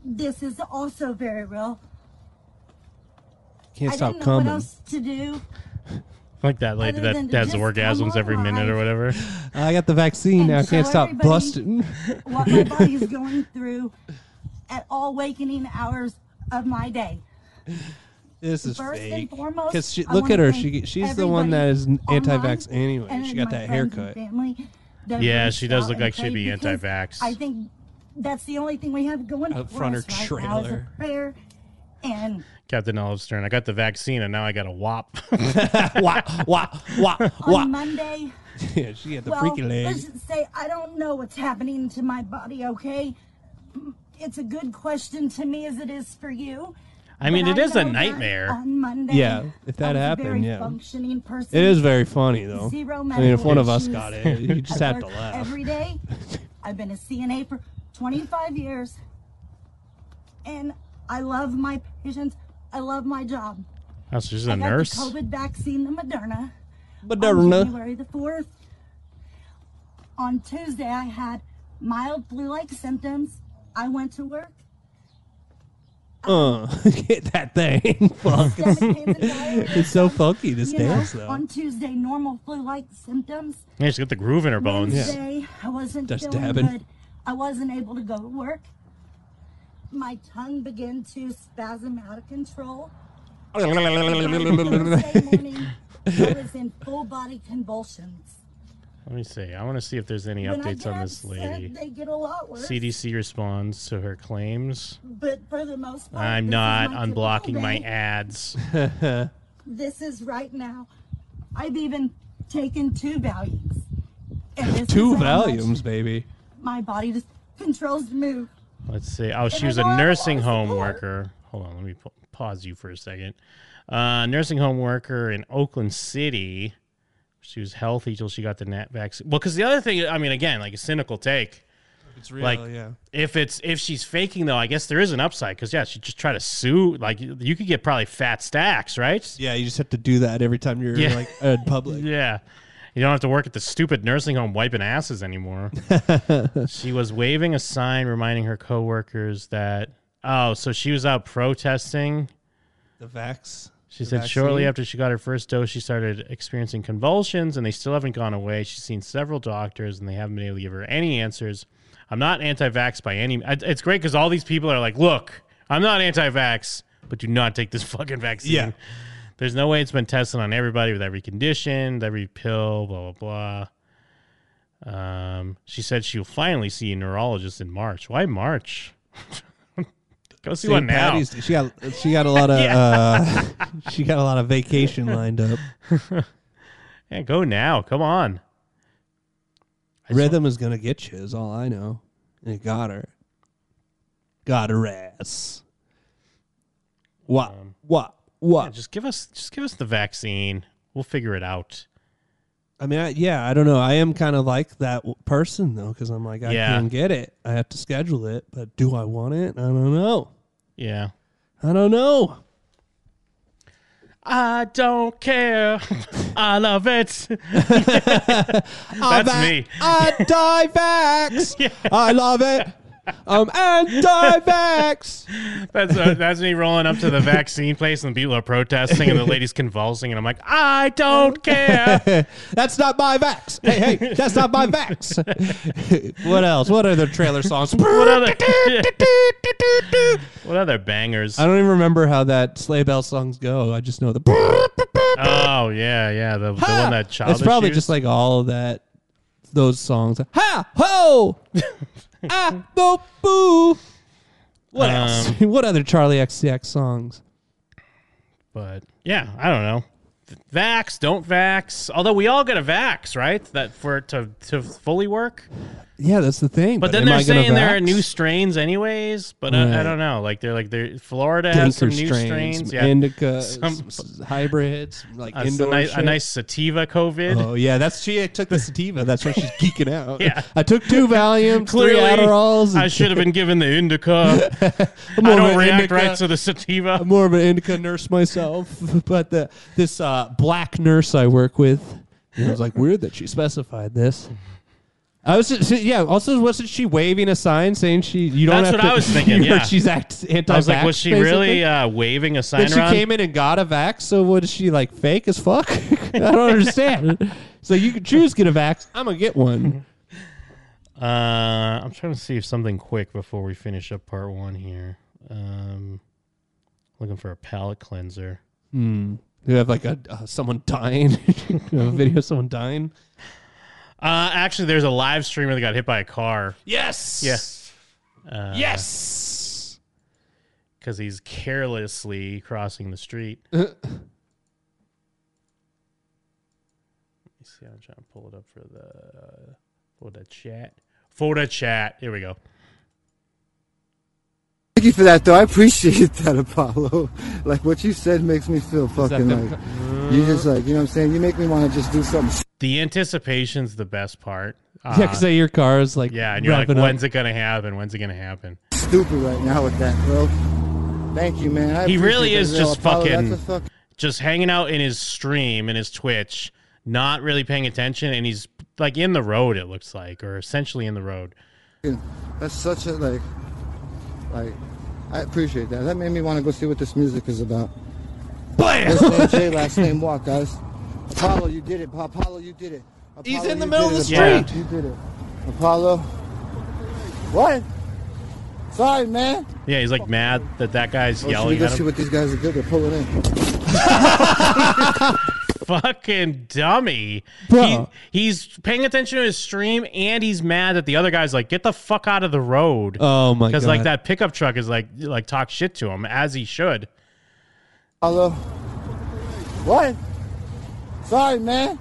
[SPEAKER 29] this is also very real.
[SPEAKER 11] Can't
[SPEAKER 29] I
[SPEAKER 11] stop
[SPEAKER 29] didn't know
[SPEAKER 11] coming.
[SPEAKER 29] what else to do.
[SPEAKER 7] Like that lady
[SPEAKER 29] Other than
[SPEAKER 7] that
[SPEAKER 29] to
[SPEAKER 7] has
[SPEAKER 29] just
[SPEAKER 7] orgasms every minute or whatever.
[SPEAKER 11] [laughs] I got the vaccine now. I can't
[SPEAKER 29] tell
[SPEAKER 11] stop
[SPEAKER 29] everybody
[SPEAKER 11] busting.
[SPEAKER 29] What
[SPEAKER 11] [laughs]
[SPEAKER 29] my body's going through at all wakening hours of my day.
[SPEAKER 11] This is
[SPEAKER 29] First and
[SPEAKER 11] fake.
[SPEAKER 29] foremost,
[SPEAKER 11] Because
[SPEAKER 29] I
[SPEAKER 11] look
[SPEAKER 29] wanna
[SPEAKER 11] at her.
[SPEAKER 29] thank
[SPEAKER 11] She she's the one that is anti-vax anyway.
[SPEAKER 29] and
[SPEAKER 11] She got
[SPEAKER 29] my
[SPEAKER 11] that
[SPEAKER 29] friends and
[SPEAKER 11] haircut.
[SPEAKER 29] family that
[SPEAKER 7] Yeah,
[SPEAKER 29] really
[SPEAKER 7] she does
[SPEAKER 29] shout
[SPEAKER 7] look
[SPEAKER 29] and
[SPEAKER 7] like she'd
[SPEAKER 29] pray
[SPEAKER 7] be
[SPEAKER 29] because
[SPEAKER 7] anti-vax.
[SPEAKER 29] I think that's the only thing we have going
[SPEAKER 11] Out
[SPEAKER 29] for
[SPEAKER 11] front
[SPEAKER 29] us
[SPEAKER 11] her
[SPEAKER 29] right now is a
[SPEAKER 11] trailer.
[SPEAKER 29] prayer And
[SPEAKER 7] Captain Olive Stern. I got the vaccine and now I got a wop. [laughs]
[SPEAKER 11] [laughs] wop, wop, wop,
[SPEAKER 29] on Monday,
[SPEAKER 11] [laughs] yeah, she had the
[SPEAKER 29] well,
[SPEAKER 11] freaky leg.
[SPEAKER 29] let's just say I don't know what's happening to my body. Okay, it's a good question to me as it is for you.
[SPEAKER 7] I mean,
[SPEAKER 29] but
[SPEAKER 7] it is a
[SPEAKER 29] know that
[SPEAKER 7] nightmare.
[SPEAKER 29] On Monday,
[SPEAKER 11] Yeah, if that
[SPEAKER 29] I was a
[SPEAKER 11] happened,
[SPEAKER 29] very
[SPEAKER 11] yeah.
[SPEAKER 29] functioning person.
[SPEAKER 11] It is very funny though.
[SPEAKER 29] Zero
[SPEAKER 11] I mean, if
[SPEAKER 29] medical
[SPEAKER 11] one of us
[SPEAKER 29] issues.
[SPEAKER 11] got it, you just
[SPEAKER 29] I
[SPEAKER 11] have to
[SPEAKER 29] work
[SPEAKER 11] laugh.
[SPEAKER 29] Every day, I've been a CNA for 25 years, and I love my patients. I love my job.
[SPEAKER 7] Oh, so she's
[SPEAKER 29] I
[SPEAKER 7] a
[SPEAKER 29] got the
[SPEAKER 7] nurse.
[SPEAKER 29] COVID vaccine, the Moderna. On
[SPEAKER 11] Moderna.
[SPEAKER 29] January the 4th. On Tuesday, I had mild flu like symptoms. I went to work.
[SPEAKER 11] Uh, [laughs] get that thing. Fuck. [laughs] it's so funky this
[SPEAKER 29] you
[SPEAKER 11] dance
[SPEAKER 29] know,
[SPEAKER 11] though.
[SPEAKER 29] On Tuesday, normal flu like symptoms.
[SPEAKER 7] Yeah, she's got the groove in her bones.
[SPEAKER 29] Wednesday, I wasn't
[SPEAKER 7] Just
[SPEAKER 29] feeling
[SPEAKER 7] dabbing.
[SPEAKER 29] good. I wasn't able to go to work. My tongue began to spasm out of control.
[SPEAKER 11] [laughs]
[SPEAKER 29] Thursday morning, I was in full body convulsions.
[SPEAKER 7] Let me see. I want to see if there's any
[SPEAKER 29] When I
[SPEAKER 7] updates
[SPEAKER 29] get
[SPEAKER 7] on this
[SPEAKER 29] upset,
[SPEAKER 7] lady.
[SPEAKER 29] They get a lot worse.
[SPEAKER 7] CDC responds to her claims.
[SPEAKER 29] But for the most part,
[SPEAKER 7] I'm
[SPEAKER 29] this is
[SPEAKER 7] not
[SPEAKER 29] my
[SPEAKER 7] unblocking my
[SPEAKER 29] control day.
[SPEAKER 7] ads.
[SPEAKER 29] This is right now. I've even taken two Valiums. And
[SPEAKER 11] [laughs]
[SPEAKER 29] this
[SPEAKER 11] Two
[SPEAKER 29] is how much
[SPEAKER 11] volumes, baby.
[SPEAKER 29] My body just controls the move.
[SPEAKER 7] Let's see. Oh, she
[SPEAKER 29] And
[SPEAKER 7] was
[SPEAKER 29] I
[SPEAKER 7] a
[SPEAKER 29] know I have a lot
[SPEAKER 7] nursing
[SPEAKER 29] of
[SPEAKER 7] home
[SPEAKER 29] support.
[SPEAKER 7] worker. Hold on, let me pa- pause you for a second. Uh, nursing home worker in Oakland City. She was healthy till she got the nat vaccine. Well, because the other thing, I mean, again, like a cynical take.
[SPEAKER 11] It's real,
[SPEAKER 7] like,
[SPEAKER 11] yeah.
[SPEAKER 7] If it's if she's faking though, I guess there is an upside because yeah, she just try to sue. Like you you could get probably fat stacks, right?
[SPEAKER 11] Yeah, you just have to do that every time you're
[SPEAKER 7] Yeah.
[SPEAKER 11] like in public.
[SPEAKER 7] [laughs] Yeah. You don't have to work at the stupid nursing home wiping asses
[SPEAKER 11] [laughs]
[SPEAKER 7] anymore. she was waving a sign reminding her coworkers that oh, so she was out protesting.
[SPEAKER 11] The vax.
[SPEAKER 7] She
[SPEAKER 11] the
[SPEAKER 7] said shortly
[SPEAKER 11] vaccine.
[SPEAKER 7] after she got her first dose, she started experiencing convulsions and they still haven't gone away. She's seen several doctors and they haven't been able to give her any answers. I'm not anti vax by any. I- It's great because all these people are like, look, I'm not anti vax, but do not take this [laughs] fucking vaccine.
[SPEAKER 11] Yeah.
[SPEAKER 7] There's no way it's been tested on everybody with every condition, with every pill, blah, blah, blah. Um, she said she'll finally see a neurologist in March. Why March? Go see
[SPEAKER 11] St.
[SPEAKER 7] one now.
[SPEAKER 11] Patty's- She got she got a
[SPEAKER 7] [laughs]
[SPEAKER 11] lot of uh, [laughs] she got a lot of vacation lined up.
[SPEAKER 7] Yeah, go now. Come on.
[SPEAKER 11] Rhythm is gonna get you. Is all I know. And it got her. Got her ass. What? what? What?
[SPEAKER 7] just give us, just give us the vaccine. We'll figure it out.
[SPEAKER 11] I mean, I, yeah, I don't know. I am kind of like that w- person though, because I'm like, I
[SPEAKER 7] Yeah.
[SPEAKER 11] can't get it. I have to schedule it, but do I want it? I don't know.
[SPEAKER 7] Yeah.
[SPEAKER 11] I don't know.
[SPEAKER 7] I don't
[SPEAKER 11] [laughs]
[SPEAKER 7] care. I love it. [laughs] That's me. [laughs]
[SPEAKER 11] Anti-vax. uh, I love it. I'm anti-vax.
[SPEAKER 7] [laughs] That's uh, that's me rolling up to the vaccine place and people are protesting and the
[SPEAKER 11] [laughs]
[SPEAKER 7] lady's convulsing and I'm like, [laughs] I don't care.
[SPEAKER 11] That's not my vax. Hey, hey, that's not my vax. what else? What other trailer
[SPEAKER 7] [laughs]
[SPEAKER 11] songs?
[SPEAKER 7] What
[SPEAKER 11] [laughs]
[SPEAKER 7] other? what other bangers?
[SPEAKER 11] I don't even remember how that sleigh bell songs go. I just know the.
[SPEAKER 7] Oh yeah, yeah. The, the one that child.
[SPEAKER 11] It's probably just like all of that, those songs. Ha
[SPEAKER 7] [laughs]
[SPEAKER 11] ho, ah bo boo.
[SPEAKER 7] Um,
[SPEAKER 11] What else? [laughs] what other Charlie XCX songs?
[SPEAKER 7] But yeah, I don't know. Vax, don't vax. Although we all get a vax, right? That for it to to fully work.
[SPEAKER 11] Yeah, that's the thing.
[SPEAKER 7] But, then
[SPEAKER 11] am
[SPEAKER 7] they're
[SPEAKER 11] I gonna
[SPEAKER 7] saying there are
[SPEAKER 11] vax?
[SPEAKER 7] new strains, anyways. But uh, I- I,
[SPEAKER 11] Right.
[SPEAKER 7] don't know. Like they're like they're Florida has some
[SPEAKER 11] Dinker
[SPEAKER 7] new strains.
[SPEAKER 11] strains,
[SPEAKER 7] yeah, [laughs]
[SPEAKER 11] indica,
[SPEAKER 7] Some-
[SPEAKER 11] s- hybrids, like
[SPEAKER 7] a,
[SPEAKER 11] indoor
[SPEAKER 7] nice, a
[SPEAKER 11] shit.
[SPEAKER 7] nice sativa COVID.
[SPEAKER 11] Oh yeah, that's she took the sativa. That's why she's geeking
[SPEAKER 7] [laughs]
[SPEAKER 11] out.
[SPEAKER 7] Yeah.
[SPEAKER 11] I took two Valium,
[SPEAKER 7] [laughs]
[SPEAKER 11] three
[SPEAKER 7] Clearly,
[SPEAKER 11] Adderalls.
[SPEAKER 7] I should have been
[SPEAKER 11] [laughs]
[SPEAKER 7] given the indica. I
[SPEAKER 11] more of
[SPEAKER 7] don't
[SPEAKER 11] an
[SPEAKER 7] react uh,
[SPEAKER 11] indica.
[SPEAKER 7] right to the sativa.
[SPEAKER 11] I'm more of an indica nurse myself, [laughs] but the, this uh, black nurse I work with, you know, I was like weird that she specified this. I was just, yeah. Also, wasn't she waving a sign saying she you don't
[SPEAKER 7] That's
[SPEAKER 11] have
[SPEAKER 7] what
[SPEAKER 11] to? [laughs]
[SPEAKER 7] I was thinking.
[SPEAKER 11] or
[SPEAKER 7] Yeah,
[SPEAKER 11] she's act anti.
[SPEAKER 7] I was like, was she really uh, waving a sign
[SPEAKER 11] then she
[SPEAKER 7] around?
[SPEAKER 11] came in and got a vax. So what is she like fake as fuck? [laughs] I don't understand. so you can choose get a vax. I'm gonna get one.
[SPEAKER 7] [laughs] Uh, I'm trying to see if something quick before we finish up part one here. Um, looking for a palate cleanser.
[SPEAKER 11] Hmm. You have like a uh, someone dying, [laughs] You have a video of someone dying.
[SPEAKER 7] Uh, actually, there's a live streamer that got hit by a car.
[SPEAKER 11] Yes.
[SPEAKER 7] Yes. Uh,
[SPEAKER 11] yes.
[SPEAKER 7] because he's carelessly crossing the street. Let me see. I'm trying to pull it up for the for the chat. For the chat. Here we go.
[SPEAKER 1] Thank you for that, though. I appreciate that, Apollo. [laughs] Like what you said makes me feel fucking
[SPEAKER 7] them
[SPEAKER 1] like you just like you know what I'm saying. You make me want to just do something. Ah.
[SPEAKER 7] The anticipation's the best part.
[SPEAKER 11] [laughs] Yeah, 'cause, uh, your car is like
[SPEAKER 7] yeah, and you're like,
[SPEAKER 11] wrapping up.
[SPEAKER 7] when's it gonna happen? When's it gonna happen?
[SPEAKER 1] Stupid right now with that, bro. Thank you, man. I
[SPEAKER 7] he really
[SPEAKER 1] appreciate that,
[SPEAKER 7] is
[SPEAKER 1] yo,
[SPEAKER 7] just
[SPEAKER 1] Apollo.
[SPEAKER 7] fucking
[SPEAKER 1] That's a fuck-
[SPEAKER 7] just hanging out in his stream in his Twitch, not really paying attention, and he's like in the road. It looks like, or essentially in the road.
[SPEAKER 1] That's such a like, like. I appreciate that. That made me want to go see what this music is about. Blam! First name Jay, last name
[SPEAKER 7] [laughs]
[SPEAKER 1] Walk, guys. Apollo, you did it. Apollo, you did it.
[SPEAKER 2] He's
[SPEAKER 1] Apollo,
[SPEAKER 2] in the
[SPEAKER 1] you
[SPEAKER 2] middle
[SPEAKER 1] did
[SPEAKER 2] of the
[SPEAKER 1] it. Apollo,
[SPEAKER 2] street.
[SPEAKER 1] You did it. Apollo. What? Sorry, man.
[SPEAKER 7] Yeah, he's like mad that that guy's
[SPEAKER 1] Oh, should we
[SPEAKER 7] yelling
[SPEAKER 1] go
[SPEAKER 7] at
[SPEAKER 1] see
[SPEAKER 7] him.
[SPEAKER 1] what these guys are good? They're pulling in.
[SPEAKER 7] Fucking dummy. He, he's paying attention to his stream and he's mad that the other guy's like, get the fuck out of the road.
[SPEAKER 11] Oh my
[SPEAKER 7] Because like
[SPEAKER 11] God.
[SPEAKER 7] that pickup truck is like like talk shit to him as he should.
[SPEAKER 1] Hello. What? Sorry, man.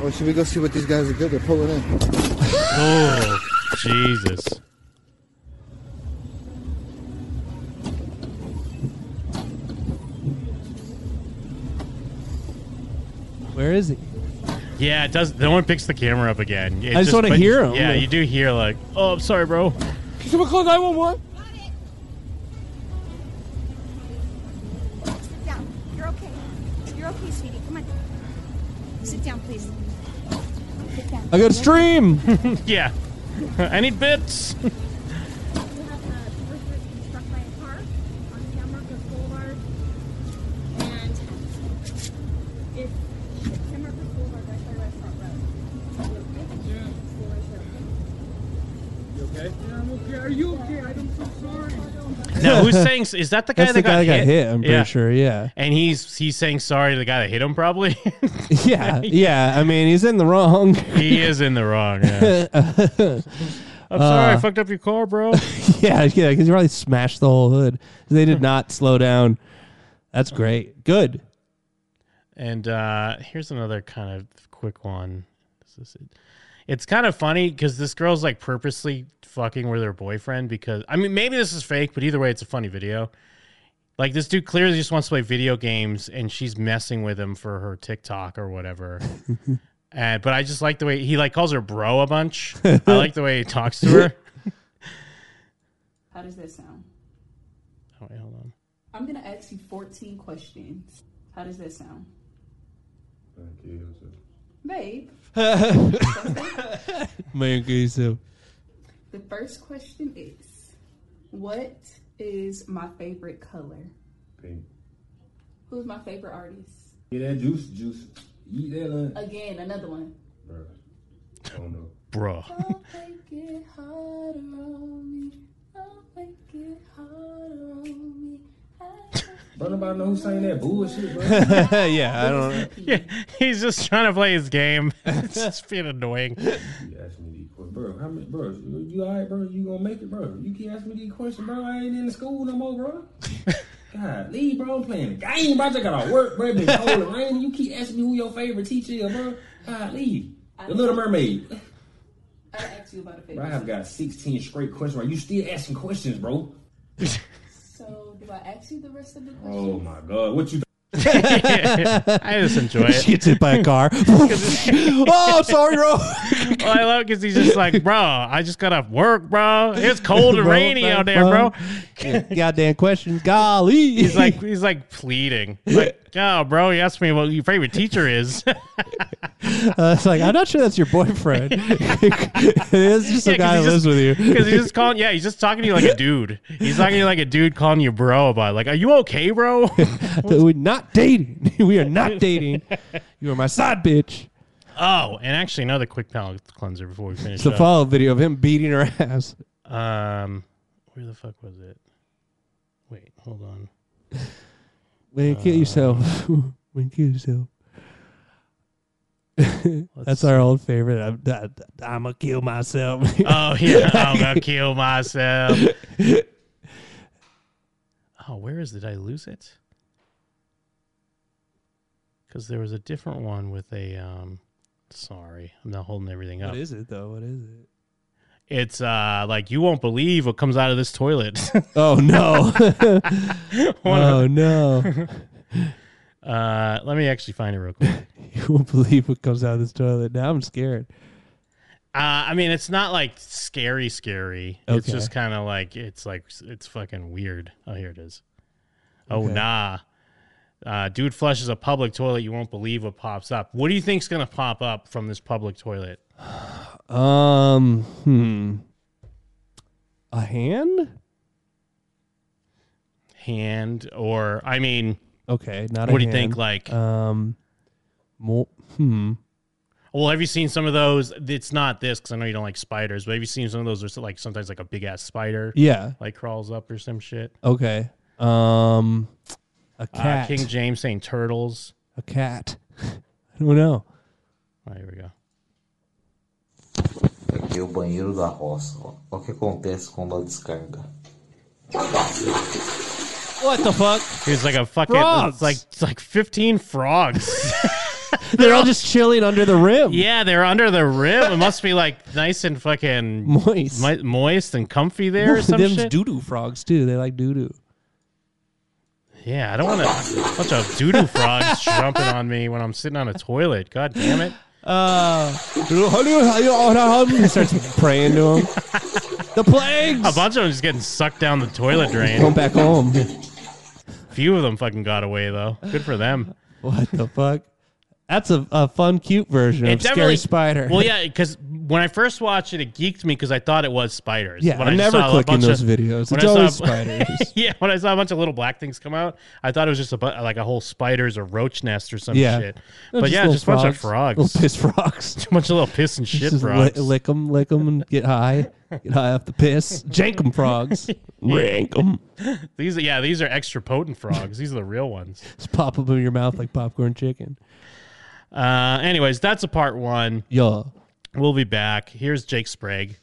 [SPEAKER 1] Oh, should we go see what these guys are good? They're pulling in.
[SPEAKER 7] Oh Jesus.
[SPEAKER 11] Where is he?
[SPEAKER 7] Yeah, it does. No one picks the camera up again. It
[SPEAKER 11] I just wanna
[SPEAKER 7] but-
[SPEAKER 11] hear him.
[SPEAKER 7] Yeah, you do hear like, [laughs] oh, I'm sorry, bro.
[SPEAKER 1] Can someone call 911?
[SPEAKER 29] Sit down. You're okay. You're okay, sweetie. Come on. Sit down, please. Sit down.
[SPEAKER 11] I got a stream.
[SPEAKER 7] [laughs] yeah. I need
[SPEAKER 11] [laughs]
[SPEAKER 7] bits.
[SPEAKER 2] You okay? Yeah, I'm okay. Are you okay? I'm so sorry.
[SPEAKER 7] Now who's saying? Is that the guy
[SPEAKER 11] That's
[SPEAKER 7] that
[SPEAKER 11] the
[SPEAKER 7] got
[SPEAKER 11] guy that
[SPEAKER 7] hit?
[SPEAKER 11] got hit, I'm pretty
[SPEAKER 7] [laughs]
[SPEAKER 11] sure, yeah.
[SPEAKER 7] And he's he's saying sorry to the guy that hit him. Probably. [laughs]
[SPEAKER 11] yeah, yeah. I mean, he's in the wrong.
[SPEAKER 7] he is in the wrong.
[SPEAKER 11] [laughs]
[SPEAKER 7] Yeah. I'm sorry, I fucked up your car, bro.
[SPEAKER 11] Uh, yeah, yeah, because you probably smashed the whole hood. They did not slow down. That's great. Good.
[SPEAKER 7] And uh, here's another kind of quick one. Is this it? It's kind of funny because this girl's like purposely fucking with her boyfriend because I mean maybe this is fake, but either way, it's a funny video. Like this dude clearly just wants to play video games, and she's messing with him for her TikTok or
[SPEAKER 11] [laughs]
[SPEAKER 7] whatever. and but I just like the way he like calls her bro a bunch. I like the way he talks to
[SPEAKER 11] [laughs]
[SPEAKER 7] her.
[SPEAKER 4] How does that sound?
[SPEAKER 7] Oh, wait, hold on.
[SPEAKER 4] I'm gonna ask you 14 questions. How does that sound? [laughs] Babe.
[SPEAKER 11] Man, so
[SPEAKER 4] the first question is What is my favorite color?
[SPEAKER 12] Pink.
[SPEAKER 4] Who's my favorite artist?
[SPEAKER 12] Eat that juice, juice. Eat that lunch.
[SPEAKER 4] Again, another one.
[SPEAKER 12] Bruh. I don't know.
[SPEAKER 7] Bruh.
[SPEAKER 4] I'll make it harder on me. I'll make it harder on me.
[SPEAKER 12] Don't nobody know who sang that
[SPEAKER 20] [laughs]
[SPEAKER 12] bullshit, bro.
[SPEAKER 11] [laughs] yeah, I don't.
[SPEAKER 7] [laughs] Yeah, he's just trying to play his
[SPEAKER 11] [laughs]
[SPEAKER 7] game. [laughs] it's just being annoying.
[SPEAKER 12] You asked me these questions, bro. How many, bro? You, you all right, bro? You gonna make it, bro? You keep asking me these questions, bro. I ain't in the school no more, bro. God, leave, bro. I'm playing a game, bro. I just gotta work, bro. It been cold and rain. You keep asking me who your favorite teacher is, bro. God, leave. The Little Mermaid.
[SPEAKER 4] I asked you about a
[SPEAKER 12] Bro, I
[SPEAKER 4] favorite.
[SPEAKER 12] have got 16 straight questions. Bro, you still asking questions, bro?
[SPEAKER 4] So, do I ask you the rest of the questions?
[SPEAKER 12] Oh my God, what you?
[SPEAKER 7] I just
[SPEAKER 11] [laughs]
[SPEAKER 7] enjoy it.
[SPEAKER 11] She gets hit by
[SPEAKER 7] [laughs]
[SPEAKER 11] a car. [laughs] oh, I'm sorry, bro.
[SPEAKER 7] well, I love because he's just like, bro, I just got off work, bro. [laughs] It's cold and
[SPEAKER 11] [laughs] Bro,
[SPEAKER 7] rainy
[SPEAKER 11] thanks,
[SPEAKER 7] out there, bro.
[SPEAKER 11] Goddamn questions,
[SPEAKER 7] [laughs]
[SPEAKER 11] golly.
[SPEAKER 7] He's
[SPEAKER 11] [laughs]
[SPEAKER 7] like, he's like pleading, like, oh, bro, you asked me what your favorite teacher is.
[SPEAKER 11] Uh, it's like I'm not sure that's your
[SPEAKER 7] [laughs]
[SPEAKER 11] boyfriend. [laughs] it's [laughs] just a guy that lives with you.
[SPEAKER 7] because he's just calling. Yeah, he's just talking to you like a dude. He's talking to you like a dude calling you bro about it. like, are you okay, bro?
[SPEAKER 11] [laughs] We're
[SPEAKER 7] [laughs]
[SPEAKER 11] not dating. [laughs] we are not dating. You are my [laughs] side bitch.
[SPEAKER 7] oh, and actually, another quick palate cleanser before we finish.
[SPEAKER 11] It's a
[SPEAKER 7] up.
[SPEAKER 11] follow-up video of him beating her ass.
[SPEAKER 7] Um, where the fuck was it? Wait, hold on.
[SPEAKER 11] Man,
[SPEAKER 7] Uh,
[SPEAKER 11] kill yourself. [laughs] Man, kill yourself. [laughs] That's our old favorite. I'm,
[SPEAKER 7] [laughs]
[SPEAKER 11] I'm [laughs] gonna kill myself. [laughs]
[SPEAKER 7] Oh yeah, I'm gonna kill myself. Oh, where is it? Did I lose it? Because there was a different one with a. Um, sorry, I'm not holding everything up.
[SPEAKER 11] What is it though? What is it?
[SPEAKER 7] It's uh like you won't believe what comes out of this toilet. [laughs]
[SPEAKER 11] Oh no! oh no!
[SPEAKER 7] Uh, let me actually find it real quick.
[SPEAKER 11] [laughs] you won't believe what comes out of this toilet. Now I'm scared.
[SPEAKER 7] Uh, I mean, it's not like scary, scary. It's
[SPEAKER 11] Okay.
[SPEAKER 7] just kind of like it's like it's fucking weird. Oh, here it is. Oh
[SPEAKER 11] Okay.
[SPEAKER 7] nah, uh, dude flushes a public toilet. You won't believe what pops up. What do you think's gonna pop up from this public
[SPEAKER 11] [sighs]
[SPEAKER 7] toilet?
[SPEAKER 11] Um, hmm. A hand?
[SPEAKER 7] Hand or I mean,
[SPEAKER 11] Okay, not.
[SPEAKER 7] What do
[SPEAKER 11] a
[SPEAKER 7] you think,
[SPEAKER 11] hand.
[SPEAKER 7] like-
[SPEAKER 11] um, more, hmm.
[SPEAKER 7] well, have you seen some of those? It's not this because I know you don't like spiders, but have you seen some of those? There's like sometimes like a big ass spider,
[SPEAKER 11] Yeah.
[SPEAKER 7] like crawls up or some shit.
[SPEAKER 11] Okay. Um, a
[SPEAKER 7] Uh,
[SPEAKER 11] cat.
[SPEAKER 7] King James saying turtles.
[SPEAKER 11] a cat. [laughs] I don't know.
[SPEAKER 7] All right, here we go.
[SPEAKER 5] Aqui é o banheiro da roça. ó. Olha o que acontece quando ela descarga.
[SPEAKER 11] What the fuck?
[SPEAKER 7] It's like a fucking
[SPEAKER 11] Frogs.
[SPEAKER 7] It's like it's like 15 frogs. [laughs]
[SPEAKER 11] They're all just chilling under the rim.
[SPEAKER 7] yeah, they're under the rim. It must be like nice and fucking
[SPEAKER 11] Moist.
[SPEAKER 7] mi- moist and comfy there or some
[SPEAKER 11] Them's
[SPEAKER 7] shit.
[SPEAKER 11] doo doo frogs too. They like doo doo.
[SPEAKER 7] yeah, I don't want a bunch of doodoo frogs
[SPEAKER 11] [laughs]
[SPEAKER 7] jumping on me when I'm sitting on a toilet. God damn it.
[SPEAKER 11] Uh, he starts praying to him. The plagues.
[SPEAKER 7] A bunch of them just getting sucked down the toilet drain.
[SPEAKER 11] Going back home.
[SPEAKER 7] Few of them fucking got away though. Good for them.
[SPEAKER 11] What the fuck? That's a, a fun, cute version of Scary
[SPEAKER 7] definitely-
[SPEAKER 11] Spider.
[SPEAKER 7] Well, yeah, because when I first watched it, it geeked me because I thought it was spiders.
[SPEAKER 11] Yeah,
[SPEAKER 7] when
[SPEAKER 11] I'm
[SPEAKER 7] I just
[SPEAKER 11] never
[SPEAKER 7] saw a
[SPEAKER 11] clicking
[SPEAKER 7] bunch
[SPEAKER 11] those
[SPEAKER 7] of-
[SPEAKER 11] videos.
[SPEAKER 7] when
[SPEAKER 11] It's
[SPEAKER 7] I saw- [laughs]
[SPEAKER 11] always spiders.
[SPEAKER 7] yeah, when I saw a bunch of little black things come out, I thought it was just a bu- like a whole spiders or roach nest or some
[SPEAKER 11] [laughs] Yeah. [laughs]
[SPEAKER 7] shit. But
[SPEAKER 11] No, just
[SPEAKER 7] yeah,
[SPEAKER 11] little
[SPEAKER 7] just a bunch of
[SPEAKER 11] frogs.
[SPEAKER 7] frogs,
[SPEAKER 11] Little
[SPEAKER 7] [laughs]
[SPEAKER 11] piss frogs,
[SPEAKER 7] a bunch of little piss and shit
[SPEAKER 11] Just
[SPEAKER 7] frogs.
[SPEAKER 11] Li- lick them, lick them, and get high. Get high off the piss. Jank 'em
[SPEAKER 7] [laughs]
[SPEAKER 11] frogs. Rank 'em.
[SPEAKER 7] these, are- yeah, these are extra potent frogs. These are the real ones.
[SPEAKER 11] Just pop them in your mouth like popcorn chicken.
[SPEAKER 7] Uh, anyways, that's a part one.
[SPEAKER 11] Yeah,
[SPEAKER 7] we'll be back. Here's Jake Sprague.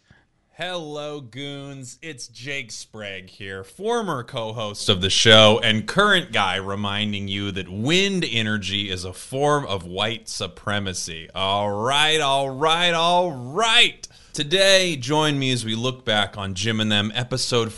[SPEAKER 6] Hello, goons. It's Jake Sprague here, former co host of the show and current guy, reminding you that wind energy is a form of white supremacy. All right, all right, all right. Today, join me as we look back on Jim and Them episode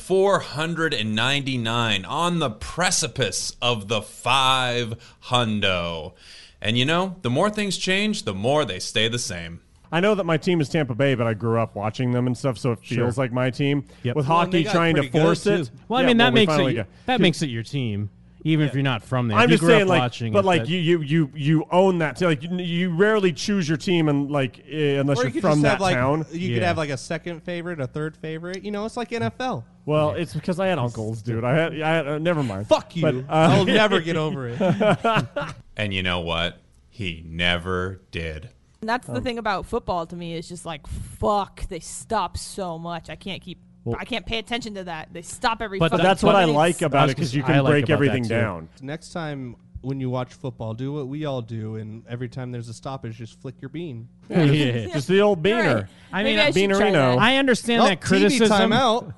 [SPEAKER 6] 499 on the precipice of the five hundo. And you know, the more things change, the more they stay the same.
[SPEAKER 20] I know that my team is Tampa Bay, but I grew up watching them and stuff, so it
[SPEAKER 6] Sure.
[SPEAKER 20] feels like my team. With
[SPEAKER 6] Well, and
[SPEAKER 20] hockey
[SPEAKER 6] they got
[SPEAKER 20] trying to
[SPEAKER 6] pretty good,
[SPEAKER 20] force
[SPEAKER 6] too.
[SPEAKER 20] it.
[SPEAKER 7] Well, I
[SPEAKER 20] Yeah,
[SPEAKER 7] mean that
[SPEAKER 20] we
[SPEAKER 7] makes
[SPEAKER 20] finally
[SPEAKER 7] it
[SPEAKER 20] got-
[SPEAKER 7] that makes it your team, even if you're not from there.
[SPEAKER 20] I'm
[SPEAKER 7] If you
[SPEAKER 20] just
[SPEAKER 7] grew
[SPEAKER 20] saying,
[SPEAKER 7] up
[SPEAKER 20] like,
[SPEAKER 7] watching,
[SPEAKER 20] but
[SPEAKER 7] it,
[SPEAKER 20] like
[SPEAKER 7] that-
[SPEAKER 20] you, you, you, you own that. Too. Like, you, you rarely choose your team, and like, eh, unless
[SPEAKER 21] or
[SPEAKER 20] you're
[SPEAKER 21] you could
[SPEAKER 20] from
[SPEAKER 21] just
[SPEAKER 20] that
[SPEAKER 21] have like
[SPEAKER 20] town.
[SPEAKER 21] you could have like a second favorite, a third favorite. You know, it's like NFL.
[SPEAKER 20] Well, it's because I had uncles, dude. I had, I had uh, never mind.
[SPEAKER 21] Fuck you.
[SPEAKER 20] [laughs]
[SPEAKER 21] I'll never get over it.
[SPEAKER 6] And you know what? He never did.
[SPEAKER 22] And that's
[SPEAKER 30] Oh,
[SPEAKER 11] Oh.
[SPEAKER 22] the
[SPEAKER 6] Um,
[SPEAKER 22] thing about football to me is just like fuck, they stop so much. I can't keep
[SPEAKER 20] Well-
[SPEAKER 22] I can't pay attention to that. They stop every
[SPEAKER 20] But
[SPEAKER 22] fucking
[SPEAKER 20] that's what I
[SPEAKER 22] minute.
[SPEAKER 20] like about it because you can break everything down.
[SPEAKER 21] Next time when you watch football, do what we all do, and every time there's a stoppage, just flick your bean.
[SPEAKER 20] [laughs] [laughs] Yeah, just- just the old
[SPEAKER 21] You're
[SPEAKER 20] beaner.
[SPEAKER 21] right. I Maybe mean, I should try that.
[SPEAKER 7] I understand
[SPEAKER 21] Oh,
[SPEAKER 7] that
[SPEAKER 21] TV
[SPEAKER 7] criticism.
[SPEAKER 21] timeout.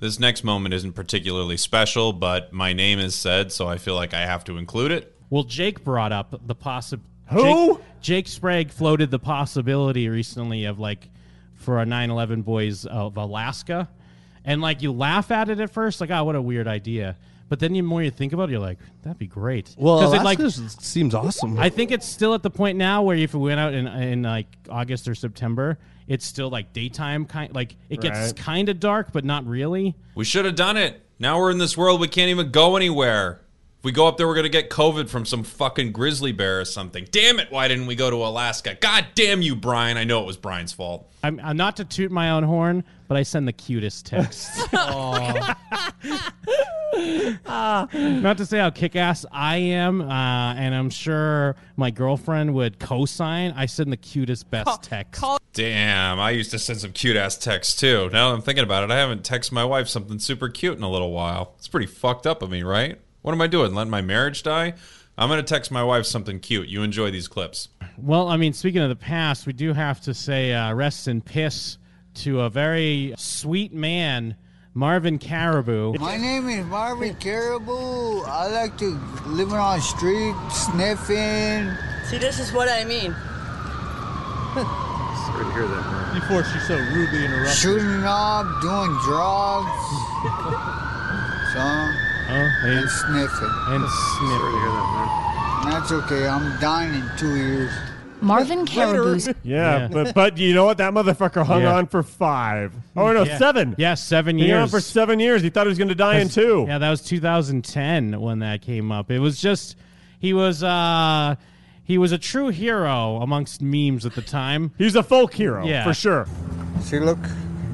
[SPEAKER 6] This next moment isn't particularly special, but my name is said, so I feel like I have to include it.
[SPEAKER 7] Well, Jake brought up the possible.
[SPEAKER 6] Who?
[SPEAKER 7] Jake, Jake Sprague floated the possibility recently of like for our 9/11 boys of Alaska, and like you laugh at it at first, like oh what a weird idea. But then the more you think about it, you're like that'd be great.
[SPEAKER 21] Well,
[SPEAKER 7] 'Cause it,
[SPEAKER 21] Alaska seems awesome.
[SPEAKER 7] I think it's still at the point now where if it went out in in like August or September, it's still like daytime kind. Like it gets
[SPEAKER 6] Right.
[SPEAKER 7] kind of dark, but not really.
[SPEAKER 6] We should have done it. Now we're in this world, we can't even go anywhere. If we go up there, we're going to get COVID from some fucking grizzly bear or something. Damn it, why didn't we go to Alaska? God damn you, Brian. I know it was Brian's fault.
[SPEAKER 7] I'm, I'm not to toot my own horn, but I send the cutest texts. [laughs] not to say how kick-ass I am, uh, and I'm sure my girlfriend would co-sign. I send the cutest, best text.
[SPEAKER 6] Damn, I used to send some cute ass texts too. Now that I'm thinking about it, I haven't texted my wife something super cute in a little while. It's pretty fucked up of me, right? What am I doing? Letting my marriage die? I'm going to text my wife something cute. You enjoy these clips.
[SPEAKER 7] Well, I mean, speaking of the past, we do have to say uh, rest in piss to a very sweet man Marvin Caribou.
[SPEAKER 3] My name is Marvin Caribou. I like to living on the street, sniffing.
[SPEAKER 31] See, this is what I mean.
[SPEAKER 8] Sorry to hear that, man.
[SPEAKER 3] Before she's so rudely interrupted. Shooting up, doing drugs. so, and, sniffing.
[SPEAKER 7] And sniffing.
[SPEAKER 3] Sorry to hear that, man. That's okay. I'm dying in two years.
[SPEAKER 28] Marvin Caribou's.
[SPEAKER 20] Yeah, but but you know what? That motherfucker hung
[SPEAKER 7] Yeah.
[SPEAKER 20] on for five. Oh no,
[SPEAKER 7] Yeah.
[SPEAKER 20] seven.
[SPEAKER 7] Yeah, seven
[SPEAKER 20] He hung on
[SPEAKER 7] years.
[SPEAKER 20] for seven years. He thought he was going to die in
[SPEAKER 7] That's-
[SPEAKER 20] two.
[SPEAKER 7] Yeah, that was 2010 when that came up. It was just he was uh he was a true hero amongst memes at the time.
[SPEAKER 20] He's a folk hero
[SPEAKER 7] yeah.
[SPEAKER 20] for sure.
[SPEAKER 3] See, look,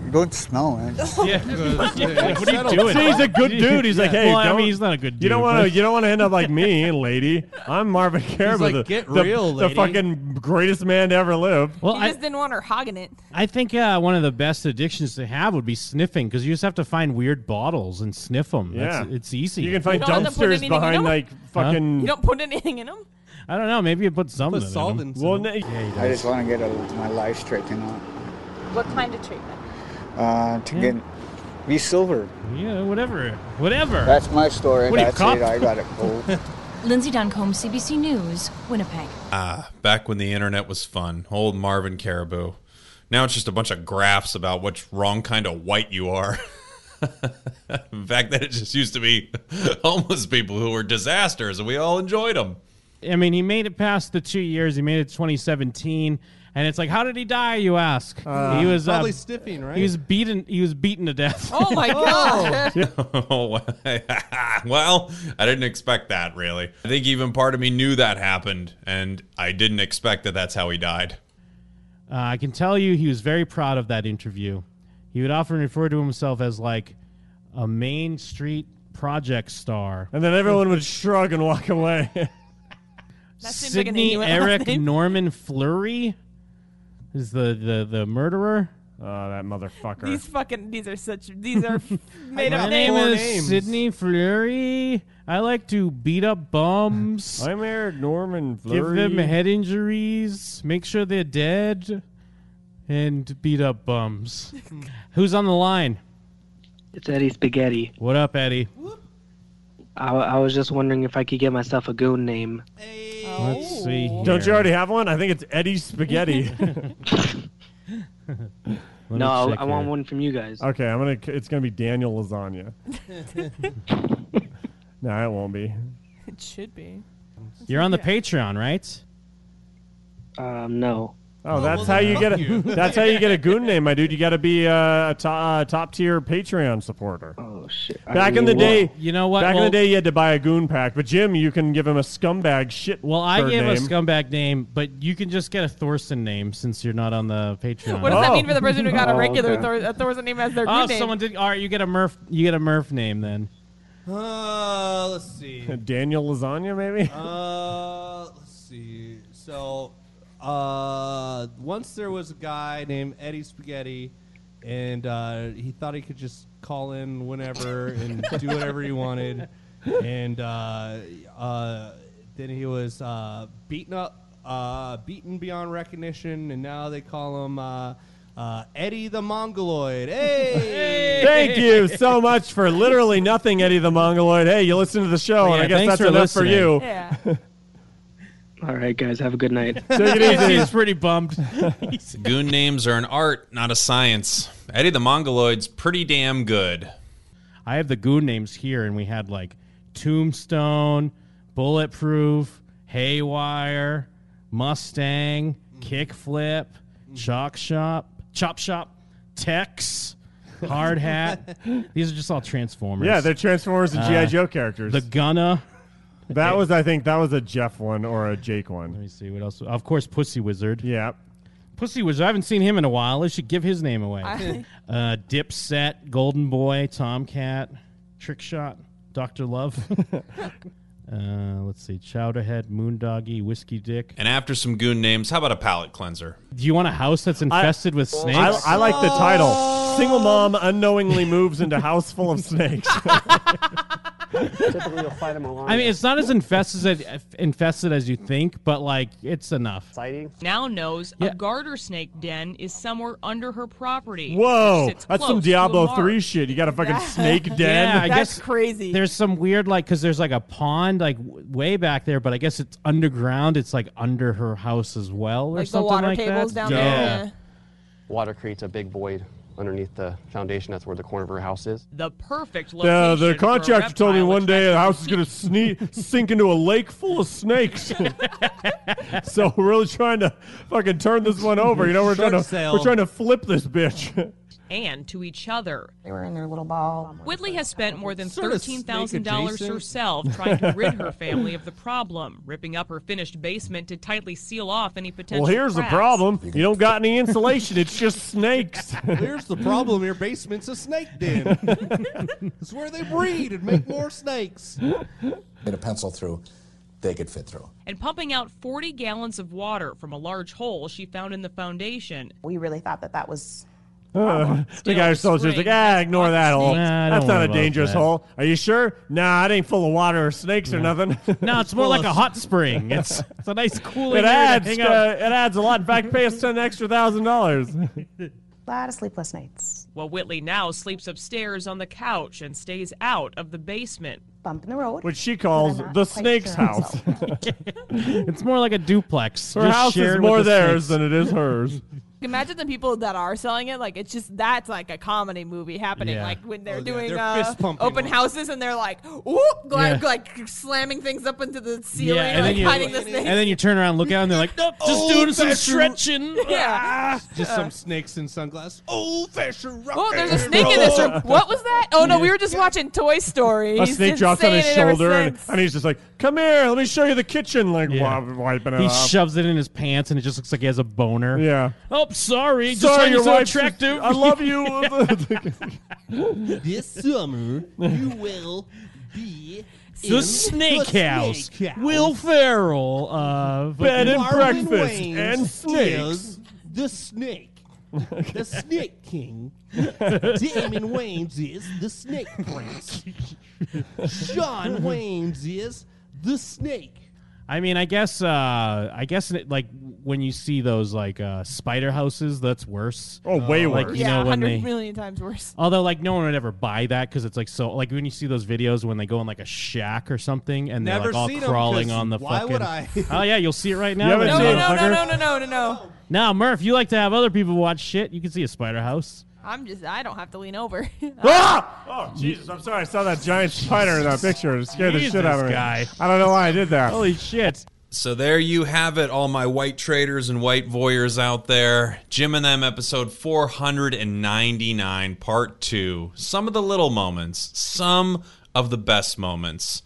[SPEAKER 3] you don't smell,
[SPEAKER 7] [laughs]
[SPEAKER 3] man.
[SPEAKER 7] like, what are you doing?
[SPEAKER 20] See, he's a
[SPEAKER 7] [laughs]
[SPEAKER 20] good dude. He's like,
[SPEAKER 7] Yeah.
[SPEAKER 20] hey,
[SPEAKER 7] Well, I
[SPEAKER 20] don't,
[SPEAKER 7] mean, he's not a good
[SPEAKER 20] You don't
[SPEAKER 7] dude,
[SPEAKER 20] want to.
[SPEAKER 7] but-
[SPEAKER 20] You don't want to end up like me, lady. I'm Marvin Caribou,
[SPEAKER 7] like,
[SPEAKER 20] the,
[SPEAKER 7] "Get
[SPEAKER 20] the-
[SPEAKER 7] real,
[SPEAKER 20] the
[SPEAKER 7] lady."
[SPEAKER 20] fucking greatest man to ever live.
[SPEAKER 7] Well,
[SPEAKER 30] He
[SPEAKER 7] I,
[SPEAKER 30] just didn't want her hogging it.
[SPEAKER 7] I think uh, one of the best addictions to have would be sniffing because you just have to find weird bottles and sniff them. That's,
[SPEAKER 20] Yeah.
[SPEAKER 7] it's easy.
[SPEAKER 20] You can find
[SPEAKER 30] You don't have to put
[SPEAKER 20] dumpsters
[SPEAKER 30] anything in
[SPEAKER 20] behind
[SPEAKER 30] them?
[SPEAKER 20] like fucking.
[SPEAKER 30] You don't put anything in them?
[SPEAKER 7] I don't know. Maybe you put something. in 'em.
[SPEAKER 20] Well, na-
[SPEAKER 3] I just want to get a, my life straightened out.
[SPEAKER 30] What kind of treatment?
[SPEAKER 3] Uh, to get be silver.
[SPEAKER 7] Yeah, whatever. Whatever.
[SPEAKER 3] That's my story.
[SPEAKER 28] What are you,
[SPEAKER 3] That's
[SPEAKER 28] cop?
[SPEAKER 3] it. I got it cold.
[SPEAKER 28] Lindsay Duncombe, CBC News, Winnipeg.
[SPEAKER 6] Ah, back when the internet was fun. Old Marvin Caribou. Now it's just a bunch of graphs about which wrong kind of white you are. [laughs] In fact, that it just used to be [laughs] homeless people who were disasters, and we all enjoyed them.
[SPEAKER 7] I mean, he made it past the two years. He made it to 2017, and it's like, how did he die? You ask.
[SPEAKER 20] Uh,
[SPEAKER 7] he was
[SPEAKER 20] probably sniffing, right?
[SPEAKER 7] He was beaten. He was beaten to death. [laughs]
[SPEAKER 30] Oh my god!
[SPEAKER 6] Oh, [laughs] well, I didn't expect that, really. I think even part of me knew that happened, and I didn't expect that that's how he died.
[SPEAKER 7] Uh, I can tell you, he was very proud of that interview. He would often refer to himself as like a Main Street project star.
[SPEAKER 20] and then everyone would shrug and walk away. [laughs]
[SPEAKER 30] seems like an
[SPEAKER 7] Sidney
[SPEAKER 30] Inuit
[SPEAKER 7] Eric
[SPEAKER 30] last name.
[SPEAKER 7] Norman Fleury is the the the murderer.
[SPEAKER 20] Oh, that motherfucker.
[SPEAKER 30] These fucking these are such
[SPEAKER 11] [laughs]
[SPEAKER 30] these are [laughs] made
[SPEAKER 7] My
[SPEAKER 30] up
[SPEAKER 7] name
[SPEAKER 30] names.
[SPEAKER 7] is Sidney Fleury. I like to beat up bums.
[SPEAKER 20] [laughs] I'm Eric Norman
[SPEAKER 7] Give them
[SPEAKER 20] Fleury.
[SPEAKER 7] head injuries. Make sure they're dead. And beat up
[SPEAKER 30] [laughs]
[SPEAKER 7] bums. Who's on the line?
[SPEAKER 18] It's Eddie Spaghetti.
[SPEAKER 7] What up, Eddie?
[SPEAKER 18] I, I was just wondering if I could get myself a goon name.
[SPEAKER 7] Let's see.
[SPEAKER 20] [laughs] Don't you
[SPEAKER 7] here.
[SPEAKER 20] already have one? I think it's Eddie
[SPEAKER 7] [laughs]
[SPEAKER 20] Spaghetti.
[SPEAKER 7] me
[SPEAKER 18] no, I-
[SPEAKER 20] check
[SPEAKER 18] I want
[SPEAKER 20] here.
[SPEAKER 18] one from you guys.
[SPEAKER 20] okay, I'm gonna. It's gonna be Daniel Lasagna. no, it won't be.
[SPEAKER 30] It should be.
[SPEAKER 7] You're on the Patreon, right?
[SPEAKER 18] Um, no.
[SPEAKER 20] Oh, that's how you get a. that's how you get a
[SPEAKER 7] [laughs]
[SPEAKER 20] goon name, my dude. You got to be uh, a to, uh, top tier Patreon supporter.
[SPEAKER 18] Oh shit! I
[SPEAKER 20] Back in the
[SPEAKER 18] mean,
[SPEAKER 20] day,
[SPEAKER 7] You know what?
[SPEAKER 20] Back in
[SPEAKER 7] Well-
[SPEAKER 20] the day, you had to buy a goon pack. But Jim, you can give him a scumbag shit.
[SPEAKER 7] Well, I
[SPEAKER 20] bird
[SPEAKER 7] gave
[SPEAKER 20] name.
[SPEAKER 7] a [laughs] scumbag name, but you can just get a Thorson name since you're not on the Patreon.
[SPEAKER 30] What does that mean for the person
[SPEAKER 7] [laughs]
[SPEAKER 30] who got a
[SPEAKER 18] Oh,
[SPEAKER 30] regular
[SPEAKER 18] okay.
[SPEAKER 30] Thor, a Thor's name as their
[SPEAKER 7] Oh,
[SPEAKER 30] good name?
[SPEAKER 7] someone did. All right, you get a Murph. You get a Murph name then.
[SPEAKER 11] Uh, let's see.
[SPEAKER 20] [laughs] Daniel Lasagna, maybe.
[SPEAKER 11] Uh, let's see. So, uh, once there was a guy named Eddie Spaghetti, and uh, he thought he could just call in whenever and do whatever he wanted, and uh, uh, then he was uh, beaten up, uh, beaten beyond recognition, and now they call him. Uh, uh, Eddie the Mongoloid. Hey!
[SPEAKER 20] Thank you so much for literally nothing, Eddie the Mongoloid. Hey, you listen to the show,
[SPEAKER 7] Oh,
[SPEAKER 20] and I
[SPEAKER 7] yeah,
[SPEAKER 20] guess
[SPEAKER 7] thanks
[SPEAKER 20] that's
[SPEAKER 7] for
[SPEAKER 20] enough for
[SPEAKER 7] listening.
[SPEAKER 20] you.
[SPEAKER 30] Yeah.
[SPEAKER 7] uh,
[SPEAKER 18] All right, guys. Have a good night.
[SPEAKER 20] Take it easy.
[SPEAKER 7] He's pretty bummed.
[SPEAKER 6] [laughs] Goon names are an art, not a science. Eddie the Mongoloid's pretty damn good.
[SPEAKER 7] [laughs] I have the goon names here, and we had like Tombstone, Bulletproof, Haywire, Mustang, Kickflip, Chalk Shop, Chop Shop, Tex, Hard [laughs] Hat. These are just all Transformers.
[SPEAKER 20] Yeah, they're Transformers and
[SPEAKER 7] Uh,
[SPEAKER 20] GI Joe characters.
[SPEAKER 7] The Gunna.
[SPEAKER 20] that was, I think, that was a Jeff one or a Jake one. Let
[SPEAKER 7] me see what else. Of course, Pussy Wizard.
[SPEAKER 20] Yeah.
[SPEAKER 7] Pussy Wizard. I haven't seen him in a while. I should give his name away.
[SPEAKER 30] I-
[SPEAKER 7] uh, Dipset, Golden Boy, Tomcat, Trickshot,
[SPEAKER 20] [laughs]
[SPEAKER 7] Doctor Love. uh, let's see, Chowderhead, Moondoggy, Whiskey Dick.
[SPEAKER 6] And after some goon names, how about a palate cleanser?
[SPEAKER 7] Do you want a house that's infested with snakes?
[SPEAKER 20] [laughs] I, I like the title. Single mom unknowingly moves into house full of snakes.
[SPEAKER 26] [laughs] Typically, you'll find them
[SPEAKER 7] [laughs]
[SPEAKER 26] along.
[SPEAKER 7] I mean, it's not as infested as infested as you think, but like it's enough.
[SPEAKER 26] Exciting.
[SPEAKER 30] Now knows a garter snake den is somewhere under her property.
[SPEAKER 20] Whoa,
[SPEAKER 30] which sits
[SPEAKER 20] that's some
[SPEAKER 30] close to a
[SPEAKER 20] Diablo
[SPEAKER 30] mark.
[SPEAKER 20] three shit. You got a fucking snake den.
[SPEAKER 7] [laughs] Yeah, I guess
[SPEAKER 30] crazy.
[SPEAKER 7] There's some weird like because there's like a pond like w- way back there, but I guess it's underground. It's like under her house as well, or
[SPEAKER 30] Like the
[SPEAKER 7] something
[SPEAKER 30] water
[SPEAKER 7] like
[SPEAKER 30] tables
[SPEAKER 7] that.
[SPEAKER 30] down there,
[SPEAKER 7] Yeah.
[SPEAKER 30] yeah.
[SPEAKER 26] Water creates a big void underneath the foundation. That's where the corner of her house is.
[SPEAKER 30] The perfect
[SPEAKER 20] The,
[SPEAKER 30] location.
[SPEAKER 20] the
[SPEAKER 30] for a
[SPEAKER 20] contractor told me
[SPEAKER 30] reptile
[SPEAKER 20] one day the house is going to sne- sink into a lake full of
[SPEAKER 30] [laughs]
[SPEAKER 20] snakes. so we're really trying to fucking turn this one over. You know, we're
[SPEAKER 10] Short
[SPEAKER 20] trying to
[SPEAKER 10] sale.
[SPEAKER 20] we're trying to flip this bitch.
[SPEAKER 30] and to each other.
[SPEAKER 26] They were in their little ball.
[SPEAKER 30] Whitley has spent more than
[SPEAKER 26] Sort of
[SPEAKER 30] thirteen
[SPEAKER 26] snake
[SPEAKER 30] thousand dollars
[SPEAKER 26] adjacent.
[SPEAKER 30] herself trying to rid her family of the problem, ripping up her finished basement to tightly seal off any potential.
[SPEAKER 20] well, here's
[SPEAKER 30] cracks.
[SPEAKER 20] the problem: you don't got any insulation. It's just
[SPEAKER 30] [laughs]
[SPEAKER 20] snakes.
[SPEAKER 10] Here's the problem. Your basement's a snake
[SPEAKER 7] [laughs]
[SPEAKER 10] den. it's where they breed and make more snakes.
[SPEAKER 32] Made a pencil through, they could fit through.
[SPEAKER 30] And pumping out forty gallons of water from a large hole she found in the foundation. We really thought that that was
[SPEAKER 20] [laughs] Uh, the guy who sells just like, ah, ignore that hole.
[SPEAKER 7] Nah,
[SPEAKER 20] That's
[SPEAKER 7] don't
[SPEAKER 20] not
[SPEAKER 7] worry
[SPEAKER 20] a
[SPEAKER 7] about
[SPEAKER 20] dangerous
[SPEAKER 7] that.
[SPEAKER 20] hole. Are you sure? Nah, it ain't full of water or snakes or nothing.
[SPEAKER 7] No, it's more like a hot spring. It's it's a nice
[SPEAKER 20] it
[SPEAKER 7] cooling. area to
[SPEAKER 20] adds
[SPEAKER 7] hang
[SPEAKER 20] uh,
[SPEAKER 7] out.
[SPEAKER 20] it adds a lot. In fact, pay us ten extra thousand dollars.
[SPEAKER 30] A lot of sleepless nights. Well, Whitley now sleeps upstairs on the couch and stays out of the basement.
[SPEAKER 32] Bump in the road.
[SPEAKER 20] Which she calls the snake's
[SPEAKER 30] [laughs]
[SPEAKER 20] house.
[SPEAKER 7] [laughs] it's more like a duplex.
[SPEAKER 20] Her
[SPEAKER 7] just
[SPEAKER 20] house is
[SPEAKER 7] shared
[SPEAKER 20] more
[SPEAKER 7] with the
[SPEAKER 20] theirs
[SPEAKER 7] snakes.
[SPEAKER 20] than it
[SPEAKER 7] [laughs]
[SPEAKER 20] is hers.
[SPEAKER 4] Imagine the people that are selling it. Like it's just that's like a comedy movie happening.
[SPEAKER 20] Yeah.
[SPEAKER 4] Like when they're
[SPEAKER 20] Oh, yeah,
[SPEAKER 4] doing
[SPEAKER 20] they're
[SPEAKER 4] uh,
[SPEAKER 20] fist-pumping
[SPEAKER 4] open
[SPEAKER 20] ones.
[SPEAKER 4] houses and they're like, whoop, go-
[SPEAKER 7] Yeah.
[SPEAKER 4] like slamming things up into the
[SPEAKER 7] Yeah,
[SPEAKER 4] ceiling,
[SPEAKER 7] and
[SPEAKER 4] like
[SPEAKER 7] then, you,
[SPEAKER 4] hiding the snake.
[SPEAKER 7] and then you turn around, and look out, and they're
[SPEAKER 30] [laughs]
[SPEAKER 7] like, nope, just
[SPEAKER 10] Old
[SPEAKER 7] doing some
[SPEAKER 10] fashioned-
[SPEAKER 7] stretching.
[SPEAKER 4] [laughs] Yeah.
[SPEAKER 10] Just
[SPEAKER 4] Uh. [laughs]
[SPEAKER 10] some snakes in sunglasses.
[SPEAKER 11] Oh,
[SPEAKER 10] Old fashioned rock.
[SPEAKER 4] Oh, there's a
[SPEAKER 10] and
[SPEAKER 4] snake in this
[SPEAKER 10] roll.
[SPEAKER 4] room. What was that? Oh no, we were just watching Toy Story.
[SPEAKER 20] A
[SPEAKER 4] He's
[SPEAKER 20] snake
[SPEAKER 4] been
[SPEAKER 20] drops on
[SPEAKER 4] saying
[SPEAKER 20] his
[SPEAKER 4] it ever
[SPEAKER 20] shoulder, and,
[SPEAKER 4] since.
[SPEAKER 20] and he's just like, "Come here, let me show you the kitchen." Like wop- wiping it
[SPEAKER 7] He
[SPEAKER 20] off.
[SPEAKER 7] shoves it in his pants, and it just looks like he has a boner.
[SPEAKER 20] Yeah.
[SPEAKER 7] Oh, sorry. Just
[SPEAKER 20] Sorry,
[SPEAKER 7] find you
[SPEAKER 20] your
[SPEAKER 7] so
[SPEAKER 20] wife's-
[SPEAKER 7] attractive.
[SPEAKER 20] I love you.
[SPEAKER 10] this summer, you will be in
[SPEAKER 7] The Snake House. Will Ferrell. Uh,
[SPEAKER 10] Bed and
[SPEAKER 7] fucking-
[SPEAKER 10] breakfast and snakes. The snake.
[SPEAKER 7] [laughs]
[SPEAKER 10] the snake king. Damon Wayans is the snake prince. Sean Wayans is the snake.
[SPEAKER 7] I mean, I guess, uh, I guess, it- like when you see those like uh, spider houses, that's worse. Uh,
[SPEAKER 20] Oh, way
[SPEAKER 7] Like,
[SPEAKER 20] worse.
[SPEAKER 7] You
[SPEAKER 4] yeah,
[SPEAKER 7] know, when
[SPEAKER 4] hundred
[SPEAKER 7] they,
[SPEAKER 4] million times worse.
[SPEAKER 7] Although, like, no one would ever buy that because it's like so. Like when you see those videos when they go in like a shack or something and they're
[SPEAKER 10] Never
[SPEAKER 7] like all
[SPEAKER 10] seen 'em,
[SPEAKER 7] crawling
[SPEAKER 10] 'cause
[SPEAKER 7] on the
[SPEAKER 10] why
[SPEAKER 7] fucking.
[SPEAKER 10] would I?
[SPEAKER 7] oh yeah, you'll see it right now.
[SPEAKER 10] You haven't
[SPEAKER 7] little
[SPEAKER 10] seen it.
[SPEAKER 4] No,
[SPEAKER 10] No,
[SPEAKER 7] motherfucker.
[SPEAKER 4] no, no, no, no, no.
[SPEAKER 7] Now, Murph, you like to have other people watch shit. You can see a spider house.
[SPEAKER 4] I'm just. I don't have to lean over. [laughs] Uh,
[SPEAKER 20] ah! Oh Jesus! I'm sorry. I saw that giant spider in that picture. It scared the
[SPEAKER 6] Jesus,
[SPEAKER 20] shit out of me.
[SPEAKER 6] guy.
[SPEAKER 20] I don't know why I did that.
[SPEAKER 7] Holy shit!
[SPEAKER 6] So there you have it, all my white traders and white voyeurs out there. Jim and them, episode 499, part two. Some of the little moments, some of the best moments.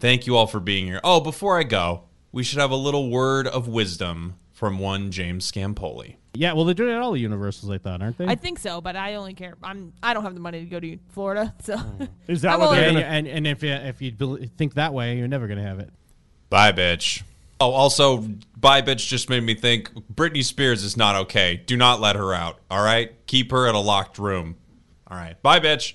[SPEAKER 6] Thank you all for being here. Oh, before I go, we should have a little word of wisdom from one James Scampoli.
[SPEAKER 7] Yeah, well, they're doing it at all the universals, I thought,
[SPEAKER 6] Ah!
[SPEAKER 7] aren't they?
[SPEAKER 4] I think so, but I only care. I'm. I don't have the money to go to Florida, so. [laughs]
[SPEAKER 7] Is
[SPEAKER 4] that I'm what they're
[SPEAKER 7] and,
[SPEAKER 4] only-
[SPEAKER 7] and and if you, if you bel- think that way, you're never gonna have it.
[SPEAKER 6] Bye, bitch. Oh, also, bye, bitch just made me think Britney Spears is not okay. Do not let her out, all right? Keep her in a locked room. All right. Bye, bitch.